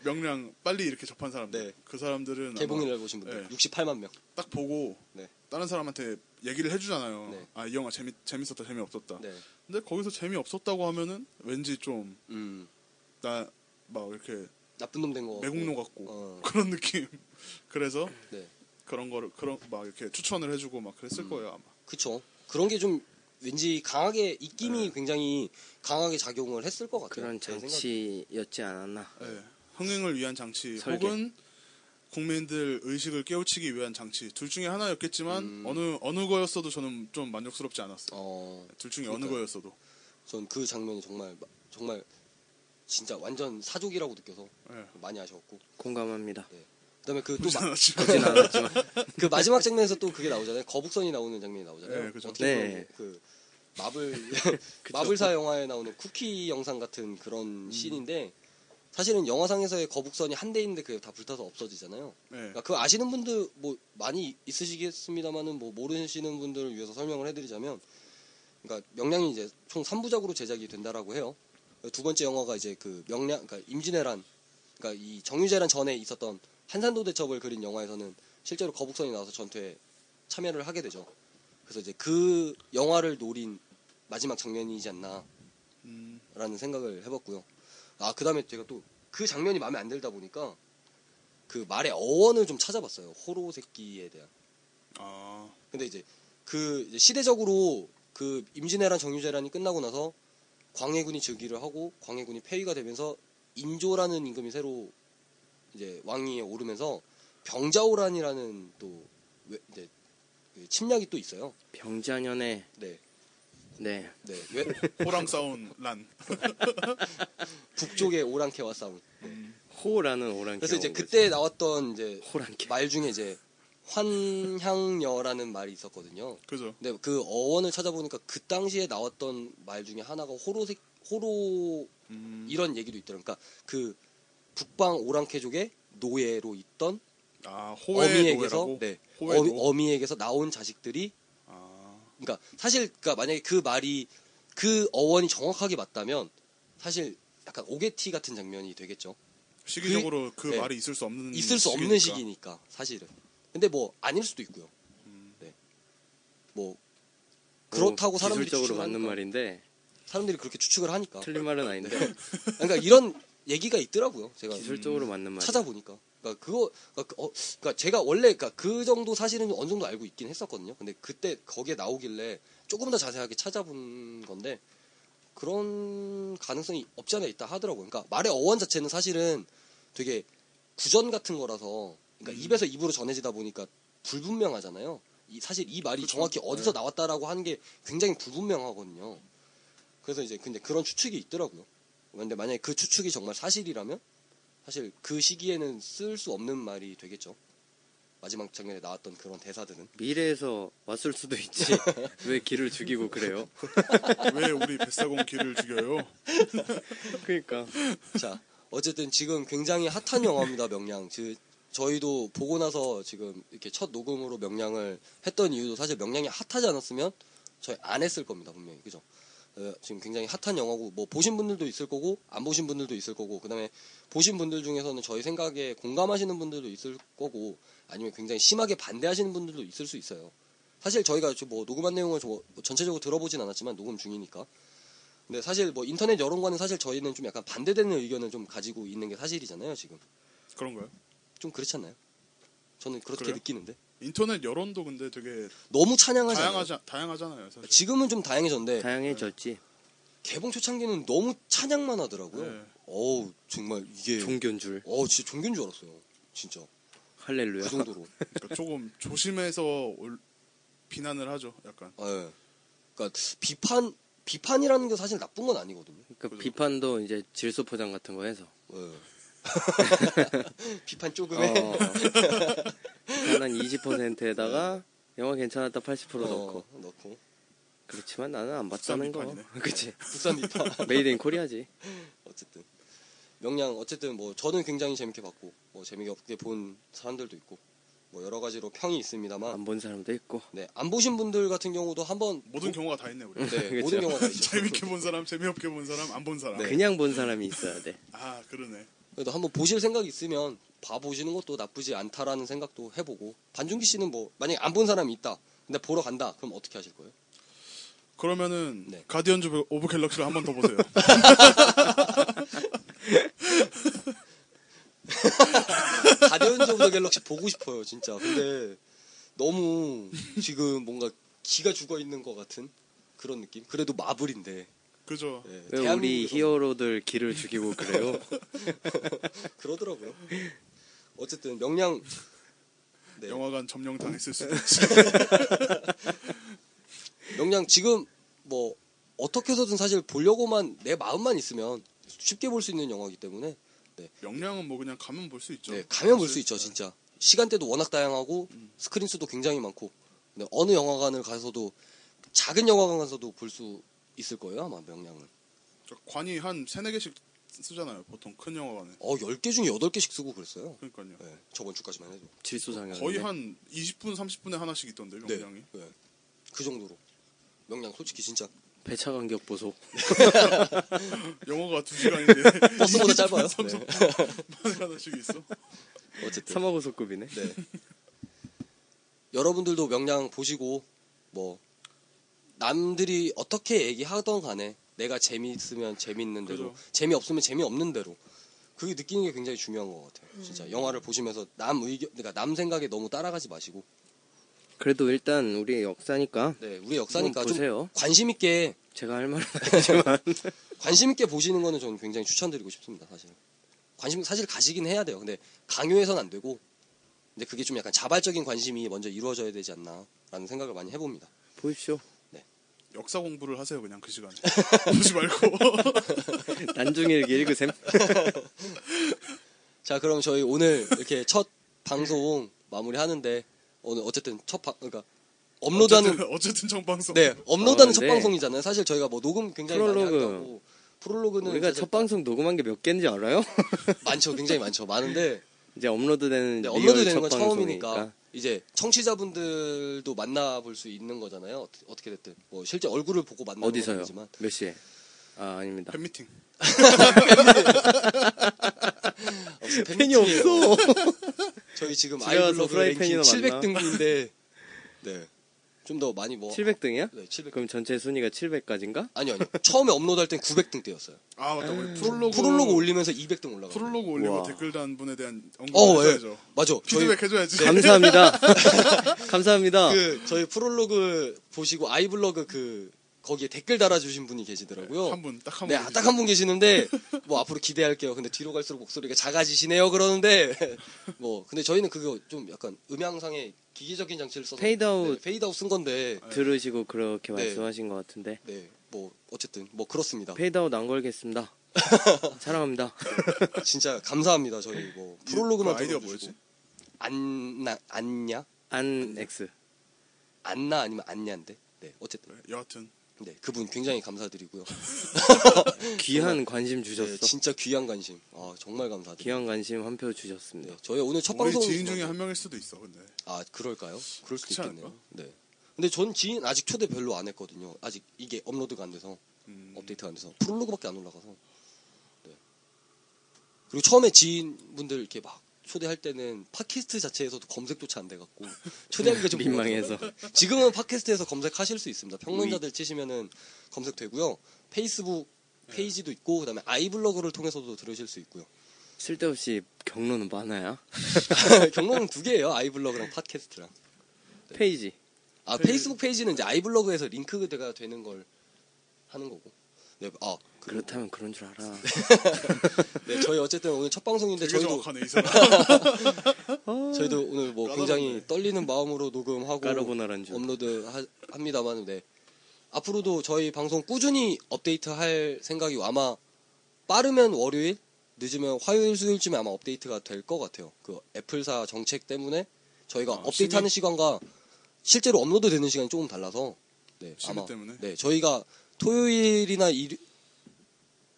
Speaker 2: 명량 빨리 이렇게 접한 사람들.
Speaker 1: 네.
Speaker 2: 그 사람들은 아마
Speaker 1: 개봉일날 보신 분들.
Speaker 2: 네.
Speaker 1: 68만 명.
Speaker 2: 딱 보고
Speaker 1: 네.
Speaker 2: 다른 사람한테 얘기를 해주잖아요.
Speaker 1: 네.
Speaker 2: 아 이 영화 재미 재밌었다 재미없었다.
Speaker 1: 네.
Speaker 2: 근데 거기서 재미없었다고 하면은 왠지 좀
Speaker 1: 음.
Speaker 2: 나 막 이렇게
Speaker 1: 나쁜 놈 된 거. 같고.
Speaker 2: 매국노 같고
Speaker 1: 어.
Speaker 2: 그런 느낌. 그래서
Speaker 1: 네. 음.
Speaker 2: 그런 거를 그런 막 이렇게 추천을 해주고 막 그랬을 거예요 아마.
Speaker 1: 그쵸. 그런 게 좀 왠지 강하게 입김이 굉장히 강하게 작용을 했을 것 같아요.
Speaker 3: 네. 그런
Speaker 1: 제 생각에.
Speaker 3: 장치였지 않았나.
Speaker 2: 예. 흥행을 위한 장치
Speaker 3: 설계.
Speaker 2: 혹은 국민들 의식을 깨우치기 위한 장치 둘 중에 하나였겠지만
Speaker 1: 음.
Speaker 2: 어느 어느 거였어도 저는 좀 만족스럽지 않았어요.
Speaker 1: 어,
Speaker 2: 둘 중에 어느
Speaker 1: 그러니까요.
Speaker 2: 거였어도.
Speaker 1: 전 그 장면이 정말 정말 진짜 완전 사족이라고 느껴서
Speaker 2: 예.
Speaker 1: 많이 아쉬웠고.
Speaker 3: 공감합니다.
Speaker 1: 그다음에 그 또
Speaker 2: 보진 않았지만.
Speaker 3: 보진 않았지만.
Speaker 1: 그 마지막 장면에서 또 그게 나오잖아요. 거북선이 나오는 장면이 나오잖아요.
Speaker 2: 네, 그죠.
Speaker 1: 어떻게 보면
Speaker 3: 네.
Speaker 1: 그 마블 마블사 영화에 나오는 쿠키 영상 같은
Speaker 3: 음.
Speaker 1: 그런 씬인데 사실은 영화상에서의 거북선이 한 대 있는데 그게 다 불타서 없어지잖아요.
Speaker 2: 예.
Speaker 1: 그러니까 그 아시는 분들 뭐 많이 있으시겠습니다만은 뭐 모르시는 분들을 위해서 설명을 해드리자면, 그러니까 명량이 이제 총 3부작으로 제작이 된다라고 해요. 두 번째 영화가 이제 그 명량, 그러니까 임진왜란, 그러니까 이 정유재란 전에 있었던 한산도 대첩을 그린 영화에서는 실제로 거북선이 나와서 전투에 참여를 하게 되죠. 그래서 이제 그 영화를 노린 마지막 장면이지 않나라는
Speaker 2: 음,
Speaker 1: 생각을 해봤고요. 아, 그 다음에 제가 또 그 장면이 마음에 안 들다 보니까 그 말의 어원을 좀 찾아봤어요. 호로 새끼에 대한.
Speaker 2: 아,
Speaker 1: 근데 이제 그 이제 시대적으로 그 임진왜란 정유재란이 끝나고 나서 광해군이 즉위를 하고 광해군이 폐위가 되면서 인조라는 임금이 새로 이제 왕위에 오르면서 병자호란이라는 또 외- 이제 그 침략이 또 있어요.
Speaker 3: 병자년에
Speaker 1: 네,
Speaker 3: 네
Speaker 1: 네. 왜-
Speaker 2: 호랑 싸운 란.
Speaker 1: 북쪽의 오랑캐와 싸운.
Speaker 3: 호라는 오랑캐.
Speaker 1: 그래서 이제 그때 나왔던 이제
Speaker 3: 호랑캐.
Speaker 1: 말 중에 이제 환향녀라는 말이 있었거든요.
Speaker 2: 그죠?
Speaker 1: 근데 그 어원을 찾아보니까 그 당시에 나왔던 말 중에 하나가 호로색 호로
Speaker 2: 음,
Speaker 1: 이런 얘기도 있더라고요. 그러니까 그 북방 오랑캐족의 노예로 있던
Speaker 2: 아, 호의
Speaker 1: 어미에게서
Speaker 2: 노예라고?
Speaker 1: 네,
Speaker 2: 호의 노-
Speaker 1: 어, 미에게서 나온 자식들이
Speaker 2: 아,
Speaker 1: 그러니까 사실 그러니까 만약에 그 말이 그 어원이 정확하게 맞다면 사실 약간 오게티 같은 장면이 되겠죠.
Speaker 2: 시기적으로 그,
Speaker 1: 네.
Speaker 2: 말이 있을 수 없는
Speaker 1: 있을 수
Speaker 2: 그러니까.
Speaker 1: 없는 시기니까 사실은. 근데 뭐 아닐 수도 있고요.
Speaker 2: 음.
Speaker 1: 네. 뭐 그렇다고 사람들이
Speaker 3: 기술적으로
Speaker 1: 추측을
Speaker 3: 맞는
Speaker 1: 하니까.
Speaker 3: 말인데
Speaker 1: 사람들이 그렇게 추측을 하니까.
Speaker 3: 틀린 말은 아닌데
Speaker 1: 네. 그러니까 이런 얘기가 있더라고요. 제가
Speaker 3: 기술적으로 맞는 말.
Speaker 1: 음. 찾아보니까. 그러니까 그거 그러니까, 그, 어, 그러니까 제가 원래 그러니까 그 정도 사실은 어느 정도 알고 있긴 했었거든요. 근데 그때 거기에 나오길래 조금 더 자세하게 찾아본 건데 그런 가능성이 없지 않아 있다 하더라고요. 그러니까 말의 어원 자체는 사실은 되게 구전 같은 거라서
Speaker 3: 음.
Speaker 1: 그러니까 입에서 입으로 전해지다 보니까 불분명하잖아요. 이- 사실 이 말이
Speaker 2: 그쵸.
Speaker 1: 정확히 어디서 나왔다라고 하는 게 굉장히 불분명하거든요. 그래서 이제 근데 그런 추측이 있더라고요. 근데 만약에 그 추측이 정말 사실이라면 사실 그 시기에는 쓸 수 없는 말이 되겠죠. 마지막 장면에 나왔던 그런 대사들은
Speaker 3: 미래에서 왔을 수도 있지. 왜 길을 죽이고 그래요?
Speaker 2: 왜 우리 뱃사공 길을 죽여요?
Speaker 3: 그러니까
Speaker 1: 자 어쨌든 지금 굉장히 핫한 영화입니다 명량 즉 저희도 보고 나서 지금 이렇게 첫 녹음으로 명량을 했던 이유도 사실 명량이 핫하지 않았으면 저희 안 했을 겁니다 분명히 그죠 어, 지금 굉장히 핫한 영화고 뭐 보신 분들도 있을 거고 안 보신 분들도 있을 거고 그다음에 보신 분들 중에서는 저희 생각에 공감하시는 분들도 있을 거고 아니면 굉장히 심하게 반대하시는 분들도 있을 수 있어요 사실 저희가 지금 뭐 녹음한 내용을 저- 전체적으로 들어보진 않았지만 녹음 중이니까 근데 사실 뭐 인터넷 여론과는 사실 저희는 좀 약간 반대되는 의견을 좀 가지고 있는 게 사실이잖아요 지금
Speaker 2: 그런가요?
Speaker 1: 좀 그렇지 않나요? 저는 그렇게
Speaker 2: 그래요?
Speaker 1: 느끼는데
Speaker 2: 인터넷 여론도 근데 되게
Speaker 1: 너무 찬양하지 않아요?
Speaker 2: 다양하지, 다양하잖아요, 사실.
Speaker 1: 지금은 좀 다양해졌는데
Speaker 3: 네. 다양해졌지.
Speaker 1: 개봉 초창기는 너무 찬양만 하더라고요.
Speaker 2: 네.
Speaker 1: 어우 정말 이게
Speaker 3: 종교인 줄
Speaker 1: 어 진짜 종교인 줄 알았어요. 진짜
Speaker 3: 할렐루야.
Speaker 1: 그 정도로.
Speaker 2: 그러니까 조금 조심해서 올- 비난을 하죠, 약간.
Speaker 1: 예. 그러니까 비판 비판이라는 게 사실 나쁜 건 아니거든요.
Speaker 3: 그러니까 비판도 이제 질소 포장 같은 거 해서.
Speaker 1: 예. 비판
Speaker 2: 네.
Speaker 1: 조금에
Speaker 3: 어, 난
Speaker 2: 네.
Speaker 3: 20%에다가 영화 괜찮았다 80%
Speaker 1: 어,
Speaker 3: 넣고.
Speaker 1: 넣고
Speaker 3: 그렇지만 나는 안 봤다는 거.
Speaker 2: 비판이네.
Speaker 3: 그치.
Speaker 1: 국산 비판.
Speaker 3: 메이드 인 코리아지.
Speaker 1: 어쨌든 명량 어쨌든 뭐 저는 굉장히 재밌게 봤고 뭐 재미가 없게 본 사람들도 있고 뭐 여러 가지로 평이
Speaker 2: 어.
Speaker 1: 있습니다만
Speaker 3: 안 본 사람도 있고.
Speaker 1: 네 안 보신 분들 같은 경우도 한번
Speaker 2: 모든 경우가 다 있네, 우리.
Speaker 1: 네,
Speaker 3: 그렇죠.
Speaker 1: 모든 경우가 다 있죠.
Speaker 2: 재밌게 본 사람, 재미없게 본 사람, 안 본
Speaker 1: 네.
Speaker 2: 사람.
Speaker 3: 그냥 본 사람이 있어야 돼.
Speaker 2: 아, 네. 그러네.
Speaker 1: 그래도 한번 보실 생각 있으면 봐 보시는 것도 나쁘지 않다라는 생각도 해보고 반준기 씨는 뭐 만약에 안 본 사람이 있다 근데 보러 간다 그럼 어떻게 하실 거예요?
Speaker 2: 그러면은
Speaker 1: 네.
Speaker 2: 가디언즈 오브 갤럭시를 한 번 더 보세요.
Speaker 1: 가디언즈 오브 더 갤럭시 보고 싶어요 진짜 근데 너무 지금 뭔가 기가 죽어 있는 것 같은 그런 느낌 그래도 마블인데
Speaker 2: 그죠?
Speaker 1: 예,
Speaker 3: 왜 네, 우리
Speaker 1: 대한민국에서
Speaker 3: 히어로들 길을 죽이고 그래요?
Speaker 1: 그러더라고요. 어쨌든 명량 네.
Speaker 2: 영화관 점령당했을 수도 있고.
Speaker 1: 명량 지금 뭐 어떻게 해서든 사실 보려고만 내 마음만 있으면 쉽게 볼 수 있는 영화이기 때문에
Speaker 2: 명량은 뭐 그냥 가면 볼 수 있죠.
Speaker 1: 네, 가면 볼 수 있죠 진짜 시간대도 워낙 다양하고
Speaker 2: 음.
Speaker 1: 스크린 수도 굉장히 많고 근데 어느 영화관을 가서도 작은 영화관 가서도 볼 수 있을 거예요 아마 명량은
Speaker 2: 저 관이 한 세네 개씩 쓰잖아요, 보통 큰 영화관에.
Speaker 1: 어 10개 중에 8개씩 쓰고 그랬어요
Speaker 2: 그러니까요.
Speaker 1: 네, 저번 주까지만 해도
Speaker 3: 질소장애.
Speaker 2: 거의 한 20분, 30분에 하나씩 있던데, 명량이.
Speaker 1: 네, 그 정도로 명량 솔직히 진짜
Speaker 3: 배차 간격 보소.
Speaker 2: 네. 영화가 두 시간인데
Speaker 1: 버스보다 짧아요 네.
Speaker 2: 만에 하나씩 있어.
Speaker 1: 어쨌든
Speaker 3: 사마고소급이네.
Speaker 1: 네. 여러분들도 명량 보시고 뭐 남들이 어떻게 얘기하던 간에 내가 재미있으면 재미있는 대로
Speaker 2: 그죠.
Speaker 1: 재미없으면 재미없는 대로 그게 느끼는 게 굉장히 중요한 것 같아요.
Speaker 2: 음.
Speaker 1: 진짜 영화를 보시면서 남 의견 그러니까 남 생각에 너무 따라가지 마시고
Speaker 3: 그래도 일단 우리 역사니까
Speaker 1: 네 우리 역사니까
Speaker 3: 한번
Speaker 1: 좀
Speaker 3: 보세요.
Speaker 1: 관심 있게
Speaker 3: 제가 할 말은 아니지만
Speaker 1: 관심 있게 보시는 거는 저는 굉장히 추천드리고 싶습니다. 사실 관심 사실 가시긴 해야 돼요. 근데 강요해서는 안 되고 근데 그게 좀 약간 자발적인 관심이 먼저 이루어져야 되지 않나라는 생각을 많이 해봅니다.
Speaker 3: 보십시오.
Speaker 4: 역사 공부를 하세요 그냥 그 시간에.
Speaker 2: 보지 말고
Speaker 3: 난중에 이렇게 읽으셈.
Speaker 1: 자, 그럼 저희 오늘 이렇게 첫 방송 마무리하는데 오늘 어쨌든 첫 방, 그러니까 업로드하는
Speaker 2: 어쨌든, 어쨌든 정방송
Speaker 1: 네 업로드하는
Speaker 3: 어,
Speaker 1: 첫
Speaker 3: 네.
Speaker 1: 방송이잖아요. 사실 저희가 뭐 녹음 굉장히
Speaker 3: 프롤로그.
Speaker 1: 많이 하고 프롤로그는
Speaker 3: 우리가
Speaker 1: 사실
Speaker 3: 첫 방송 녹음한 게 몇 개인지 알아요?
Speaker 1: 많죠, 굉장히 많죠, 많은데
Speaker 3: 이제 업로드되는
Speaker 1: 근데
Speaker 3: 리얼
Speaker 1: 네, 업로드되는
Speaker 3: 첫
Speaker 1: 건
Speaker 3: 방송이니까.
Speaker 1: 처음이니까 이제 청취자분들도 만나볼 수 있는 거잖아요. 어떻게- 어떻게 됐든 뭐 실제 얼굴을 보고 만나는
Speaker 3: 어디서요?
Speaker 1: 거지만 뭐,
Speaker 3: 몇 시에? 아 아닙니다.
Speaker 4: 팬미팅.
Speaker 3: 팬이 없어.
Speaker 1: 어, 저희 지금
Speaker 3: 집에 와서
Speaker 1: 아이블로그 랭킹
Speaker 3: 프라이팬이나 만나.
Speaker 1: 700등인데 네. 좀 더 많이 뭐
Speaker 3: 700등이야?
Speaker 1: 네, 700
Speaker 3: 그럼 전체 순위가 700까지인가?
Speaker 1: 아니요, 아니요. 처음에 업로드할 땐 900등 때였어요.
Speaker 4: 아 맞다 우리 프롤로그
Speaker 1: 음. 프롤로그 올리면서 200등 올라가.
Speaker 4: 프롤로그 올리고
Speaker 3: 우와.
Speaker 4: 댓글 단 분에 대한 언급
Speaker 1: 어, 예.
Speaker 4: 해야죠.
Speaker 1: 맞아. 저희
Speaker 4: 피드백 해줘야지.
Speaker 3: 감사합니다. 감사합니다.
Speaker 1: 네. 그 저희 프롤로그 보시고 아이블로그 그 거기에 댓글 달아 주신 분이 계시더라고요.
Speaker 4: 한 분, 딱한
Speaker 1: 네,
Speaker 4: 분.
Speaker 1: 딱 한 분 계시는데 뭐 앞으로 기대할게요. 근데 뒤로 갈수록 목소리가 작아지시네요. 그러는데 뭐 근데 저희는 그거 좀 약간 음향상의 기계적인 장치를 써서
Speaker 3: 페이드아웃.
Speaker 1: 네, 페이드아웃 쓴 건데
Speaker 3: 들으시고 그렇게
Speaker 1: 네.
Speaker 3: 말씀하신 것 같은데
Speaker 1: 네. 뭐 어쨌든 뭐 그렇습니다.
Speaker 3: 페이드아웃 안 걸겠습니다. 사랑합니다.
Speaker 1: 진짜 감사합니다. 저희 뭐 프롤로그만
Speaker 4: 그 아이디어
Speaker 1: 들어주시고.
Speaker 4: 뭐였지?
Speaker 1: 안나 안냐?
Speaker 3: 안 X.
Speaker 1: 안나 아니면 안냐인데. 네. 어쨌든
Speaker 4: 네, 여하튼
Speaker 1: 네, 그분 굉장히 감사드리고요.
Speaker 4: 네,
Speaker 3: 귀한 관심 주셨어.
Speaker 1: 네, 진짜 귀한 관심. 아, 정말 감사드립니다.
Speaker 3: 귀한 관심 한 표 주셨습니다.
Speaker 1: 네, 저희 오늘 첫 뭐?
Speaker 4: 우리
Speaker 1: 방송
Speaker 4: 지인 중에 한 명일 수도 있어. 근데
Speaker 1: 아, 그럴까요? 그럴
Speaker 4: 그렇지
Speaker 1: 수도 있겠네요.
Speaker 4: 않을까?
Speaker 1: 네. 근데 전 지인 아직 초대 별로 안 했거든요. 아직 이게 업로드가 안 돼서
Speaker 4: 음,
Speaker 1: 업데이트가 안 돼서 프롤로그밖에 안 올라가서. 네. 그리고 처음에 지인분들 이렇게 막 초대할 때는 팟캐스트 자체에서도 검색조차 안 돼 갖고 초대하기가 그러니까 좀 네.
Speaker 3: 민망해서
Speaker 1: 지금은 팟캐스트에서 검색하실 수 있습니다. 평론자들 치시면은 검색되고요. 페이스북
Speaker 3: 네.
Speaker 1: 페이지도 있고 그다음에 아이블로그를 통해서도 들으실 수 있고요.
Speaker 3: 쓸데없이 경로는 많아요.
Speaker 1: 경로는 두 개예요. 아이블로그랑 팟캐스트랑. 네.
Speaker 3: 페이지. 그
Speaker 1: 아
Speaker 2: 페이지-
Speaker 1: 페이스북 페이지는 이제 아이블로그에서 링크가 되는 걸 하는 거고. 네, 아 그리고
Speaker 3: 그렇다면 그런 줄 알아.
Speaker 1: 네, 저희 어쨌든 오늘 첫 방송인데
Speaker 4: 되게
Speaker 1: 저희도
Speaker 4: 정확하네 이 사람.
Speaker 1: 저희도 오늘 뭐 굉장히 떨리는 마음으로 녹음하고
Speaker 3: 아- 까르보나란 줄.
Speaker 1: 업로드 하, 합니다만 네. 앞으로도 저희 방송 꾸준히 업데이트 할 생각이고 아마 빠르면 월요일 늦으면 화요일 수요일쯤에 아마 업데이트가 될 것 같아요. 그 애플사 정책 때문에 저희가
Speaker 4: 아,
Speaker 1: 업데이트하는 시간과 실제로 업로드 되는 시간이 조금 달라서 네,
Speaker 4: 시간 때문에?
Speaker 1: 네 저희가 토요일이나 일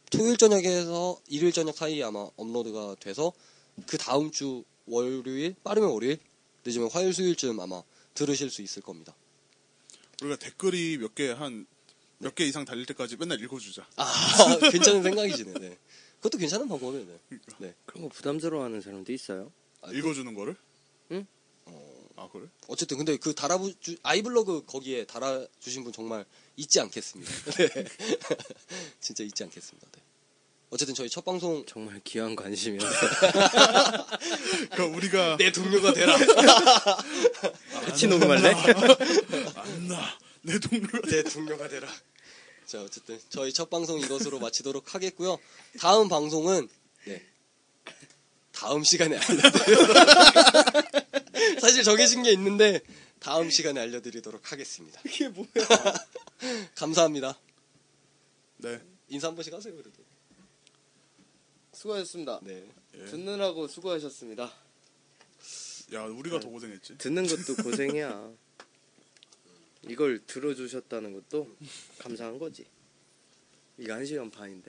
Speaker 1: 토요일 저녁에서 일요일 저녁 사이에 아마 업로드가 돼서 그 다음 주 월요일 빠르면 월요일 늦으면 화요일 수요일쯤 아마 들으실 수 있을 겁니다.
Speaker 4: 우리가 댓글이 몇 개 한 몇 개 이상 달릴 때까지 맨날 읽어주자.
Speaker 1: 아, 괜찮은 생각이시네. 네. 그것도 괜찮은 방법이에요. 네.
Speaker 3: 그런 거 부담스러워하는 사람도 있어요.
Speaker 1: 아,
Speaker 4: 읽어주는 거를?
Speaker 3: 응?
Speaker 4: 아 그래?
Speaker 1: 어쨌든 근데 그 달아주 아이블로그 거기에 달아주신 분 정말 잊지 않겠습니다. 네. 진짜 잊지 않겠습니다. 네. 어쨌든 저희 첫 방송
Speaker 3: 정말 귀한 관심이야.
Speaker 4: 그러니까 우리가
Speaker 1: 내 동료가 되라.
Speaker 3: 같이 녹음할래?
Speaker 4: 아, 안나 내 동료를
Speaker 1: 내 동료가 되라. 자 어쨌든 저희 첫 방송 이것으로 마치도록 하겠고요. 다음 방송은 네. 다음 시간에 알려드리도록 사실 정해진 게 있는데 다음 시간에 알려드리도록 하겠습니다.
Speaker 3: 이게 뭐야?
Speaker 1: 감사합니다.
Speaker 4: 네.
Speaker 1: 인사 한 번씩 하세요 그래도.
Speaker 3: 수고하셨습니다.
Speaker 1: 네.
Speaker 4: 예.
Speaker 3: 듣느라고 수고하셨습니다.
Speaker 4: 야 우리가 더 고생했지.
Speaker 3: 듣는 것도 고생이야. 이걸 들어주셨다는 것도 감사한 거지. 이거 한 시간 반인데.